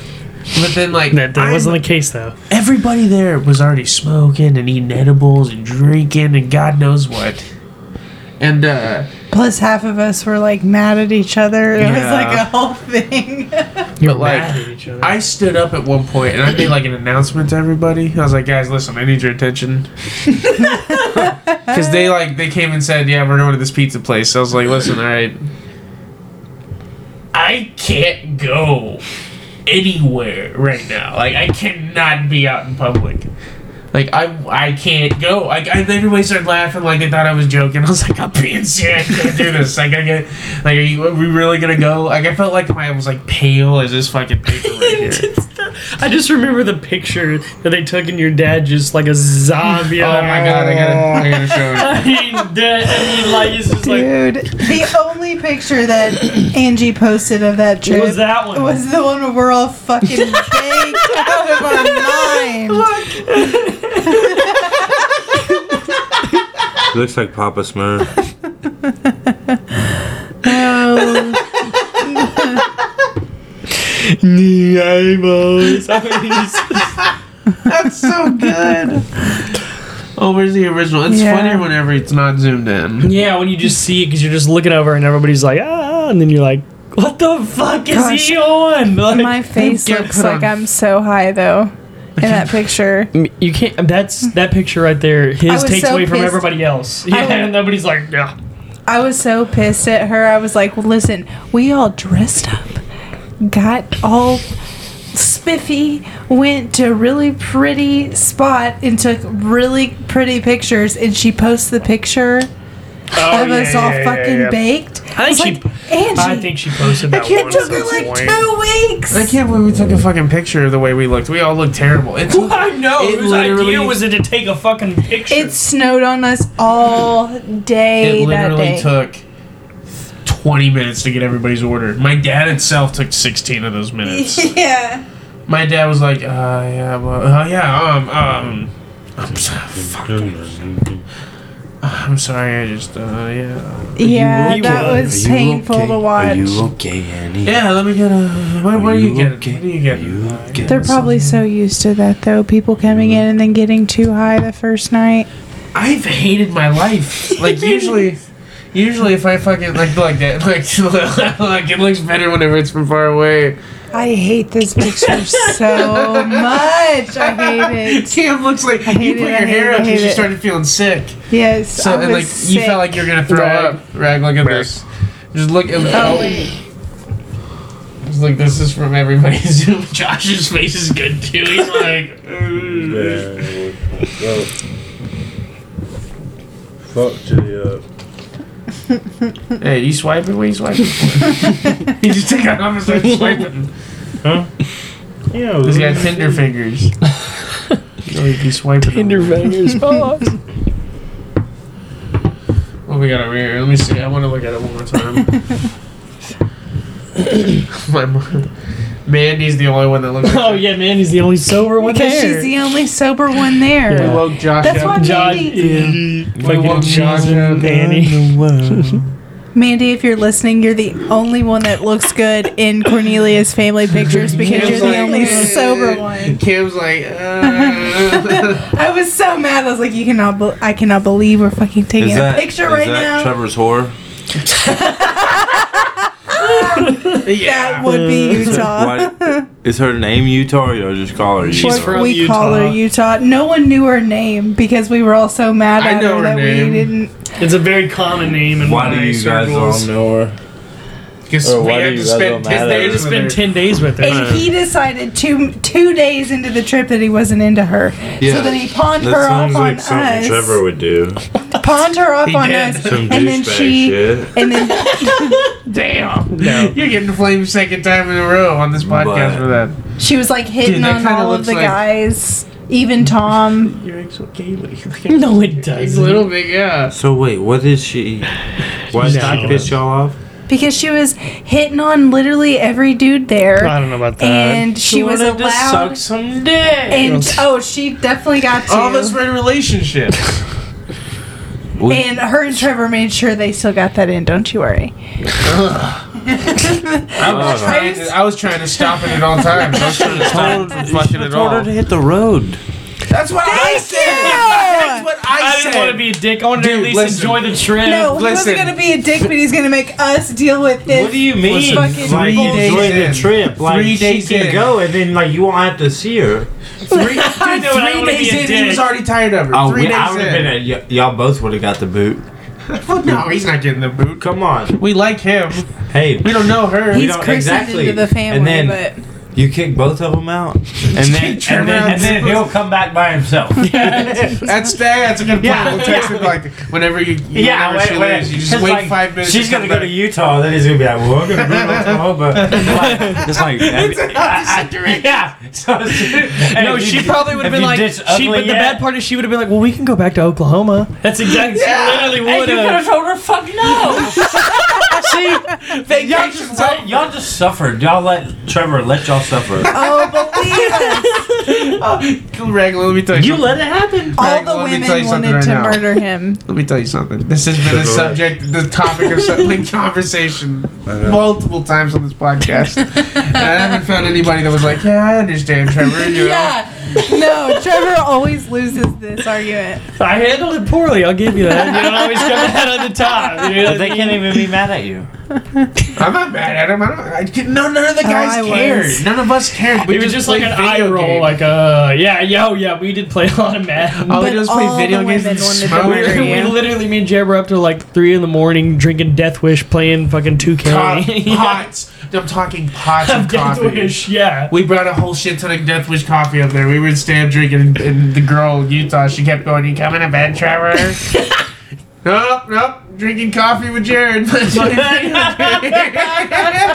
Speaker 1: But then like
Speaker 5: that, that
Speaker 1: I'm-
Speaker 5: wasn't the case though.
Speaker 1: everybody there was already smoking and eating edibles and drinking and God knows what. And uh,
Speaker 6: Plus, half of us were like mad at each other. It was
Speaker 1: Yeah.
Speaker 6: like a whole thing.
Speaker 5: You're
Speaker 1: like,
Speaker 5: mad at each other.
Speaker 1: I stood up at one point and I made like an announcement to everybody. I was like, guys, listen, I need your attention. Because they like they came and said, yeah, we're going to this pizza place. So I was like, listen, all right, I can't go anywhere right now. Like I cannot be out in public. Like I I can't go. Like I, everybody started laughing like they thought I was joking. I was like, I'm being serious. I can't do this. Like I get like are, you, are we really gonna go? Like I felt like I was like pale as this fucking paper right here.
Speaker 5: I just remember the picture that they took and your dad just like a zombie.
Speaker 1: Oh my god, I gotta, I gotta show it.
Speaker 5: uh, He dead. I mean, like it's just like
Speaker 6: Dude, the only picture that Angie posted of that trip
Speaker 5: was that one?
Speaker 6: was the one where we're all fucking baked out of our mind.
Speaker 4: He looks like Papa Smurf.
Speaker 1: That's so good. Oh, where's the original? It's
Speaker 6: Yeah.
Speaker 1: funnier whenever it's not zoomed in.
Speaker 5: yeah, when you just see it because you're just looking over and everybody's like ah, and then you're like, what the fuck is
Speaker 6: Gosh.
Speaker 5: he on? Like,
Speaker 6: My face
Speaker 1: get
Speaker 6: looks
Speaker 1: put
Speaker 6: like
Speaker 1: on-
Speaker 6: I'm so high though in that picture.
Speaker 5: you can't. That's that picture right there. His
Speaker 6: was
Speaker 5: takes
Speaker 6: so
Speaker 5: away from
Speaker 6: pissed.
Speaker 5: everybody else. Yeah,
Speaker 6: was-
Speaker 5: and nobody's like yeah.
Speaker 6: I was so pissed at her. I was like, listen, we all dressed up, got all spiffy, went to a really pretty spot, and took really pretty pictures. And she posts the picture
Speaker 1: Oh,
Speaker 5: Oh,
Speaker 6: of us all fucking baked.
Speaker 5: I think she.
Speaker 6: Like, Angie,
Speaker 5: I think she posted that
Speaker 6: it
Speaker 5: one.
Speaker 6: took
Speaker 5: so
Speaker 6: her
Speaker 5: it's
Speaker 6: like
Speaker 5: lame.
Speaker 6: two weeks.
Speaker 1: I can't believe we took a fucking picture of the way we looked. We all looked terrible. It's
Speaker 5: I know.
Speaker 1: It
Speaker 5: whose
Speaker 1: literally-
Speaker 5: idea was it to take a fucking picture?
Speaker 6: It snowed on us all day
Speaker 1: It
Speaker 6: that
Speaker 1: literally
Speaker 6: day.
Speaker 1: took 20 minutes to get everybody's order. My dad itself took 16 of those minutes.
Speaker 6: yeah.
Speaker 1: My dad was like, uh, yeah, well, uh, yeah, um, um, I'm, so, fuck, I'm sorry, I just, uh, yeah.
Speaker 6: Yeah,
Speaker 5: you
Speaker 6: that
Speaker 5: were-
Speaker 6: was painful to watch.
Speaker 4: Are you okay, Annie?
Speaker 1: Yeah, let me get a, what, what do you get? What do you get?
Speaker 4: Are you okay?
Speaker 6: They're probably so used to that though, people coming in and then getting too high the first night.
Speaker 1: I've hated my life. Like usually, usually if I fucking like like that, like like it looks better whenever it's from far away.
Speaker 6: I hate this picture so much. I hate it.
Speaker 1: Cam looks like you
Speaker 6: hate
Speaker 1: put
Speaker 6: it,
Speaker 1: your
Speaker 6: I hate
Speaker 1: hair
Speaker 6: it, I
Speaker 1: up
Speaker 6: hate
Speaker 1: because you
Speaker 6: it.
Speaker 1: started feeling sick.
Speaker 6: Yes,
Speaker 1: So
Speaker 6: I
Speaker 1: and
Speaker 6: was
Speaker 1: like
Speaker 6: sick.
Speaker 1: you felt like you were gonna throw
Speaker 5: Rag.
Speaker 1: up. Rag, look at this. Just look. At, oh. Just look. This is from everybody. Josh's face is good too. He's like. "Ugh."
Speaker 4: Fuck Jay uh. up.
Speaker 1: Hey, you swiping? What you swiping for? you just take out and start swiping.
Speaker 9: Yeah,
Speaker 1: He's got Tinder fingers. oh, you be swiping.
Speaker 5: Tinder fingers. Oh.
Speaker 1: What we got over here? Let me see. I want to look at it one more time. My mom. Mandy's the only one that looks.
Speaker 5: Oh yeah, man, he's the only sober one
Speaker 6: Because
Speaker 5: there.
Speaker 6: she's the only sober one there.
Speaker 1: We
Speaker 7: Yeah.
Speaker 1: woke Josh
Speaker 6: That's
Speaker 1: up.
Speaker 6: why
Speaker 5: John,
Speaker 6: Mandy,
Speaker 1: we woke
Speaker 7: Fucking
Speaker 1: Josh
Speaker 7: Johnson.
Speaker 1: up.
Speaker 7: Annie.
Speaker 6: Mandy, if you're listening, you're the only one that looks good in Cornelia's family pictures because
Speaker 1: Kim's
Speaker 6: you're the
Speaker 1: like,
Speaker 6: only
Speaker 1: "Eh."
Speaker 6: sober one.
Speaker 1: Kim's like, uh.
Speaker 6: I was so mad. I was like, "You cannot, be- I cannot believe we're fucking taking a picture
Speaker 4: is
Speaker 6: right
Speaker 4: that
Speaker 6: now."
Speaker 4: Trevor's whore?
Speaker 6: that would be Utah.
Speaker 4: Why, is her name Utah or y'all just call her
Speaker 7: She's
Speaker 4: Utah?
Speaker 7: from-
Speaker 6: we
Speaker 7: Utah.
Speaker 6: call her Utah. No one knew her name because we were all so mad
Speaker 1: I
Speaker 6: at
Speaker 1: know
Speaker 6: her,
Speaker 1: her
Speaker 6: that
Speaker 1: name.
Speaker 6: we didn't.
Speaker 5: It's a very common name in
Speaker 4: Why
Speaker 5: my
Speaker 4: do you guys all
Speaker 5: circles.
Speaker 4: know her?
Speaker 1: Because
Speaker 4: Or
Speaker 1: we
Speaker 4: why do
Speaker 1: have to
Speaker 4: you guys
Speaker 1: spend
Speaker 4: all
Speaker 1: ten
Speaker 4: mad at
Speaker 1: days.
Speaker 4: her?
Speaker 5: It's been
Speaker 1: with her.
Speaker 5: ten days with
Speaker 6: And
Speaker 5: it.
Speaker 6: he decided two two days into the trip that he wasn't into her.
Speaker 4: Yeah.
Speaker 6: So then he pawned
Speaker 4: That
Speaker 6: her off
Speaker 4: sounds
Speaker 6: on
Speaker 4: like something
Speaker 6: us.
Speaker 4: Trevor would do.
Speaker 6: Pawned her off
Speaker 1: He
Speaker 6: on
Speaker 1: did.
Speaker 6: us,
Speaker 4: Some
Speaker 6: and then
Speaker 4: douchebag
Speaker 6: she
Speaker 4: shit.
Speaker 6: and then
Speaker 1: Damn.
Speaker 5: No.
Speaker 1: You're getting flamed second time in a row on this podcast
Speaker 4: But-
Speaker 1: for that.
Speaker 6: she was like hitting
Speaker 1: Dude, that
Speaker 6: on
Speaker 1: kinda
Speaker 6: all of
Speaker 1: looks
Speaker 6: the
Speaker 1: like-
Speaker 6: guys, even Tom.
Speaker 1: You're actually gay, buddy.
Speaker 5: No, it
Speaker 1: He's
Speaker 5: doesn't.
Speaker 1: a little bit, yeah.
Speaker 4: So wait, what is she? Why did
Speaker 7: No.
Speaker 4: she piss y'all off?
Speaker 6: Because she was hitting on literally every dude there.
Speaker 7: I don't know about that.
Speaker 6: and she was allowed
Speaker 4: some dick.
Speaker 6: and oh she definitely got to
Speaker 1: All of us were in a relationship.
Speaker 6: And her and Trevor made sure they still got that in. Don't you worry.
Speaker 1: I was, trying to, I was trying to stop it at all times. I was trying to stop it from fucking at all.
Speaker 4: to hit the road.
Speaker 1: That's what I said. That's what I,
Speaker 5: I
Speaker 1: said.
Speaker 5: didn't want to be a dick. I wanted
Speaker 1: Dude,
Speaker 5: to at least
Speaker 1: listen.
Speaker 5: enjoy the trip.
Speaker 6: No, he
Speaker 1: Listen.
Speaker 6: wasn't gonna be a dick, but he's gonna make us deal with this.
Speaker 4: What do you mean?
Speaker 6: fucking
Speaker 4: Like,
Speaker 1: Three days
Speaker 4: enjoy
Speaker 1: in.
Speaker 4: the trip. Like,
Speaker 1: Three
Speaker 4: she
Speaker 1: days
Speaker 4: can
Speaker 1: in.
Speaker 4: go, and then like you won't have to see her.
Speaker 1: three, dude,
Speaker 5: know I
Speaker 1: three
Speaker 5: wanna be
Speaker 1: days
Speaker 5: a
Speaker 1: in, he
Speaker 5: dick.
Speaker 1: was already tired of her.
Speaker 4: Oh,
Speaker 1: Three
Speaker 4: we, I
Speaker 1: days
Speaker 4: would have
Speaker 1: in.
Speaker 4: been. At, y- y'all both would have got the boot.
Speaker 1: Fuck no, he's not getting the boot.
Speaker 4: Come on.
Speaker 1: We like him.
Speaker 4: Hey,
Speaker 1: We don't know her.
Speaker 4: We
Speaker 6: He's
Speaker 4: don't-
Speaker 6: christened
Speaker 4: exactly.
Speaker 6: into the family,
Speaker 4: And then-
Speaker 6: but
Speaker 4: you kick both of them out, and then
Speaker 1: Kick Trevor
Speaker 4: and then,
Speaker 1: out.
Speaker 4: and then he'll come back by himself.
Speaker 1: that's that's a good point.
Speaker 4: Yeah.
Speaker 1: We'll text him like whenever you
Speaker 4: Yeah,
Speaker 1: whenever
Speaker 4: wait,
Speaker 1: she
Speaker 4: wait.
Speaker 1: leaves, you just
Speaker 4: It's
Speaker 1: wait
Speaker 4: like,
Speaker 1: five minutes.
Speaker 4: She's
Speaker 1: to
Speaker 4: gonna
Speaker 1: come
Speaker 4: go to
Speaker 1: back.
Speaker 4: Utah, then he's gonna be like, "Well, I'm gonna go to Oklahoma." Like, it's like, I- I- yeah. So,
Speaker 5: No, she probably would have been like. She, but the bad part is, she would have been like, "Well, we can go back to Oklahoma." That's exactly. She literally would have.
Speaker 4: told her, "Fuck no." See, y'all just let, y'all just suffered. Y'all let Trevor let y'all suffer.
Speaker 6: oh, believe us,
Speaker 1: Greg, let me tell you. something.
Speaker 5: it happen.
Speaker 6: all
Speaker 1: Greg,
Speaker 6: the
Speaker 1: let me tell you
Speaker 6: women
Speaker 1: something
Speaker 6: wanted to
Speaker 1: right now.
Speaker 6: murder him.
Speaker 1: Let me tell you something. This has been a subject, the topic of something conversation multiple times on this podcast. And I haven't found anybody that was like, "Yeah, I understand, Trevor." You know?
Speaker 6: Yeah, no, Trevor always loses this argument.
Speaker 5: I handled it poorly. I'll give you that. You don't always come out on the top. You know what I
Speaker 4: But they
Speaker 5: mean?
Speaker 4: can't even be mad at you.
Speaker 1: I'm not mad at him. I don't, I, didn't- no, none of the guys
Speaker 6: I was.
Speaker 1: cared. None of us cared. We
Speaker 5: It was just like an
Speaker 1: played
Speaker 5: eye
Speaker 1: video
Speaker 5: roll,
Speaker 1: games.
Speaker 5: like uh, yeah, yo, yeah, we did play a lot of Madden.
Speaker 1: all we
Speaker 6: But
Speaker 1: do is Oh, play
Speaker 6: all
Speaker 1: video
Speaker 6: the
Speaker 1: games and
Speaker 6: women wanted to
Speaker 1: smoke.
Speaker 5: we,
Speaker 6: murder
Speaker 5: we
Speaker 6: yeah.
Speaker 5: literally, me and Jeb were up till like three in the morning drinking Death Wish, playing fucking two K.
Speaker 1: Pot, pots. I'm talking pots of
Speaker 5: Death
Speaker 1: coffee.
Speaker 5: Wish, yeah.
Speaker 1: We brought a whole shit ton of Death Wish coffee up there. We would stay up drinking, and, and the girl in Utah, she kept going, "You coming to bed, Trevor?" nope, nope. Drinking coffee with Jared. okay,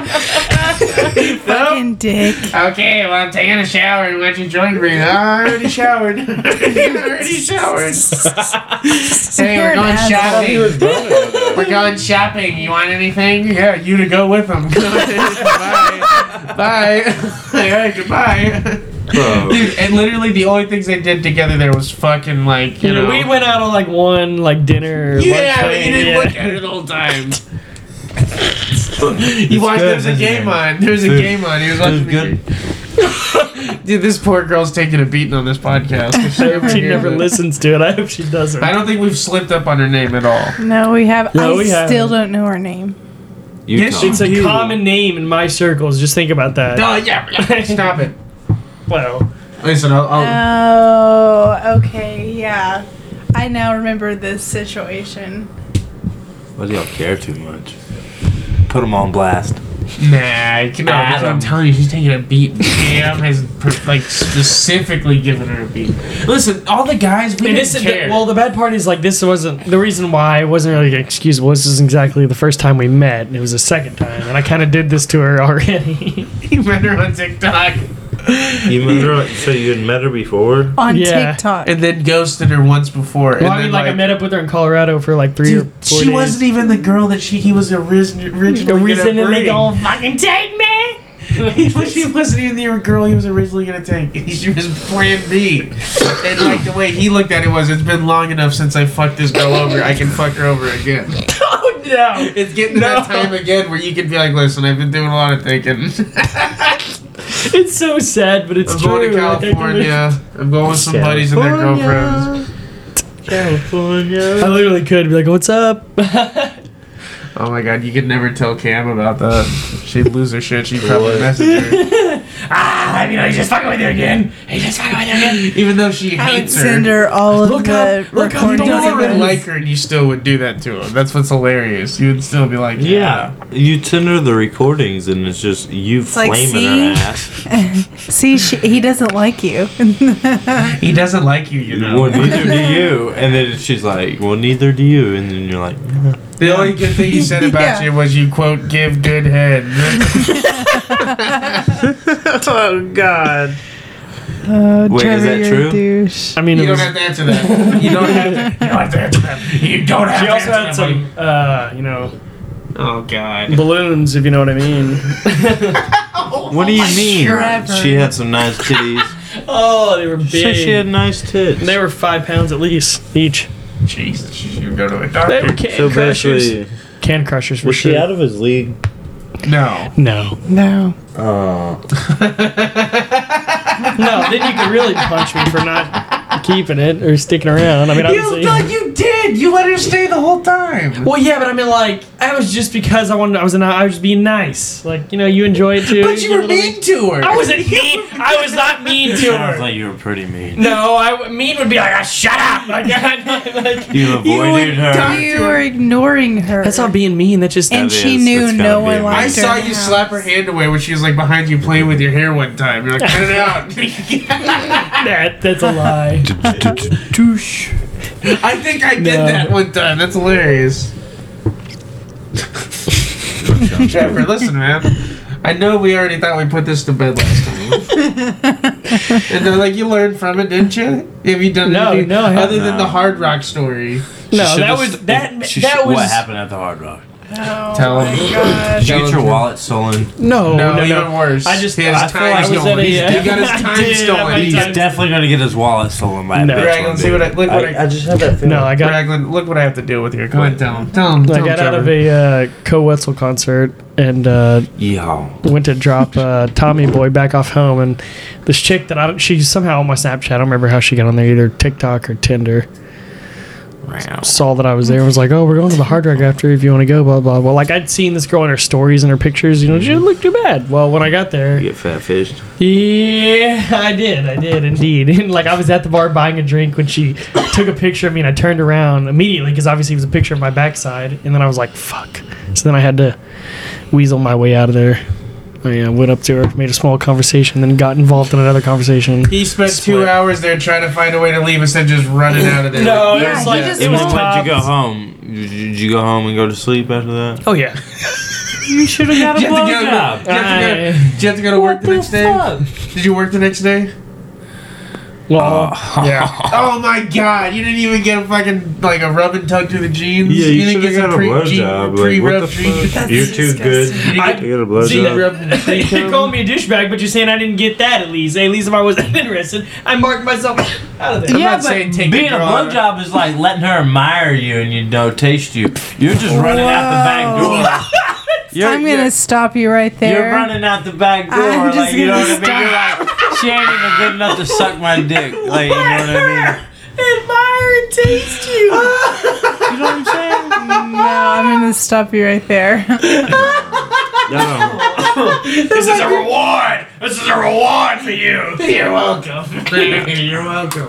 Speaker 6: Fucking dick.
Speaker 1: well I'm taking a shower and watching Joint Green. I already showered. I already showered. hey,
Speaker 6: You're
Speaker 1: we're
Speaker 6: an
Speaker 1: going
Speaker 6: asshole.
Speaker 1: shopping. We're going shopping. You want anything? Yeah, you to go with them. Bye. Bye. All right, goodbye.
Speaker 4: Bro.
Speaker 1: Dude, and literally the only things they did together there was fucking like you
Speaker 5: You know,
Speaker 1: know.
Speaker 5: we went out on like one like dinner. or lunch
Speaker 1: yeah, but
Speaker 5: thing,
Speaker 1: you didn't
Speaker 5: yeah.
Speaker 1: look at it the whole time. you watched.
Speaker 4: good,
Speaker 1: There's a
Speaker 4: isn't
Speaker 1: game
Speaker 4: it?
Speaker 1: on. There's a
Speaker 4: It's-
Speaker 1: game on. He was watching.
Speaker 4: it's
Speaker 1: the game. Dude, this poor girl's taking a beating on this podcast.
Speaker 5: I hope she never listens to it. I hope she doesn't.
Speaker 1: I don't think we've slipped up on her name at all.
Speaker 6: No, we have.
Speaker 5: No,
Speaker 6: I
Speaker 5: we haven't.
Speaker 6: still don't know her name.
Speaker 1: Yes,
Speaker 4: Utah.
Speaker 5: It's a common name in my circles. Just think about that.
Speaker 1: No, yeah, yeah, stop it.
Speaker 5: Well,
Speaker 1: Listen, I'll.
Speaker 6: Uh,
Speaker 1: I'll
Speaker 6: Oh, okay, yeah. I now remember this situation.
Speaker 4: Why do y'all care too much? Put them on blast.
Speaker 1: nah, you can, no, that's what I'm
Speaker 4: Adam.
Speaker 1: telling you, she's taking a beating. Cam has per- like specifically given her a beating. Listen, all the guys we didn't
Speaker 5: and this is
Speaker 1: care.
Speaker 5: the, well. The bad part is like this wasn't the reason why it wasn't really excusable. This is exactly the first time we met, and it was the second time, and I kind of did this to her already.
Speaker 1: You met her on TikTok.
Speaker 4: You met her? So you had met her before?
Speaker 6: on
Speaker 7: Yeah.
Speaker 6: TikTok.
Speaker 1: and then ghosted her once before. and
Speaker 5: Well, I
Speaker 1: then,
Speaker 5: mean, like, I met up with her in Colorado for like three or
Speaker 1: Dude,
Speaker 5: four
Speaker 1: she
Speaker 5: days.
Speaker 1: wasn't even the girl that she he was oris- originally.
Speaker 5: the
Speaker 1: gonna
Speaker 5: reason that they
Speaker 1: bring.
Speaker 5: don't fucking take me.
Speaker 1: He was- she wasn't even the girl he was originally gonna take. She was Plan B. And like the way he looked at it was, it's been long enough since I fucked this girl over. I can fuck her over again.
Speaker 5: Oh no!
Speaker 1: It's getting to that
Speaker 5: No.
Speaker 1: time again where you can be like, listen, I've been doing a lot of thinking.
Speaker 5: It's so sad, but it's
Speaker 1: I'm
Speaker 5: true.
Speaker 1: going to
Speaker 5: Like, I can-
Speaker 1: California. I'm going with some buddies and their girlfriends.
Speaker 5: I literally could be like, "What's up?"
Speaker 1: Oh my god, you could never tell Cam about that. She'd lose her shit. She'd probably message her,
Speaker 5: Ah, I mean, I just fucking with you again. I just fucking with you again.
Speaker 1: even though she
Speaker 6: I would
Speaker 1: hates her.
Speaker 6: send her all of
Speaker 5: Look
Speaker 6: the
Speaker 5: up- look up
Speaker 6: recordings.
Speaker 1: You don't
Speaker 6: of
Speaker 1: even
Speaker 5: Doris.
Speaker 6: us.
Speaker 1: like her, and you still would do that to him. That's what's hilarious. You would still be like,
Speaker 4: Yeah. You send her the recordings and it's just you
Speaker 6: like,
Speaker 4: flaming
Speaker 6: see?
Speaker 4: her ass.
Speaker 6: See, she, he doesn't like you.
Speaker 1: He doesn't like you, you know.
Speaker 4: Well, neither do you. And then she's like, well, neither do you. And then you're like,
Speaker 1: The only good thing he said about
Speaker 6: Yeah.
Speaker 1: you was you quote give good head. oh God!
Speaker 6: Oh,
Speaker 4: Wait, is that
Speaker 6: you're a
Speaker 4: true?
Speaker 6: douche.
Speaker 7: I mean,
Speaker 1: You
Speaker 7: it
Speaker 1: don't
Speaker 7: was,
Speaker 1: have to answer that. You don't have to. You don't have to answer that. You don't have
Speaker 5: She
Speaker 1: to answer
Speaker 5: also had
Speaker 1: that. buddy.
Speaker 5: some, uh, you know,
Speaker 1: Oh God!
Speaker 7: balloons, if you know what I mean.
Speaker 4: what do you mean?
Speaker 6: Trevor.
Speaker 4: She had some nice titties.
Speaker 5: oh, they were big.
Speaker 4: So she had nice tits.
Speaker 7: They were five pounds at least each.
Speaker 1: Jesus, you should go to a
Speaker 5: They
Speaker 1: doctor.
Speaker 5: were can
Speaker 4: so
Speaker 5: crushers.
Speaker 4: basically,
Speaker 7: Can crushers for
Speaker 4: was
Speaker 7: sure.
Speaker 4: she out of his league?
Speaker 1: No.
Speaker 7: no,
Speaker 6: No.
Speaker 4: Oh,
Speaker 7: no. Then you could really punch me for not keeping it or sticking around. I mean, obviously.
Speaker 1: you did. You let her stay the whole time.
Speaker 5: Well, yeah, but I mean, like, I was just because I wanted. I was an. I was just being nice. Like, you know, you enjoy it too.
Speaker 1: But you
Speaker 5: know
Speaker 1: were
Speaker 5: what I
Speaker 1: mean to her.
Speaker 5: I wasn't mean. I was not mean to
Speaker 4: I
Speaker 5: her.
Speaker 4: thought you were pretty mean.
Speaker 5: No, I w- mean would be like, ah, shut up. Like, I- like
Speaker 4: You avoided her.
Speaker 6: You were ignoring her.
Speaker 5: that's not being mean. That's just.
Speaker 6: And
Speaker 4: That
Speaker 6: she
Speaker 4: is-
Speaker 6: knew
Speaker 4: that's gotta
Speaker 6: no
Speaker 4: be
Speaker 6: one
Speaker 4: a-
Speaker 1: I
Speaker 6: liked her.
Speaker 1: saw
Speaker 6: in
Speaker 1: you
Speaker 6: the
Speaker 1: slap her
Speaker 6: house.
Speaker 1: hand away when she was like behind you playing with your hair one time. You're like, cut it out.
Speaker 5: that, that's a lie.
Speaker 4: douche.
Speaker 1: I think I did
Speaker 5: No.
Speaker 1: that one time. That's hilarious. Trevor, listen, man. I know we already thought we put this to bed last time. and they're like, you learned from it, didn't you? Have you done
Speaker 5: No,
Speaker 1: anything
Speaker 5: no, I
Speaker 1: other
Speaker 5: haven't.
Speaker 1: than the Hard Rock story?
Speaker 5: No, that was that. That was
Speaker 4: What happened at the Hard Rock?
Speaker 1: Tell him.
Speaker 4: Did you
Speaker 1: Tell
Speaker 4: get your
Speaker 1: him.
Speaker 4: wallet stolen?
Speaker 5: no,
Speaker 1: No,
Speaker 5: no,
Speaker 1: even
Speaker 5: no.
Speaker 1: worse.
Speaker 5: I just-
Speaker 1: He had
Speaker 5: I
Speaker 1: his
Speaker 5: feel like
Speaker 1: time
Speaker 5: I was
Speaker 1: stolen.
Speaker 5: at a-
Speaker 1: He got his
Speaker 5: I
Speaker 1: time
Speaker 5: did, I
Speaker 1: stolen.
Speaker 5: went
Speaker 4: He's
Speaker 5: Sometimes-
Speaker 4: definitely gonna get his wallet stolen by a
Speaker 7: No.
Speaker 4: bitch
Speaker 1: Raglan,
Speaker 4: one
Speaker 1: see what I,
Speaker 4: day.
Speaker 1: look what I,
Speaker 4: just have that feeling.
Speaker 7: No, I got
Speaker 1: Raglan, look what I have to deal with here. Go ahead, tell him. Tell him.
Speaker 7: I
Speaker 1: tell him,
Speaker 7: got out of
Speaker 1: Trevor.
Speaker 7: a uh, Co Wetzel concert and uh,
Speaker 4: Yeehaw.
Speaker 7: went to drop uh, Tommy Boy back off home, and this chick that I don't, she's somehow on my Snapchat. I don't remember how she got on there either TikTok or Tinder. Saw that I was there and was like, "Oh, we're going to the hard rock after if you want to go." Blah blah. Well, like I'd seen this girl in her stories and her pictures. You know, she didn't look too bad. Well, when I got there,
Speaker 4: You get fat fished.
Speaker 7: yeah, I did. I did indeed. And like I was at the bar buying a drink when she took a picture of me, and I turned around immediately because obviously it was a picture of my backside. And then I was like, "Fuck!" So then I had to weasel my way out of there. I uh, went up to her, made a small conversation, then got involved in another conversation.
Speaker 1: He spent two
Speaker 7: Split.
Speaker 1: hours there trying to find a way to leave instead of just running out of there.
Speaker 5: No,
Speaker 6: Yeah,
Speaker 5: it was
Speaker 6: he
Speaker 5: like
Speaker 6: just
Speaker 5: it was
Speaker 6: won't.
Speaker 4: When'd you go
Speaker 5: tops.
Speaker 4: home? Did you go home and go to sleep after that?
Speaker 7: Oh yeah,
Speaker 4: You should have got a
Speaker 1: Did you, have to go, did, you have to go, did you have to go to work the next day? Did you work the next day?
Speaker 7: well,
Speaker 1: Yeah. oh my god, you didn't even get a fucking like a rub and tug to the jeans.
Speaker 4: Yeah, you should
Speaker 1: didn't
Speaker 4: have
Speaker 1: get
Speaker 4: got a
Speaker 1: some jean-
Speaker 4: blowjob. Like, what
Speaker 1: pre-rub
Speaker 4: the
Speaker 1: jeans.
Speaker 4: fuck?
Speaker 6: That's
Speaker 4: You're too good.
Speaker 6: disgusting.
Speaker 4: You
Speaker 1: I-
Speaker 4: get a
Speaker 1: Jean
Speaker 4: blowjob.
Speaker 1: rub and pre-tug.
Speaker 5: You're calling me a douchebag, but you're saying I didn't get that at least. At least if I wasn't interested, I marked myself out of there.
Speaker 1: I'm
Speaker 6: Yeah,
Speaker 1: not
Speaker 6: but
Speaker 1: saying take
Speaker 4: Being
Speaker 1: the
Speaker 4: a
Speaker 1: girl out.
Speaker 4: blowjob is like letting her admire you and you know taste you. You're just running out the back door. You're,
Speaker 6: I'm going to stop you right
Speaker 4: you're,
Speaker 6: there.
Speaker 4: you're running out the back door.
Speaker 6: I'm just
Speaker 4: like you know
Speaker 6: gonna
Speaker 4: what I mean. You're like she ain't even good enough to suck my dick. Like you know what I mean.
Speaker 5: Admire and taste you.
Speaker 4: You know what I'm saying?
Speaker 6: No, I'm going to stop you right there.
Speaker 4: No.
Speaker 5: this is a reward. This is a reward for you.
Speaker 1: You're welcome. You're welcome.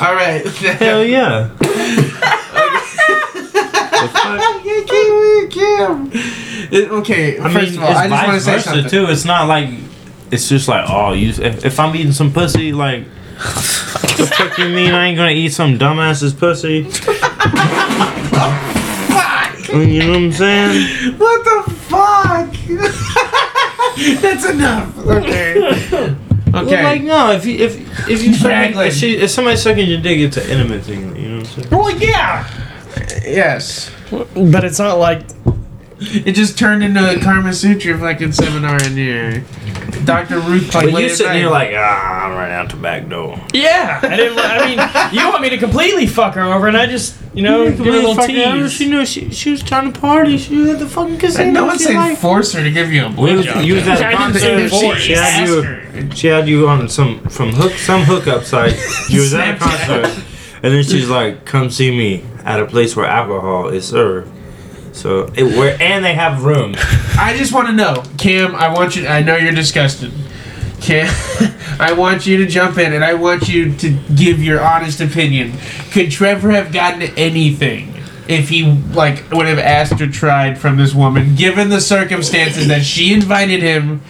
Speaker 1: All right.
Speaker 4: Hell yeah.
Speaker 1: You came with Kim. It- okay,
Speaker 4: I mean,
Speaker 1: first of all,
Speaker 4: it's
Speaker 1: I just want to
Speaker 4: vice
Speaker 1: say
Speaker 4: versa
Speaker 1: something.
Speaker 4: too. It's not like it's just like oh, you. If, if I'm eating some pussy, like what the fuck you mean I ain't gonna eat some dumbass's pussy? I mean, You know what I'm saying?
Speaker 1: What the fuck? That's enough. Okay. Okay.
Speaker 4: Well, like no, if you if if you suck-
Speaker 1: Exactly.
Speaker 4: if, she, if somebody's sucking your dick, it's an intimate thing. You know what I'm saying?
Speaker 5: Well, yeah,
Speaker 1: yes.
Speaker 7: But it's not like
Speaker 1: It just turned into a Karma Sutra fucking seminar in here. Dr. Ruth like
Speaker 4: But
Speaker 1: late
Speaker 4: you
Speaker 1: at
Speaker 4: sitting
Speaker 1: night.
Speaker 4: here like ah, I'm running out the back door.
Speaker 5: yeah. I, didn't, I mean, you want me to completely fuck her over, and I just, you know, give her a little tease.
Speaker 4: She knew she, she was trying to party. She had the fucking
Speaker 1: I
Speaker 4: casino.
Speaker 1: know it's
Speaker 4: she
Speaker 1: saying
Speaker 4: like,
Speaker 1: force her to give you a
Speaker 4: we
Speaker 1: blowjob.
Speaker 4: was, you was at a concert. She, she, had you, she had you on some from hook some hookup site. You was at a concert, and then she's like, "Come see me at a place where alcohol is served." So it, where and they have rooms.
Speaker 1: I just want to know, Cam. I want you. I know you're disgusted. Cam, I want you to jump in, and I want you to give your honest opinion. Could Trevor have gotten anything if he like would have asked or tried from this woman, given the circumstances that she invited him?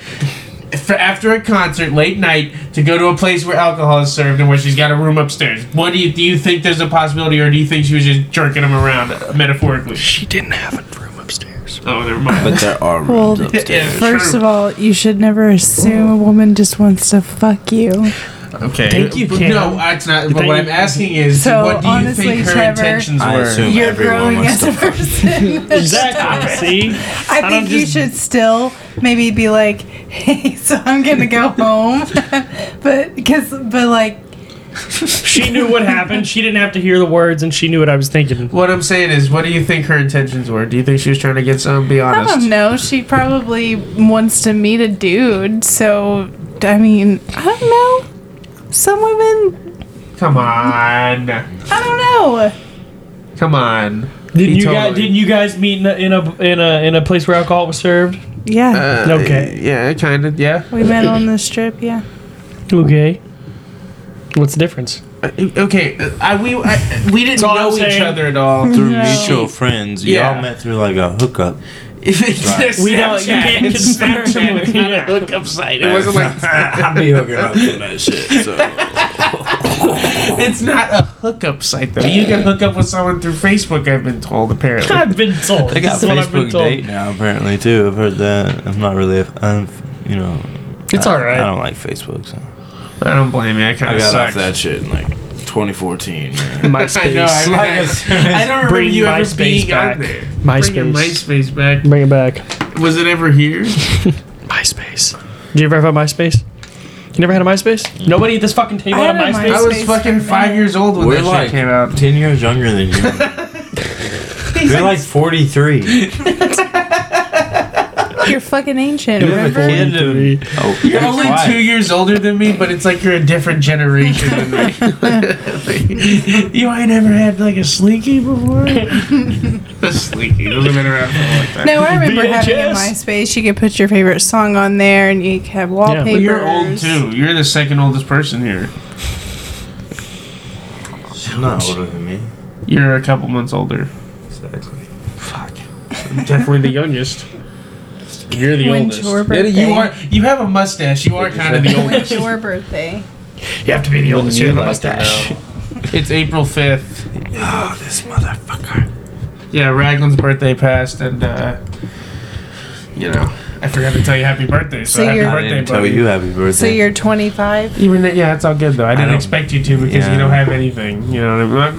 Speaker 1: For after a concert late night to go to a place where alcohol is served and where she's got a room upstairs. What do you do? You think there's a possibility, or do you think she was just jerking him around uh, metaphorically?
Speaker 7: she didn't have a room upstairs.
Speaker 1: Oh, never mind.
Speaker 4: But there are
Speaker 6: Well,
Speaker 1: upstairs.
Speaker 6: first
Speaker 1: True.
Speaker 6: of all, you should never assume a woman just wants to fuck you.
Speaker 1: Okay.
Speaker 7: Thank you,
Speaker 1: But
Speaker 7: Cam.
Speaker 1: No, it's not. But
Speaker 7: Thank
Speaker 1: what I'm
Speaker 7: you.
Speaker 1: asking is,
Speaker 6: So,
Speaker 1: what do you
Speaker 6: honestly,
Speaker 1: think her
Speaker 6: Trevor-
Speaker 1: intentions were?
Speaker 4: I assume
Speaker 6: You're
Speaker 4: everyone
Speaker 6: growing
Speaker 4: wants
Speaker 6: as a
Speaker 4: to fuck.
Speaker 6: person.
Speaker 7: Exactly. See,
Speaker 6: I
Speaker 7: don't
Speaker 6: think you
Speaker 7: just-
Speaker 6: should still maybe be like, "Hey, so I'm gonna go home," but because but like
Speaker 7: she knew what happened. She didn't have to hear the words, and she knew what I was thinking.
Speaker 1: What I'm saying is, what do you think her intentions were? Do you think she was trying to get some? Be
Speaker 6: I
Speaker 1: honest.
Speaker 6: don't know. She probably wants to meet a dude. So I mean, I don't know. Some women,
Speaker 1: Come on.
Speaker 6: I don't know.
Speaker 1: Come on.
Speaker 7: Didn't
Speaker 1: He
Speaker 7: you guys?
Speaker 1: totally-
Speaker 7: Didn't you guys meet in a in a in a, in a place where alcohol was served?
Speaker 6: Yeah,
Speaker 1: Uh,
Speaker 7: Okay.
Speaker 1: Yeah, kind of. Yeah.
Speaker 6: we met on the strip. Yeah,
Speaker 7: Okay. What's the difference?
Speaker 1: Uh, Okay. uh, I we I, we didn't
Speaker 7: That's all
Speaker 1: know
Speaker 7: I'm
Speaker 1: each
Speaker 7: saying.
Speaker 1: other at all.
Speaker 4: Through
Speaker 6: No.
Speaker 4: mutual friends,
Speaker 1: Yeah.
Speaker 4: y'all met through like a hookup.
Speaker 1: we
Speaker 7: don't- you can't confirm.
Speaker 1: It's not a hookup site. It wasn't like
Speaker 4: I be hooking up to that shit. So
Speaker 1: it's not a hookup site though. You can hook up with someone through Facebook. I've been told apparently.
Speaker 7: I've been told.
Speaker 4: they got
Speaker 7: This is what I've been
Speaker 4: Facebook
Speaker 7: told.
Speaker 4: date now apparently too. I've heard that. I'm not really. a- I'm, you know.
Speaker 7: It's
Speaker 4: I-
Speaker 7: all right.
Speaker 4: I don't like Facebook. So.
Speaker 1: I don't blame you. I kind
Speaker 4: I
Speaker 1: of
Speaker 4: got
Speaker 1: suck.
Speaker 4: off that shit in like 2014. Man.
Speaker 1: I know. I, I, I don't remember
Speaker 7: Bring
Speaker 1: you ever
Speaker 7: MySpace
Speaker 1: being
Speaker 7: back.
Speaker 1: on there. Bringing
Speaker 7: MySpace.
Speaker 1: MySpace back.
Speaker 7: Bring it back.
Speaker 1: Was it ever here?
Speaker 7: MySpace. Did you ever have a MySpace? You never had a MySpace? Nobody at this fucking table
Speaker 6: I
Speaker 7: had a
Speaker 6: had a
Speaker 7: MySpace.
Speaker 1: I was
Speaker 6: MySpace.
Speaker 1: fucking five years old when
Speaker 4: We're
Speaker 1: that
Speaker 4: like-
Speaker 1: shit came out.
Speaker 4: 10 years younger than you. You're like 43.
Speaker 6: you're fucking ancient.
Speaker 4: You have a
Speaker 6: Remember?
Speaker 4: kid. in- Oh,
Speaker 1: You're only
Speaker 4: why?
Speaker 1: two years older than me, but it's like you're a different generation than me. you ain't ever had like a slinky before. a slinky doesn't been around for a long time.
Speaker 6: No, I remember having a
Speaker 7: VHS.
Speaker 6: MySpace. You could put your favorite song on there, and you could have wallpapers.
Speaker 1: Well, you're old too. You're the second oldest person here.
Speaker 4: She's not older than me.
Speaker 1: You're a couple months older.
Speaker 4: Exactly. Fuck.
Speaker 1: Definitely the youngest. You're the oldest.
Speaker 6: When's your
Speaker 1: Yeah,
Speaker 6: birthday?
Speaker 1: You are. You have a mustache. You are kind of the oldest.
Speaker 6: When's your birthday?
Speaker 7: You have to be the oldest here.
Speaker 1: like It's April fifth.
Speaker 4: Oh, this motherfucker.
Speaker 1: Yeah, Raglan's birthday passed, and uh, you know, I forgot to tell you happy birthday. So,
Speaker 6: So
Speaker 1: happy
Speaker 6: you're-
Speaker 4: I
Speaker 1: birthday,
Speaker 4: didn't tell
Speaker 1: buddy.
Speaker 4: you happy birthday.
Speaker 6: So you're 25.
Speaker 1: Even that, yeah, it's all good though. I didn't
Speaker 4: don't-
Speaker 1: expect you to because
Speaker 4: yeah.
Speaker 1: you don't have anything. You know what I mean?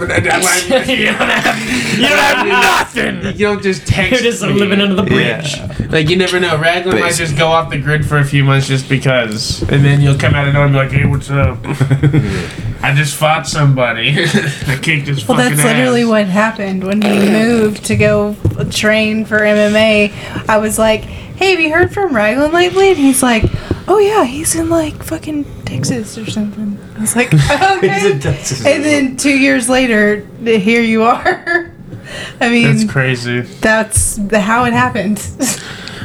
Speaker 1: you don't have, nothing. You don't just text.
Speaker 7: You're just
Speaker 1: me.
Speaker 7: living under the bridge.
Speaker 4: Yeah.
Speaker 1: Like you never know. Raglan might
Speaker 4: Basically.
Speaker 1: just go off the grid for a few months just because, and then you'll come out of nowhere and be like, "Hey, what's up? I just fought somebody. I kicked his
Speaker 6: Well,
Speaker 1: fucking
Speaker 6: that's literally
Speaker 1: ass."
Speaker 6: what happened when we moved to go train for MMA. I was like, "Hey, have you heard from Raglan lately?" And he's like, "Oh yeah, he's in like fucking Texas or something." I was like,
Speaker 4: He's in
Speaker 6: "Okay."
Speaker 4: Texas.
Speaker 6: and then two years later, here you are. I
Speaker 1: That's
Speaker 6: mean,
Speaker 1: crazy.
Speaker 6: that's, the how it happened.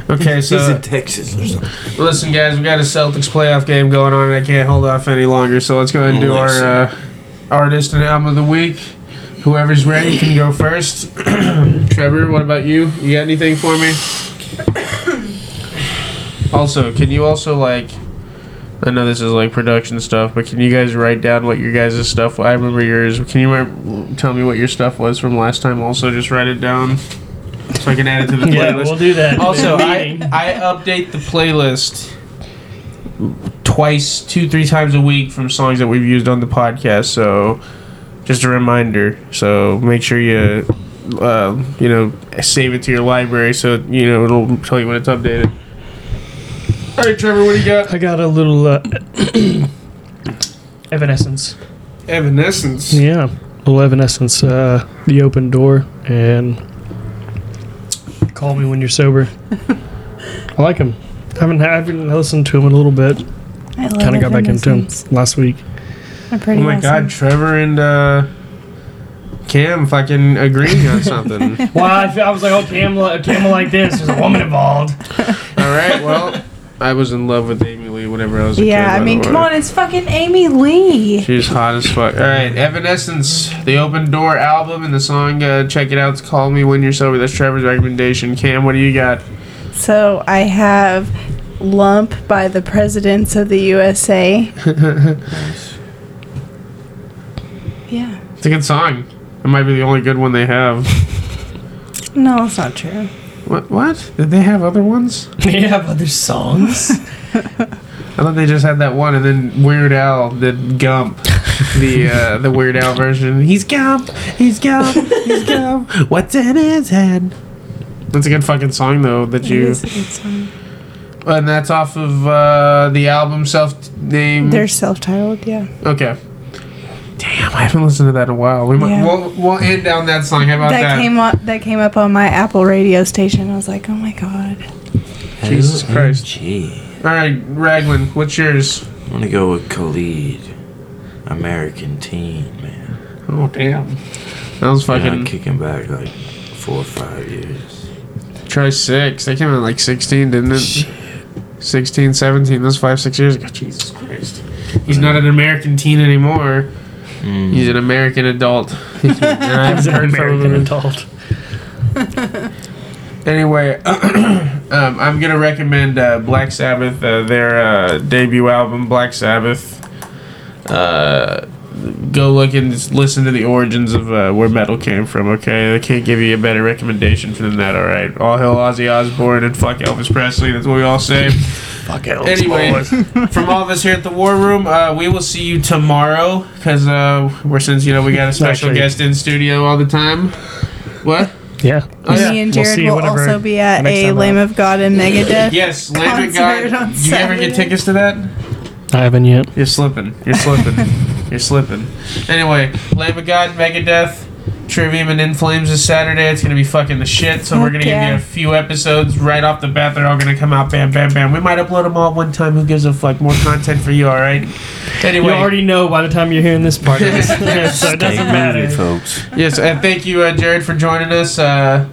Speaker 1: Okay, so
Speaker 4: He's in Texas or something.
Speaker 1: Listen, guys, we got a Celtics playoff game going on, and I can't hold off any longer. So let's go ahead and do
Speaker 4: Listen.
Speaker 1: our uh, artist and album of the week. Whoever's ready can go first. Trevor, what about you? You got anything for me? also, can you also like? I know this is like production stuff, but can you guys write down what your guys' stuff? I remember yours. Can you remember, tell me what your stuff was from last time? Also, just write it down so I can add it to the playlist.
Speaker 7: Yeah, we'll do that.
Speaker 1: Also, I,
Speaker 7: Meeting.
Speaker 1: I update the playlist twice, two, three times a week from songs that we've used on the podcast. So just a reminder. So make sure you, uh, you know, save it to your library so, you know, it'll tell you when it's updated. All right, Trevor, what do you got?
Speaker 7: I got a little uh, Evanescence.
Speaker 1: Evanescence.
Speaker 7: Yeah, little Evanescence. Uh, the open door and call me when you're sober. I like him. Haven't haven't listened to him in a little
Speaker 5: Oh,
Speaker 7: bit.
Speaker 6: I love
Speaker 7: Kind of got back into him
Speaker 6: Evanescence.
Speaker 7: last week.
Speaker 6: They're pretty
Speaker 1: Oh my
Speaker 6: awesome.
Speaker 1: God, Trevor and uh, Cam fucking agreeing on something.
Speaker 7: Well, I, fe- I was like, oh, Camel, Camel like this. There's a woman involved.
Speaker 1: All right, well, I was in love with Amy Lee whenever I was a kid.
Speaker 6: Yeah,
Speaker 1: by
Speaker 6: I
Speaker 1: the
Speaker 6: mean,
Speaker 1: way.
Speaker 6: come on, it's fucking Amy Lee.
Speaker 1: She's hot as fuck. All right, Evanescence, the Open Door album, and the song uh, "Check It Out" is "Call Me When You're Sober." That's Trevor's recommendation. Cam, what do you got?
Speaker 6: So I have Lump by the Presidents of the USA. yeah.
Speaker 1: It's a good song. It might be the only good one they have.
Speaker 6: No, that's not true.
Speaker 1: What? What? Did they have other ones?
Speaker 5: They have other songs.
Speaker 1: I thought they just had that one, and then Weird Al did Gump, the uh, the Weird Al version. He's Gump, he's Gump, he's Gump. What's in his head? That's a good fucking song though that
Speaker 6: It
Speaker 1: you.
Speaker 6: is um, a good song.
Speaker 1: And that's off of uh, the album self name.
Speaker 6: They're self-titled, yeah.
Speaker 1: okay. Damn, I haven't listened to that in a while. We might
Speaker 6: Yeah.
Speaker 1: we'll, we'll end on that song. How about
Speaker 6: That,
Speaker 1: that?
Speaker 6: came up. That came up on my Apple radio station. I was like, oh my god.
Speaker 1: Jesus Christ.
Speaker 4: Gee.
Speaker 1: All right, Raglan, what's yours?
Speaker 4: I'm gonna go with Khalid. American teen, man.
Speaker 1: Oh damn, that was
Speaker 4: Fucking
Speaker 1: fucking
Speaker 4: kicking back like four or five years.
Speaker 1: try six. That came out like sixteen, didn't it?
Speaker 4: Shit.
Speaker 1: 16, 17, that's five, six years ago. Jesus Christ. He's not an American teen anymore.
Speaker 4: Mm.
Speaker 1: He's an American adult. And I've
Speaker 7: He's an
Speaker 1: heard from him
Speaker 7: American adult.
Speaker 1: Anyway, um, I'm gonna recommend uh, Black Sabbath, uh, their uh, debut album, Black Sabbath. Uh, go look and just listen to the origins of uh, where metal came from. Okay, I can't give you a better recommendation than that. All right, all hail Ozzy Osbourne and fuck Elvis Presley. That's what we all say.
Speaker 7: Fuck it.
Speaker 1: anyway, from all of us here at the War Room, uh, we will see you tomorrow because uh, we're since you know we got a special
Speaker 7: Actually-
Speaker 1: guest in studio all the time. What?
Speaker 7: Yeah.
Speaker 1: Oh, yeah.
Speaker 6: Me and
Speaker 7: We'll
Speaker 6: Jared
Speaker 7: see
Speaker 6: will
Speaker 7: whenever-
Speaker 6: also be at
Speaker 7: next
Speaker 6: a
Speaker 7: time
Speaker 6: Lamb of God and Megadeth.
Speaker 1: Yes, Lamb of
Speaker 6: Concert
Speaker 1: God.
Speaker 6: on
Speaker 1: Do you ever get
Speaker 6: Saturday.
Speaker 1: tickets to that?
Speaker 7: I haven't yet.
Speaker 1: You're slipping. You're slipping. You're slipping. Anyway, Lamb of God, Megadeth, Trivium, and In Flames is Saturday. It's gonna be fucking the shit. So we're
Speaker 6: Fuck
Speaker 1: gonna
Speaker 6: yeah.
Speaker 1: give you a few episodes right off the bat. They're all gonna come out, bam, bam, bam. We might upload them all one time. Who gives a fuck? More content for you, all right? Anyway,
Speaker 7: You already know by the time you're hearing this part of this, so it doesn't
Speaker 4: Hey,
Speaker 7: matter.
Speaker 4: movie, folks.
Speaker 1: yes, and thank you, uh, Jared, for joining us. Uh,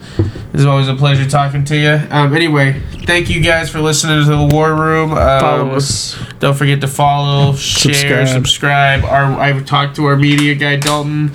Speaker 1: it's always a pleasure talking to you. Um, anyway, thank you guys for listening to the War Room. Um,
Speaker 7: Follow us.
Speaker 1: Don't forget to follow, share,
Speaker 7: Subscribe.
Speaker 1: subscribe. Our I've talked to our media guy Dalton.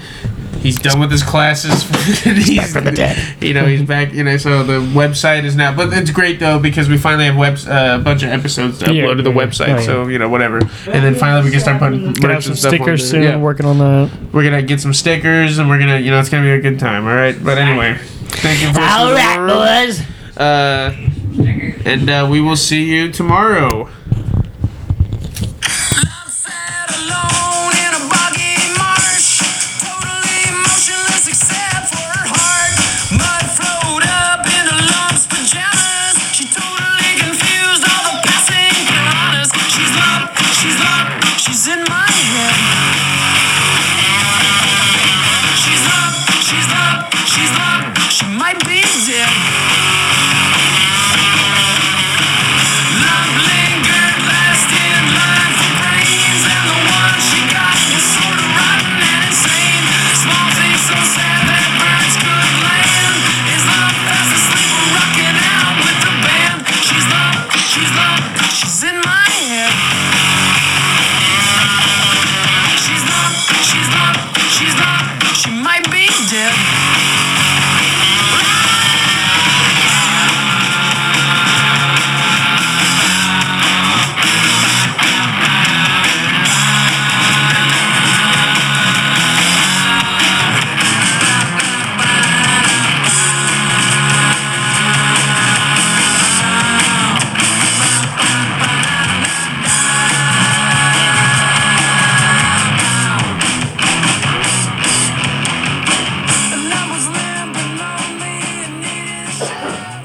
Speaker 1: He's done with his classes. he's back from the dead. You know, he's back. You know, so the website is now. But it's great though because we finally have webs uh, a bunch of episodes to
Speaker 7: Yeah,
Speaker 1: upload to the
Speaker 7: yeah.
Speaker 1: website.
Speaker 7: Oh, yeah.
Speaker 1: So you know, whatever. And then finally we can start putting merch
Speaker 7: Gonna have some
Speaker 1: and stuff on
Speaker 7: stickers
Speaker 1: there.
Speaker 7: soon.
Speaker 1: Yeah.
Speaker 7: Working on that.
Speaker 1: We're gonna get some stickers and we're gonna, you know, it's gonna be a good time. All right. But anyway, thank you for all right, boys. Uh, and uh, we will see you tomorrow.
Speaker 2: sat alone in a boggy marsh, totally motionless except for her heart. Mud flowed up into Lump's pajamas. She totally confused all the passing piranhas. She's lump, she's lump, she's in my head. She's lump, she's lump, she's lump, she might be dead. Love lingers.
Speaker 10: Thank you.